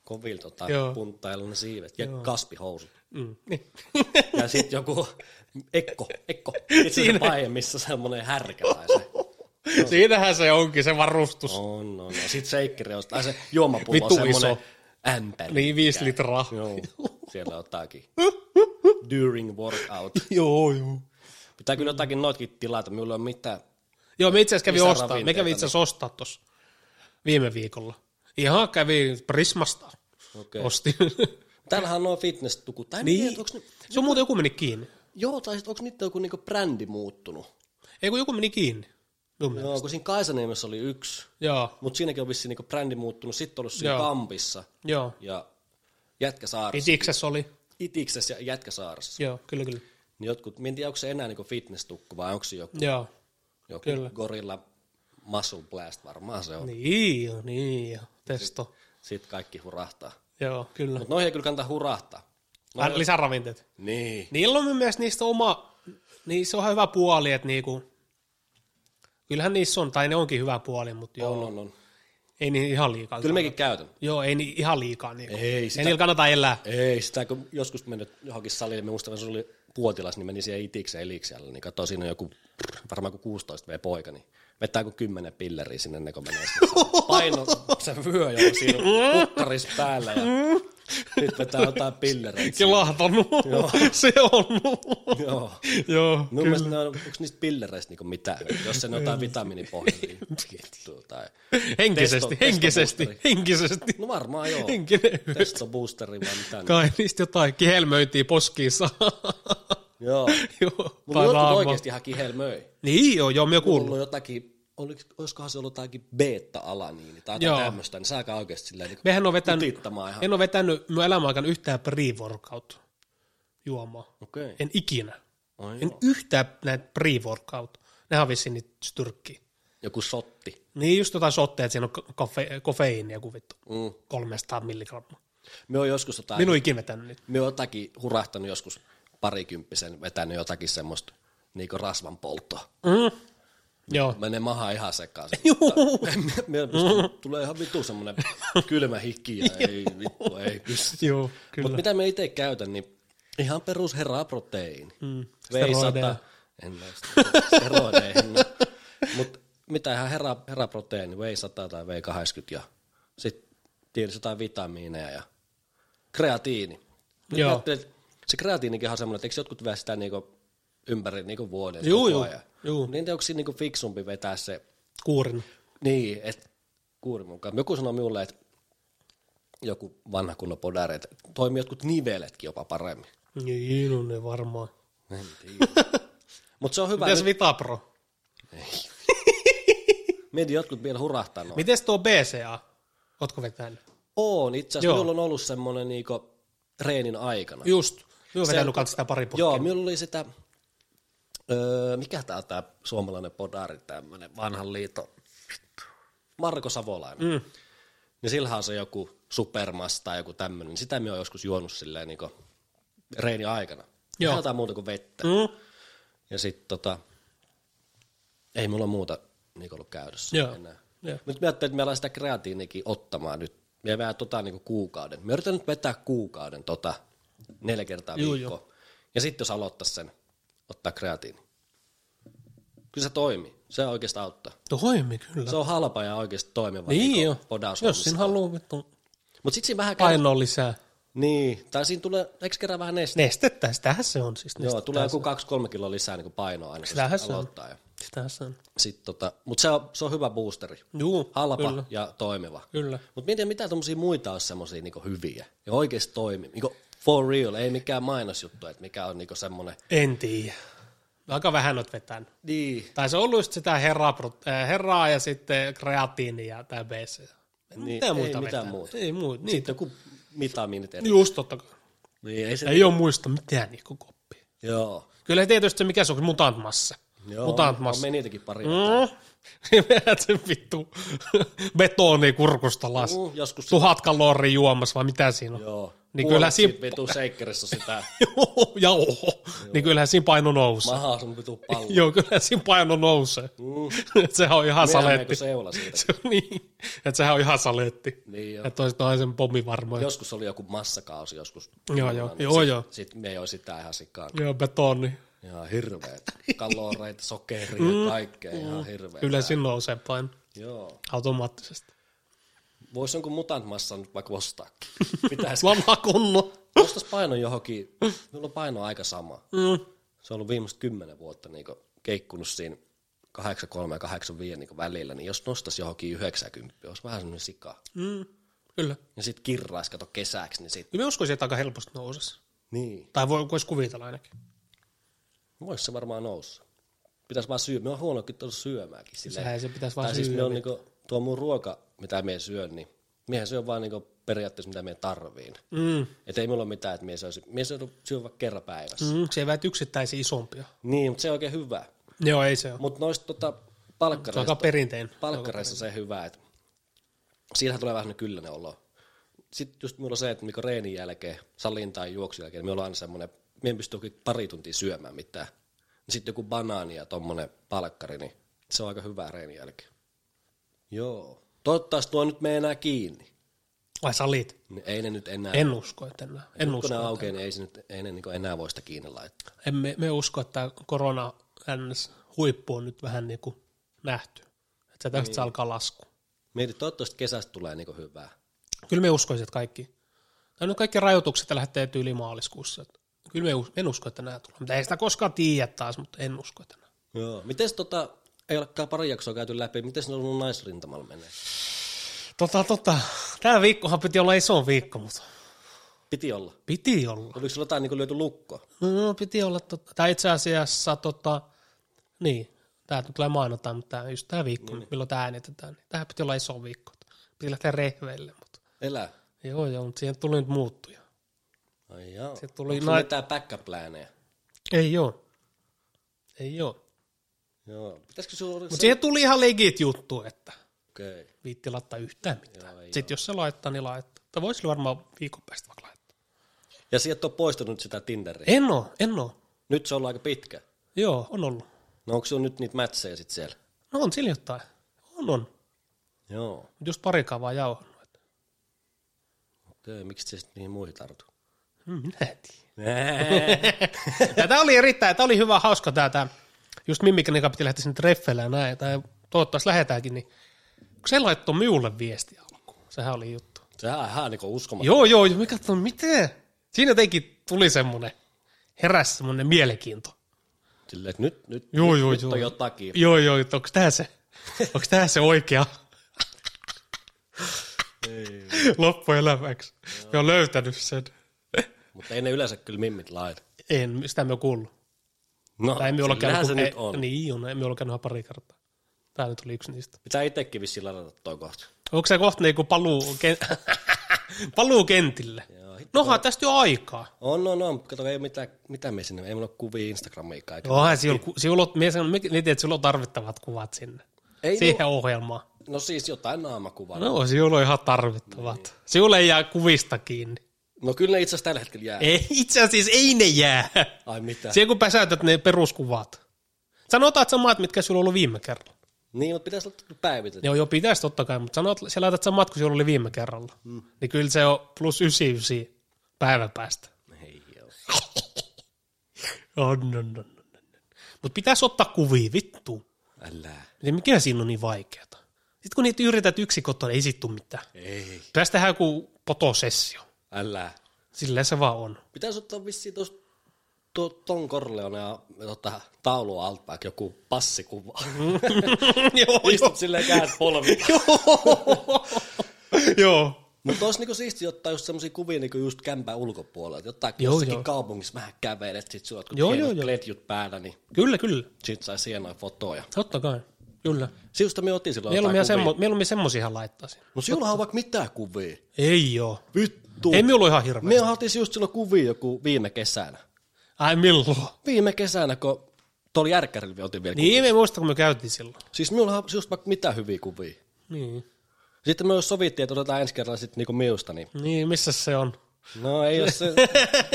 Speaker 1: Kovil tota,
Speaker 2: Mm. Joo.
Speaker 1: punttailu ne siivet ja kaspihousut.
Speaker 2: Mm, niin.
Speaker 1: Ja sitten joku ekko, ekko. Sitten se pae, missä semmoinen härkä tai se.
Speaker 2: Siinähän se onkin se varustus.
Speaker 1: On, on, on. Sitten seikkireus, tai se juomapullo
Speaker 2: Vittu
Speaker 1: on semmoinen
Speaker 2: iso.
Speaker 1: ämpäri.
Speaker 2: Niin, viisi litraa.
Speaker 1: Joo, siellä on jotakin. During workout.
Speaker 2: Joo, joo.
Speaker 1: Pitää kyllä jotakin noitkin tilata, minulla ei ole mitään.
Speaker 2: Joo, me itse asiassa kävin
Speaker 1: Lisää
Speaker 2: ostaa. Me
Speaker 1: ravinteita,
Speaker 2: kävin itse asiassa ostaa tuossa viime viikolla. Ihan kävin Prismasta.
Speaker 1: Okei.
Speaker 2: Ostin.
Speaker 1: Täällähän on noin fitness-tukut. Tai niin.
Speaker 2: niin.
Speaker 1: tiedä, onko ne,
Speaker 2: Se on muuten joku meni kiinni.
Speaker 1: joo, tai onko niitä joku niinku brändi muuttunut?
Speaker 2: Ei kun joku meni kiinni. Mun mielestä.
Speaker 1: Joo, kun siinä Kaisaniemessä oli yksi,
Speaker 2: Joo,
Speaker 1: mutta siinäkin on vissiin niinku brändi muuttunut. Sitten ollut siinä
Speaker 2: Joo.
Speaker 1: Kampissa
Speaker 2: joo.
Speaker 1: ja Jätkäsaaressa.
Speaker 2: Pitiksessä oli.
Speaker 1: Itiksessä ja Jätkäsaaressa.
Speaker 2: Joo, kyllä, kyllä.
Speaker 1: Niin jotkut, mä en tiedä, onko se enää niinku fitness-tukku vai onko se joku,
Speaker 2: Joo.
Speaker 1: joku
Speaker 2: kyllä.
Speaker 1: gorilla muscle blast, varmaan se on. Niin.
Speaker 2: Niin joo, niin joo. Testo.
Speaker 1: Sitten kaikki hurahtaa.
Speaker 2: Joo, kyllä.
Speaker 1: Mutta noihin ei kyllä kannata hurahtaa.
Speaker 2: No, lisäravinteet.
Speaker 1: Niin.
Speaker 2: Niillä on mun mielestä niistä oma, niin se on ihan hyvä puoli, että niinku, kyllähän niissä on, tai ne onkin hyvä puoli, mutta joo,
Speaker 1: On, on, on.
Speaker 2: ei niin ihan liikaa.
Speaker 1: Kyllä mekin käytän.
Speaker 2: Joo, ei niin ihan liikaa. Niinku.
Speaker 1: Ei sitä-
Speaker 2: ei niillä kannata elää.
Speaker 1: Ei, sitä kun joskus mennyt johonkin saliin, me muistan, kun se oli puotilas, niin meni siihen itikseen eliksialle, niin katsoi siinä on joku, varmaan kuin 16 v poika, niin vetää kuin 10 pilleriä sinne, ennen kuin menee sinne. saliin. Paino se vyö, joka siinä on kukkaris päällä, ja nyt vetää jotain pillereitä.
Speaker 2: Kelahtanut. se on.
Speaker 1: Joo.
Speaker 2: joo,
Speaker 1: Mun mielestä ne on, onko niistä pillereistä niinku mitään, hyötyä? jos se on jotain vitamiinipohjaa, niin vittu, tai...
Speaker 2: henkisesti,
Speaker 1: Testo-
Speaker 2: henkisesti,
Speaker 1: testoboosteri.
Speaker 2: henkisesti.
Speaker 1: No varmaan joo.
Speaker 2: Henkinen.
Speaker 1: Testoboosteri vai mitä. niin-
Speaker 2: Kai niistä jotain kihelmöintiä poskiinsa.
Speaker 1: Joo.
Speaker 2: joo,
Speaker 1: Mutta
Speaker 2: tai
Speaker 1: jotkut
Speaker 2: naama.
Speaker 1: oikeasti ihan kihelmöi.
Speaker 2: Niin joo, joo, me kuullut.
Speaker 1: ollut jotakin, oliko, olisikohan se ollut jotakin beta-alaniini tai
Speaker 2: Joo.
Speaker 1: jotain tämmöistä, niin saakaa oikeasti silleen niin
Speaker 2: Mehän on vetänyt,
Speaker 1: kutittamaan ihan.
Speaker 2: en ole vetänyt mun elämän aikana yhtään pre-workout juomaa.
Speaker 1: Okei.
Speaker 2: En ikinä.
Speaker 1: Ai No
Speaker 2: en
Speaker 1: joo.
Speaker 2: yhtään näitä pre-workout. Nehän on vissiin niitä styrkkiä.
Speaker 1: Joku sotti.
Speaker 2: Niin just jotain sotteja, että siinä on ko- kofe, kofeiinia kuvittu.
Speaker 1: Mm.
Speaker 2: 300 milligrammaa.
Speaker 1: Me on joskus jotain,
Speaker 2: Minun ikinä vetänyt niitä.
Speaker 1: me on jotakin hurahtanut joskus parikymppisen, vetänyt jotakin semmoista niinku rasvan polttoa.
Speaker 2: Mm. Joo.
Speaker 1: Menee maha ihan sekaisin.
Speaker 2: Juu.
Speaker 1: me, me tulee ihan vittu semmoinen kylmä hiki ja ei vittu, ei pysty.
Speaker 2: Joo,
Speaker 1: Mutta
Speaker 2: kyllä.
Speaker 1: mitä me itse käytän, niin ihan perus herraproteiini. Mm.
Speaker 2: Steroideja.
Speaker 1: V100. En mä sitä- steroideja. Mutta mitä ihan herra, herraproteiini, V100 tai V80 ja sitten tietysti jotain vitamiineja ja kreatiini. Nyt
Speaker 2: Joo.
Speaker 1: mä ajattelin, että Se kreatiinikin on semmoinen, että eikö jotkut vie sitä niinku ympäri niinku vuoden
Speaker 2: Juu,
Speaker 1: koko
Speaker 2: juu,
Speaker 1: ajan.
Speaker 2: juu.
Speaker 1: Niin onko siinä niinku fiksumpi vetää se
Speaker 2: Kuurin.
Speaker 1: niin, että kuurin mukaan. Joku sanoi minulle, että joku vanha kunnon podari, että toimii jotkut niveletkin jopa paremmin.
Speaker 2: Niin on ne varmaan.
Speaker 1: En tiedä. Mutta se on hyvä.
Speaker 2: Mitäs
Speaker 1: Mitäs...
Speaker 2: Vitapro?
Speaker 1: Mietin, jotkut vielä hurahtaa noin.
Speaker 2: Mites tuo BCA? Ootko vetänyt?
Speaker 1: On, itse asiassa
Speaker 2: Joo.
Speaker 1: minulla on ollut semmoinen niinku treenin aikana.
Speaker 2: Just. Minä
Speaker 1: Se-
Speaker 2: vetänyt kanssa sitä pari putkia.
Speaker 1: Joo, minulla oli sitä, öö, mikä tää on tää suomalainen podari, tämmönen vanhan liiton, Marko Savolainen. Mm. Niin sillähän on se joku supermas tai joku tämmöinen. Sitä minä olen joskus juonut silleen niinku reini aikana.
Speaker 2: Joo.
Speaker 1: Joo. Jotain muuta kuin vettä. Mm.
Speaker 2: Mm.
Speaker 1: Ja sitten tota, ei mulla muuta niinku ollut käytössä
Speaker 2: Joo.
Speaker 1: enää.
Speaker 2: Joo.
Speaker 1: Mutta mä ajattelin, että mä alan sitä kreatiinikin ottamaan nyt. Mä vedän tota niinku kuukauden. Mä yritän nyt vetää kuukauden tota neljä kertaa
Speaker 2: Juu,
Speaker 1: viikkoa. Ja sitten jos aloittaa sen, ottaa kreatiini. Kyllä se toimii. Se oikeasti auttaa.
Speaker 2: Toimi No kyllä.
Speaker 1: Se on halpa ja oikeasti toimiva. niinku
Speaker 2: niin jo.
Speaker 1: Podaus
Speaker 2: Jos sinä haluaa vittu
Speaker 1: Mutta sitten siinä vähän käy.
Speaker 2: painoa lisää.
Speaker 1: Niin, tai siinä tulee, eikö kerran vähän nestettä?
Speaker 2: Nestettä, sitähän se on siis.
Speaker 1: Joo,
Speaker 2: nestettä.
Speaker 1: tulee joku 2-3 kiloa lisää niin painoa aina, kun
Speaker 2: Sitähän se
Speaker 1: se
Speaker 2: on.
Speaker 1: aloittaa. Ja
Speaker 2: Sitähän se on.
Speaker 1: sit tota, mutta se on, se on hyvä boosteri.
Speaker 2: Juu,
Speaker 1: Halpa
Speaker 2: Kyllä.
Speaker 1: ja toimiva.
Speaker 2: kyllä.
Speaker 1: Mutta mietin, mitä tuommoisia muita olisi semmoisia niinku hyviä ja oikeasti toimii. Niinku for real, ei mikään mainosjuttu, että mikä on niinku semmoinen.
Speaker 2: En tiedä. Aika vähän olet vetänyt.
Speaker 1: Niin,
Speaker 2: Tai se on ollut just sitä herraa, pro- äh, herraa ja sitten kreatiinia ja tämä BC.
Speaker 1: Niin,
Speaker 2: Mitä
Speaker 1: ei
Speaker 2: muuta
Speaker 1: mitään
Speaker 2: vetänyt?
Speaker 1: muuta.
Speaker 2: Ei muuta. Niin,
Speaker 1: sitten joku vitamiinit. Eri.
Speaker 2: just totta kai.
Speaker 1: Niin, ei se,
Speaker 2: Niin. Ei ole muista mitään niinku koppia.
Speaker 1: joo.
Speaker 2: Kyllä tietysti se mikä se on, mutant massa.
Speaker 1: Joo, no
Speaker 2: mutant
Speaker 1: on
Speaker 2: massa.
Speaker 1: me niitäkin pari.
Speaker 2: Mm. Niin vedät sen vittu betoni kurkusta alas.
Speaker 1: Mm, joskus sitä-
Speaker 2: Tuhat kaloria juomassa vai mitä siinä on?
Speaker 1: Joo.
Speaker 2: Niin
Speaker 1: Puolet
Speaker 2: kyllä
Speaker 1: siitä
Speaker 2: sim-
Speaker 1: vitu seikkerissa sitä
Speaker 2: Joo, ja oho. Niin kyllähän siinä paino nousee.
Speaker 1: mahaa sun vitu pallo.
Speaker 2: Joo, kyllä siinä paino nousee. Et sehän on ihan
Speaker 1: Uh. Mehän
Speaker 2: saletti.
Speaker 1: meikö seula siitä.
Speaker 2: Se on niin, että sehän on ihan saletti.
Speaker 1: Niin joo.
Speaker 2: Että toiset on sen pommi varmoja.
Speaker 1: Joskus oli joku massakausi joskus.
Speaker 2: Joo, joo, joo, joo.
Speaker 1: Sitten me ei ole sitä ihan sikaan.
Speaker 2: Joo, betoni.
Speaker 1: Ihan hirveet. Kaloreita, sokeria, mm. kaikkea. Ihan hirveet.
Speaker 2: Kyllä siinä nousee paino
Speaker 1: Joo.
Speaker 2: automaattisesti.
Speaker 1: Voisi jonkun mutant massan nyt vaikka ostaakin. Pitäisi.
Speaker 2: Lama kunno.
Speaker 1: Ostas paino johonkin. Minulla on paino aika sama.
Speaker 2: Mm.
Speaker 1: Se on ollut viimeiset kymmenen vuotta niin keikkunut siinä 83 ja 85 niin välillä, niin jos nostaisi johonkin 90, olisi vähän semmoinen sika.
Speaker 2: Mm. Kyllä.
Speaker 1: Ja sitten kirraisi, kato kesäksi, niin sitten.
Speaker 2: Kyllä mä uskoisin, että aika helposti nousisi.
Speaker 1: Niin.
Speaker 2: Tai voi, voisi kuvitella ainakin.
Speaker 1: Voisi se varmaan noussa. Pitäisi vaan syödä. Me on huonokin tuossa syömäänkin. Silleen.
Speaker 2: Sehän se pitäisi vaan
Speaker 1: Tai siis me
Speaker 2: syödä.
Speaker 1: on niinku, tuo mun ruoka, mitä me syön, niin miehän syön vaan niinku periaatteessa, mitä me tarviin.
Speaker 2: Mm.
Speaker 1: Et ei mulla ole mitään, että mie söisin. Mie syön, syön vaikka kerran päivässä. Mm.
Speaker 2: Mm, se ei väitä yksittäisiä isompia.
Speaker 1: Niin, mutta se on oikein hyvä.
Speaker 2: Joo, ei se ole.
Speaker 1: Mutta noista tota,
Speaker 2: Se on
Speaker 1: palkkareista,
Speaker 2: aika perinteinen.
Speaker 1: palkkareista se hyvä, että siinähän tulee vähän kylläinen olo. Sitten just mulla on se, että niinku reenin jälkeen, salin tai juoksun jälkeen, me ollaan aina semmoinen, me en pysty oikein pari tuntia syömään mitään. Sitten joku banaani ja tommonen palkkari, niin se on aika hyvä reenin jälkeen. Joo. Toivottavasti tuo nyt menee enää kiinni.
Speaker 2: Vai salit?
Speaker 1: Niin Ei ne nyt enää.
Speaker 2: En usko, että enää. En
Speaker 1: kun
Speaker 2: usko.
Speaker 1: ne aukeaa, niin ei, se nyt, ei ne niinku enää voi sitä kiinni laittaa.
Speaker 2: En, me, me usko, että korona ns. huippu on nyt vähän niin kuin nähty. Että tästä niin. alkaa lasku.
Speaker 1: Mieti, toivottavasti kesästä tulee niinku hyvää.
Speaker 2: Kyllä me uskoisin, että kaikki. Tai nyt kaikki rajoitukset lähtee tyyli maaliskuussa. Että Kyllä me us- en usko, että nämä tulee. Mutta ei sitä koskaan tiedä taas, mutta en usko, että nämä.
Speaker 1: Joo. Mites tota, ei olekaan pari jaksoa käyty läpi, miten ne on ollut naisrintamalla menee?
Speaker 2: Tota, tota. Tämä viikkohan piti olla iso viikko, mutta
Speaker 1: Piti olla.
Speaker 2: piti olla.
Speaker 1: Oliko sulla jotain niin lyöty lukko?
Speaker 2: No, piti olla, tota, tai itse asiassa, tota, niin, tämä tulee maanantaina, mutta tää, just tämä viikko, niin. milloin tämä äänitetään, niin tämä piti olla iso viikko. Piti lähteä rehveille, mutta
Speaker 1: Elä.
Speaker 2: joo, joo, mutta siihen tuli nyt muuttuja.
Speaker 1: Ai joo.
Speaker 2: Se tuli
Speaker 1: Onko
Speaker 2: nai-
Speaker 1: sulla mitään backup-plääneja?
Speaker 2: Ei joo, ei joo.
Speaker 1: Joo. Pitäisikö sulla olla
Speaker 2: Mutta
Speaker 1: se?
Speaker 2: siihen tuli ihan legit juttu, että
Speaker 1: Okei. Okay.
Speaker 2: viitti laittaa yhtään mitään.
Speaker 1: Joo, ei
Speaker 2: Sitten jos se laittaa, niin laittaa. Tai voisi varmaan viikon päästä vaikka laittaa.
Speaker 1: Ja sieltä on poistunut sitä Tinderiä.
Speaker 2: En oo, en oo.
Speaker 1: Nyt se on ollut aika pitkä.
Speaker 2: Joo, on ollut.
Speaker 1: No onko sulla nyt niitä mätsejä sit siellä?
Speaker 2: No on sillä jotain. On, on.
Speaker 1: Joo.
Speaker 2: Mut Just parikaan vaan jauhannut. että-
Speaker 1: Okei, okay. miksi se sitten niihin muihin tartu?
Speaker 2: Hmm, Minä en tiedä. ja tämä oli erittäin, tämä oli hyvä, hauska tämä, tämä just Mimmikin joka piti lähteä sinne treffeille ja näin, tai toivottavasti lähetäänkin, niin kun se laittoi minulle viesti alkuun, sehän oli juttu.
Speaker 1: Sehän on ihan niinku uskomaton.
Speaker 2: Joo, joo, joo, me katsoin, miten? Siinä jotenkin tuli semmoinen, heräsi semmoinen mielenkiinto.
Speaker 1: Silleen, että nyt, nyt,
Speaker 2: Joo, joo,
Speaker 1: nyt
Speaker 2: joo.
Speaker 1: on jotakin.
Speaker 2: Joo, joo, että onko tämä se, onko tämä se oikea? Loppuelämäksi. Me on löytänyt sen.
Speaker 1: Mutta ei ne yleensä kyllä mimmit laita.
Speaker 2: En, sitä me ole kuullut.
Speaker 1: No,
Speaker 2: Tai me ollaan
Speaker 1: sillähän
Speaker 2: käynyt,
Speaker 1: se
Speaker 2: kun-
Speaker 1: nyt
Speaker 2: ei-
Speaker 1: on.
Speaker 2: Niin on, me ollaan käynyt ihan pari kertaa. Tämä nyt oli yksi niistä.
Speaker 1: Pitää itsekin vissiin ladata toi kohta.
Speaker 2: Onko se kohta niinku paluu? Ken... Paluu kentille.
Speaker 1: Joo, hitto.
Speaker 2: Noha, tästä jo aikaa.
Speaker 1: On, on, on. Kato, ei ole mitään, mitä me sinne, ei mulla ole kuvia Instagramiin kaiken.
Speaker 2: Johan, siulot, mies on miten, että sulla on tarvittavat kuvat sinne.
Speaker 1: Ei
Speaker 2: Siihen ohjelmaan.
Speaker 1: No siis jotain naamakuvaa. No,
Speaker 2: No, sinulla on ihan tarvittavat. Niin. Sinulla ei jää kuvista kiinni.
Speaker 1: no kyllä ne itse asiassa tällä hetkellä jää.
Speaker 2: Ei, itse asiassa ei ne jää.
Speaker 1: Ai mitä?
Speaker 2: Siihen kun päsäytät ne peruskuvat. Sanotaan samat, mitkä sulla oli viime kerralla.
Speaker 1: Niin, mutta pitäisi olla päivitetty.
Speaker 2: Ne on jo pitäisi totta kai, mutta sanot, sä laitat samat kuin sinulla oli viime kerralla. Mm. Niin kyllä se on plus 99 päivän päästä.
Speaker 1: Ei ole.
Speaker 2: On, on, on, on, on. Mutta pitäisi ottaa kuvia, vittu.
Speaker 1: Älä.
Speaker 2: Miten mikä siinä on niin vaikeaa? Sitten kun niitä yrität yksi kotona, ei sit tuu mitään.
Speaker 1: Ei.
Speaker 2: Pitäisi tehdä joku potosessio.
Speaker 1: Älä.
Speaker 2: Silleen se vaan on.
Speaker 1: Pitäisi ottaa vissiin tuosta to, Tom Corleone ja tota, taulua alta joku passikuva.
Speaker 2: joo,
Speaker 1: Istut silleen kädet polvi.
Speaker 2: joo.
Speaker 1: Mutta olisi niinku siistiä ottaa just semmosia kuvia niinku just kämpän ulkopuolelta. Jotain kun
Speaker 2: Joo,
Speaker 1: jossakin
Speaker 2: joo.
Speaker 1: kaupungissa vähän kävelet, sit sulla on
Speaker 2: Joo,
Speaker 1: joo, joo,
Speaker 2: joo, joo.
Speaker 1: kletjut päällä, niin
Speaker 2: Kyllä, kyllä.
Speaker 1: sit saisi hienoja fotoja.
Speaker 2: Totta kai. Kyllä.
Speaker 1: Siusta me otin silloin jotain
Speaker 2: Mieluummin,
Speaker 1: kuvia.
Speaker 2: semmo, mieluummin semmosia laittaisin.
Speaker 1: No sinullahan on vaikka mitään kuvia.
Speaker 2: Ei joo.
Speaker 1: Vittu.
Speaker 2: Ei minulla ole ihan hirveä.
Speaker 1: Me otin just silloin kuvia joku viime kesänä.
Speaker 2: Ai milloin?
Speaker 1: Viime kesänä, kun tuolla järkkärillä me otin vielä niin.
Speaker 2: Niin, me muista, kun me käytiin silloin.
Speaker 1: Siis minulla on just vaikka mitään hyviä kuvia.
Speaker 2: Niin.
Speaker 1: Sitten me jos sovittiin, että otetaan ensi kerralla sitten niinku miusta, niin
Speaker 2: Niin, missä se on?
Speaker 1: no ei ole se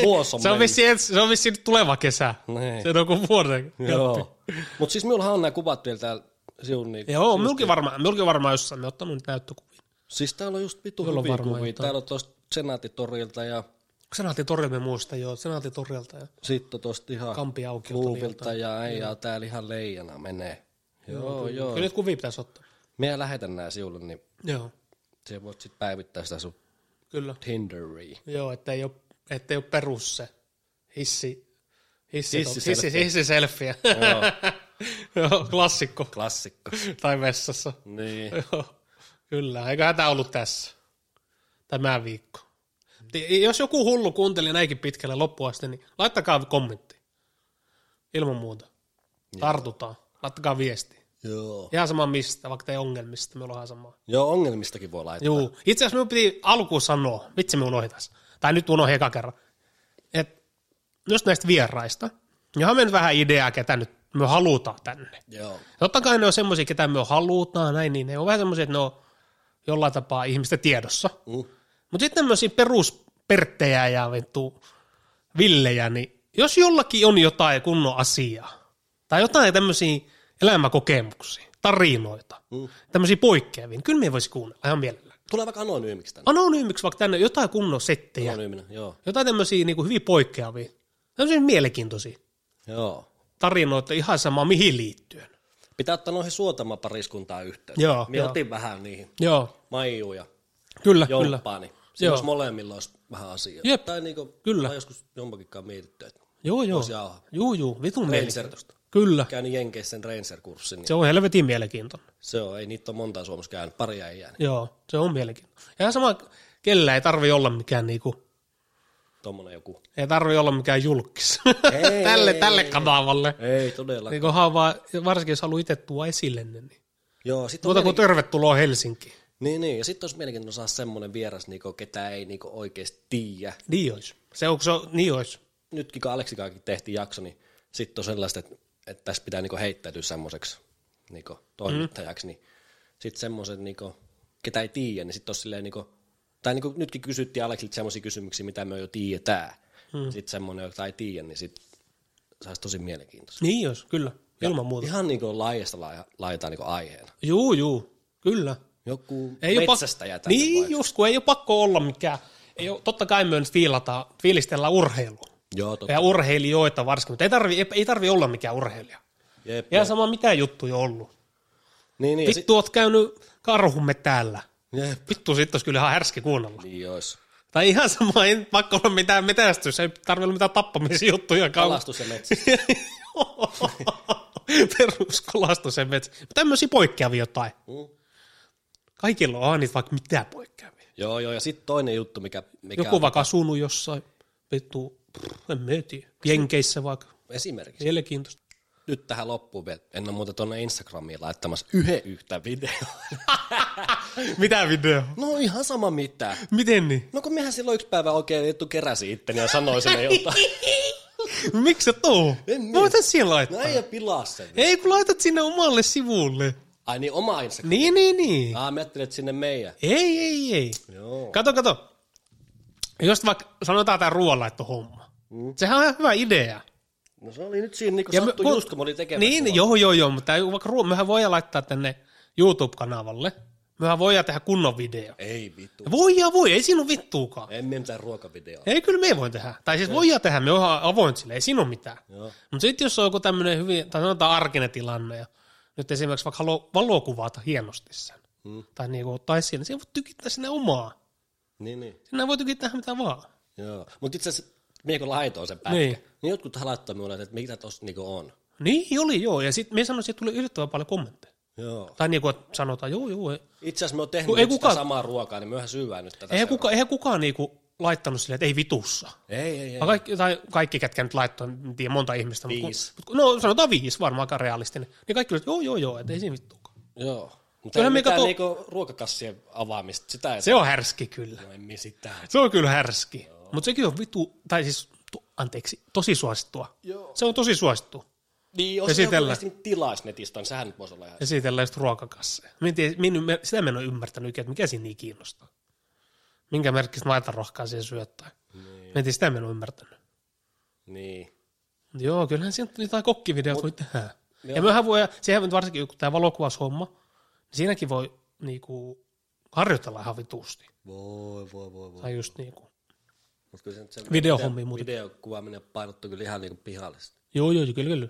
Speaker 1: vuosi on
Speaker 2: Se on
Speaker 1: mennyt.
Speaker 2: vissiin, ensi- se on vissiin tuleva kesä.
Speaker 1: Niin.
Speaker 2: Se on kuin vuoden.
Speaker 1: Joo. Mutta siis minullahan on nämä kuvat vielä täällä siun niinku.
Speaker 2: Joo, minulkin varmaan, minulkin varmaan jossain me ottanut niitä näyttökuvia.
Speaker 1: Siis täällä on just vitu
Speaker 2: Jolla on
Speaker 1: hyviä
Speaker 2: varmaan
Speaker 1: kuvia.
Speaker 2: jotain.
Speaker 1: Täällä on tuosta Senaatitorilta ja
Speaker 2: Senaatin torilta muista, joo. Senaatin torilta. Ja.
Speaker 1: sitten tuosta ihan
Speaker 2: Kampiaukiolta oli
Speaker 1: Luuvilta ja äijää. Täällä ihan leijana menee. Joo, joo.
Speaker 2: Kyllä nyt kuvia pitäisi ottaa.
Speaker 1: Minä lähetän nämä siulle, niin
Speaker 2: Joo,
Speaker 1: se voit sitten päivittää sitä sun
Speaker 2: kyllä.
Speaker 1: Tinderia.
Speaker 2: Joo, ettei ole, ettei ole perus se hissi, hissi,
Speaker 1: Hissiselfie.
Speaker 2: hissi, hissi selfie.
Speaker 1: Joo,
Speaker 2: Joo, klassikko.
Speaker 1: klassikko.
Speaker 2: Tai vessassa.
Speaker 1: Niin.
Speaker 2: Joo, kyllä. Eiköhän tämä ollut tässä. Tämä viikko. Ti- Jos joku hullu kuunteli näinkin pitkälle loppuun asti, niin laittakaa kommentti. Ilman muuta. Tartutaan. Laittakaa viesti.
Speaker 1: Joo.
Speaker 2: Ihan sama mistä, vaikka teidän ongelmista, me ollaan samaa.
Speaker 1: Joo, ongelmistakin voi laittaa.
Speaker 2: Joo, itse asiassa minun piti alkuun sanoa, vitsi me unohdas, tai nyt unohdin eka kerran, että just näistä vieraista, johon me nyt vähän ideaa, ketä nyt me halutaan tänne.
Speaker 1: Joo.
Speaker 2: Totta kai ne on semmoisia, ketä me halutaan, näin, niin ne on vähän semmoisia, että ne on jollain tapaa ihmisten tiedossa.
Speaker 1: Mm.
Speaker 2: Mutta sitten tämmöisiä perusperttejä ja vittu villejä, niin jos jollakin on jotain kunnon asiaa, tai jotain tämmöisiä elämäkokemuksia, tarinoita, mm. tämmöisiä poikkeavia, niin kyllä me voisi kuunnella ihan mielellään.
Speaker 1: Tulee vaikka anonyymiksi tänne.
Speaker 2: Anonyymiksi vaikka tänne jotain kunnon settejä, mm.
Speaker 1: Anonyyminen, joo.
Speaker 2: jotain tämmöisiä niin hyvin poikkeavia, tämmöisiä mielenkiintoisia
Speaker 1: Joo.
Speaker 2: tarinoita ihan sama mihin liittyen.
Speaker 1: Pitää ottaa noihin suotama pariskuntaa yhteyttä.
Speaker 2: Joo,
Speaker 1: Minä
Speaker 2: joo.
Speaker 1: otin vähän niihin.
Speaker 2: Joo,
Speaker 1: Maiju ja
Speaker 2: kyllä, kyllä.
Speaker 1: Jomppaa, niin siinä
Speaker 2: Joo.
Speaker 1: olisi molemmilla olisi vähän asiaa.
Speaker 2: Jep.
Speaker 1: Tai niinku,
Speaker 2: Kyllä.
Speaker 1: mä joskus jompakinkaan mietitty, että
Speaker 2: Joo, joo.
Speaker 1: Voisi jauhaa.
Speaker 2: Joo, joo, vitun
Speaker 1: Rangertusta.
Speaker 2: mielenkiintoista. Kyllä,
Speaker 1: käynyt Jenkeissä sen Ranger-kurssin, niin
Speaker 2: se on helvetin mielenkiintoinen.
Speaker 1: se on, ei niitä ole montaa Suomessa käynyt, pari ei jäänyt.
Speaker 2: Joo, se on mielenkiintoinen. Ja ihan sama, kellä ei tarvi olla mikään niinku,
Speaker 1: Tuommoinen joku.
Speaker 2: ei tarvi olla mikään julkis.
Speaker 1: Ei,
Speaker 2: tälle,
Speaker 1: ei,
Speaker 2: tälle kanavalle.
Speaker 1: Ei todella.
Speaker 2: Niin kunhan vaan, varsinkin jos haluaa itse tuoda esille, ne, niin
Speaker 1: Joo, sit on
Speaker 2: tuota
Speaker 1: mielenki-
Speaker 2: kuin tervetuloa Helsinkiin.
Speaker 1: Niin, niin. Ja sitten olisi mielenkiintoinen saada semmoinen vieras, niinku, ketä ei niinku, oikeasti tiedä.
Speaker 2: Niin olisi. Se on, se on niin olisi.
Speaker 1: Nytkin kun Aleksikaakin tehtiin jakso, niin sitten on sellaista, että, että tässä pitää niinku, heittäytyä semmoiseksi niinku, toimittajaksi. Mm. Niin sitten semmoisen, niinku, ketä ei tiedä, niin sitten olisi silleen, niinku, tai niinku, nytkin kysyttiin Aleksilta semmoisia kysymyksiä, mitä me jo tiedetään.
Speaker 2: Hmm.
Speaker 1: Mm. Sitten semmoinen, jota ei tiedä, niin sitten saisi tosi mielenkiintoista.
Speaker 2: Niin olisi, kyllä, ilman muuta.
Speaker 1: Ihan niinku, laajasta lai- laitaa niinku, aiheena.
Speaker 2: Juu, juu, kyllä.
Speaker 1: Joku
Speaker 2: Ei ole
Speaker 1: metsästäjä
Speaker 2: pakko,
Speaker 1: tänne
Speaker 2: niin
Speaker 1: vaikka.
Speaker 2: just, kun ei ole pakko olla mikään. Ei ole, totta kai me nyt fiilataan, fiilistellään urheilua.
Speaker 1: Joo, totta.
Speaker 2: Ja urheilijoita varsinkin, mutta ei tarvi, ei, ei tarvi olla mikään urheilija.
Speaker 1: Jep,
Speaker 2: Ihan sama mitä juttuja on ollut.
Speaker 1: Niin, niin. ja sit-
Speaker 2: Vittu, oot käynyt karhumme täällä.
Speaker 1: Jep.
Speaker 2: Vittu, sit olisi kyllä ihan härski kuunnella.
Speaker 1: Niin olisi.
Speaker 2: Tai ihan sama, ei pakko olla mitään metästys, ei tarvi olla mitään tappamisjuttuja.
Speaker 1: Kalastus ja metsä.
Speaker 2: Peruskalastus ja metsä. Tämmöisiä poikkeavia jotain.
Speaker 1: Mm.
Speaker 2: Kaikilla on aina niitä vaikka mitä poikkeavia.
Speaker 1: Joo, joo, ja sitten toinen juttu, mikä, mikä
Speaker 2: Joku vaikka asunut jossain, vittu, pff, en mä tiedä. Jenkeissä vaikka,
Speaker 1: esimerkiksi.
Speaker 2: mielenkiintoista.
Speaker 1: nyt tähän loppuun vielä. En ole muuta tuonne Instagramiin laittamassa yhden yhtä videoa.
Speaker 2: Mitä video?
Speaker 1: No ihan sama mitä.
Speaker 2: Miten niin?
Speaker 1: No kun mehän silloin yksi päivä oikein vittu keräsi itteni ja sanoi sinne jotain.
Speaker 2: Miksi se tuu?
Speaker 1: En minä.
Speaker 2: No mitä siihen laittaa?
Speaker 1: No ei pilaa sen.
Speaker 2: Ei kun laitat sinne omalle sivulle.
Speaker 1: Ai niin oma Instagram.
Speaker 2: Niin, niin, niin.
Speaker 1: Aa, mä ajattelin, että sinne meidän.
Speaker 2: Ei, ei, ei.
Speaker 1: Joo.
Speaker 2: Kato, kato. Jos vaikka sanotaan tämä ruoanlaittohomma. Mm. Sehän on ihan hyvä idea.
Speaker 1: No se oli nyt siinä, niin kun
Speaker 2: Ja
Speaker 1: sattui
Speaker 2: me-
Speaker 1: just kun mä olin tekemään.
Speaker 2: Niin,
Speaker 1: tuolla.
Speaker 2: joo, joo, joo, mutta tää- vaikka ruo- mehän voidaan laittaa tänne YouTube-kanavalle. Mehän voidaan tehdä kunnon video.
Speaker 1: Ei vittu.
Speaker 2: Voi ja voi, ei siinä ole vittuukaan.
Speaker 1: En mene mitään ruokavideoa.
Speaker 2: Ei, kyllä me voi tehdä. Tai siis voidaan tehdä, me ollaan avoin sille, ei siinä ole mitään.
Speaker 1: Joo.
Speaker 2: Mutta sitten jos on joku tämmöinen hyvin, tai sanotaan arkinen tilanne, ja nyt esimerkiksi vaikka haluaa valokuvata hienosti sen,
Speaker 1: Mm.
Speaker 2: tai niinku ottaa esiin, niin se voi tykittää sinne omaa.
Speaker 1: Niin, niin.
Speaker 2: Sinne voi tykittää ihan mitä vaan.
Speaker 1: Joo. Mutta itse asiassa, minä kun laitoin sen pätkän,
Speaker 2: Niin.
Speaker 1: niin. niin jotkut laittaa minulle, että mitä tuossa niinku on.
Speaker 2: Niin oli, joo. Ja sitten me sanoisin, että tuli yllättävän paljon kommentteja.
Speaker 1: Joo.
Speaker 2: Tai niinku, että sanotaan, joo, joo, ei,
Speaker 1: Itse asiassa me on tehnyt
Speaker 2: Kun ei
Speaker 1: nyt
Speaker 2: kukaan-
Speaker 1: sitä samaa ruokaa, niin myöhän syvään nyt tätä.
Speaker 2: eihän,
Speaker 1: seuraa.
Speaker 2: kuka, eihän kukaan niinku laittanut silleen, että ei vitussa.
Speaker 1: Ei, ei, ei.
Speaker 2: Vaan Kaikki, tai kaikki, ketkä nyt laittoi, en tiedä monta ihmistä. mut kun-
Speaker 1: Viisi.
Speaker 2: mut kun- no sanotaan viisi varmaan aika realistinen. Niin kaikki oli, että joo, joo, joo, että ei siinä vittuakaan.
Speaker 1: Joo. Mutta ei
Speaker 2: Kyllähän me
Speaker 1: mitään
Speaker 2: kato-
Speaker 1: niinku ruokakassien avaamista, sitä ei
Speaker 2: Se on härski kyllä.
Speaker 1: No en minä sitä.
Speaker 2: Se on kyllä härski. Mutta sekin on vitu, tai siis, tu, anteeksi, tosi suosittua.
Speaker 1: Joo.
Speaker 2: Se on tosi suosittu.
Speaker 1: Niin, jos
Speaker 2: Esitellään.
Speaker 1: Esitellä. joku tilaisi netistä, niin sehän nyt voisi olla ihan...
Speaker 2: Esitellään just ruokakasseja. Mä en tiedä, min, mä- sitä mä en ole ymmärtänyt ikinä, että mikä siinä niin kiinnostaa. Minkä merkkistä maitarohkaa siihen syöttää. Niin. Mä en tiedä, sitä mä en ole ymmärtänyt.
Speaker 1: Niin.
Speaker 2: Mut Joo, kyllähän siinä jotain kokkivideot voi tehdä. Ja
Speaker 1: Joo.
Speaker 2: mehän voi, sehän nyt varsinkin kun tämä valokuvaushomma, niin siinäkin voi niinku, harjoitella ihan vitusti.
Speaker 1: Voi, voi, voi, voi.
Speaker 2: Tai just niinku.
Speaker 1: Mutta kyllä se nyt se
Speaker 2: Videohommia
Speaker 1: video-
Speaker 2: muuten.
Speaker 1: videokuvaaminen painottu kyllä ihan niinku pihalle.
Speaker 2: Joo, joo, kyllä, kyllä.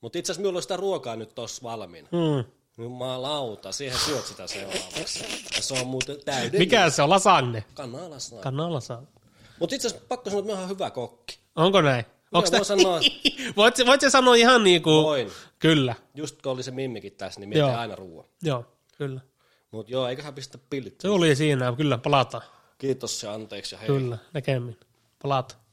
Speaker 1: Mutta itse asiassa minulla on sitä ruokaa nyt tossa valmiina.
Speaker 2: Hmm.
Speaker 1: Jumalauta, siihen syöt sitä seuraavaksi. Ja se on muuten täydellinen.
Speaker 2: Mikä se on? Lasagne.
Speaker 1: Kanalassa.
Speaker 2: Kannalla saa.
Speaker 1: Mutta itse asiassa pakko sanoa, että minä olen hyvä kokki.
Speaker 2: Onko näin? Onko
Speaker 1: voin sanoa.
Speaker 2: voit, se, voit se sanoa ihan niin kuin...
Speaker 1: Voin.
Speaker 2: Kyllä.
Speaker 1: Just kun oli se mimmikin tässä, niin mietin
Speaker 2: Joo.
Speaker 1: aina ruoan.
Speaker 2: Joo, kyllä.
Speaker 1: Mutta joo, eiköhän pistä pillit.
Speaker 2: Se oli siinä. Kyllä, palataan.
Speaker 1: Kiitos ja anteeksi ja hei.
Speaker 2: Kyllä, näkemmin. Palataan.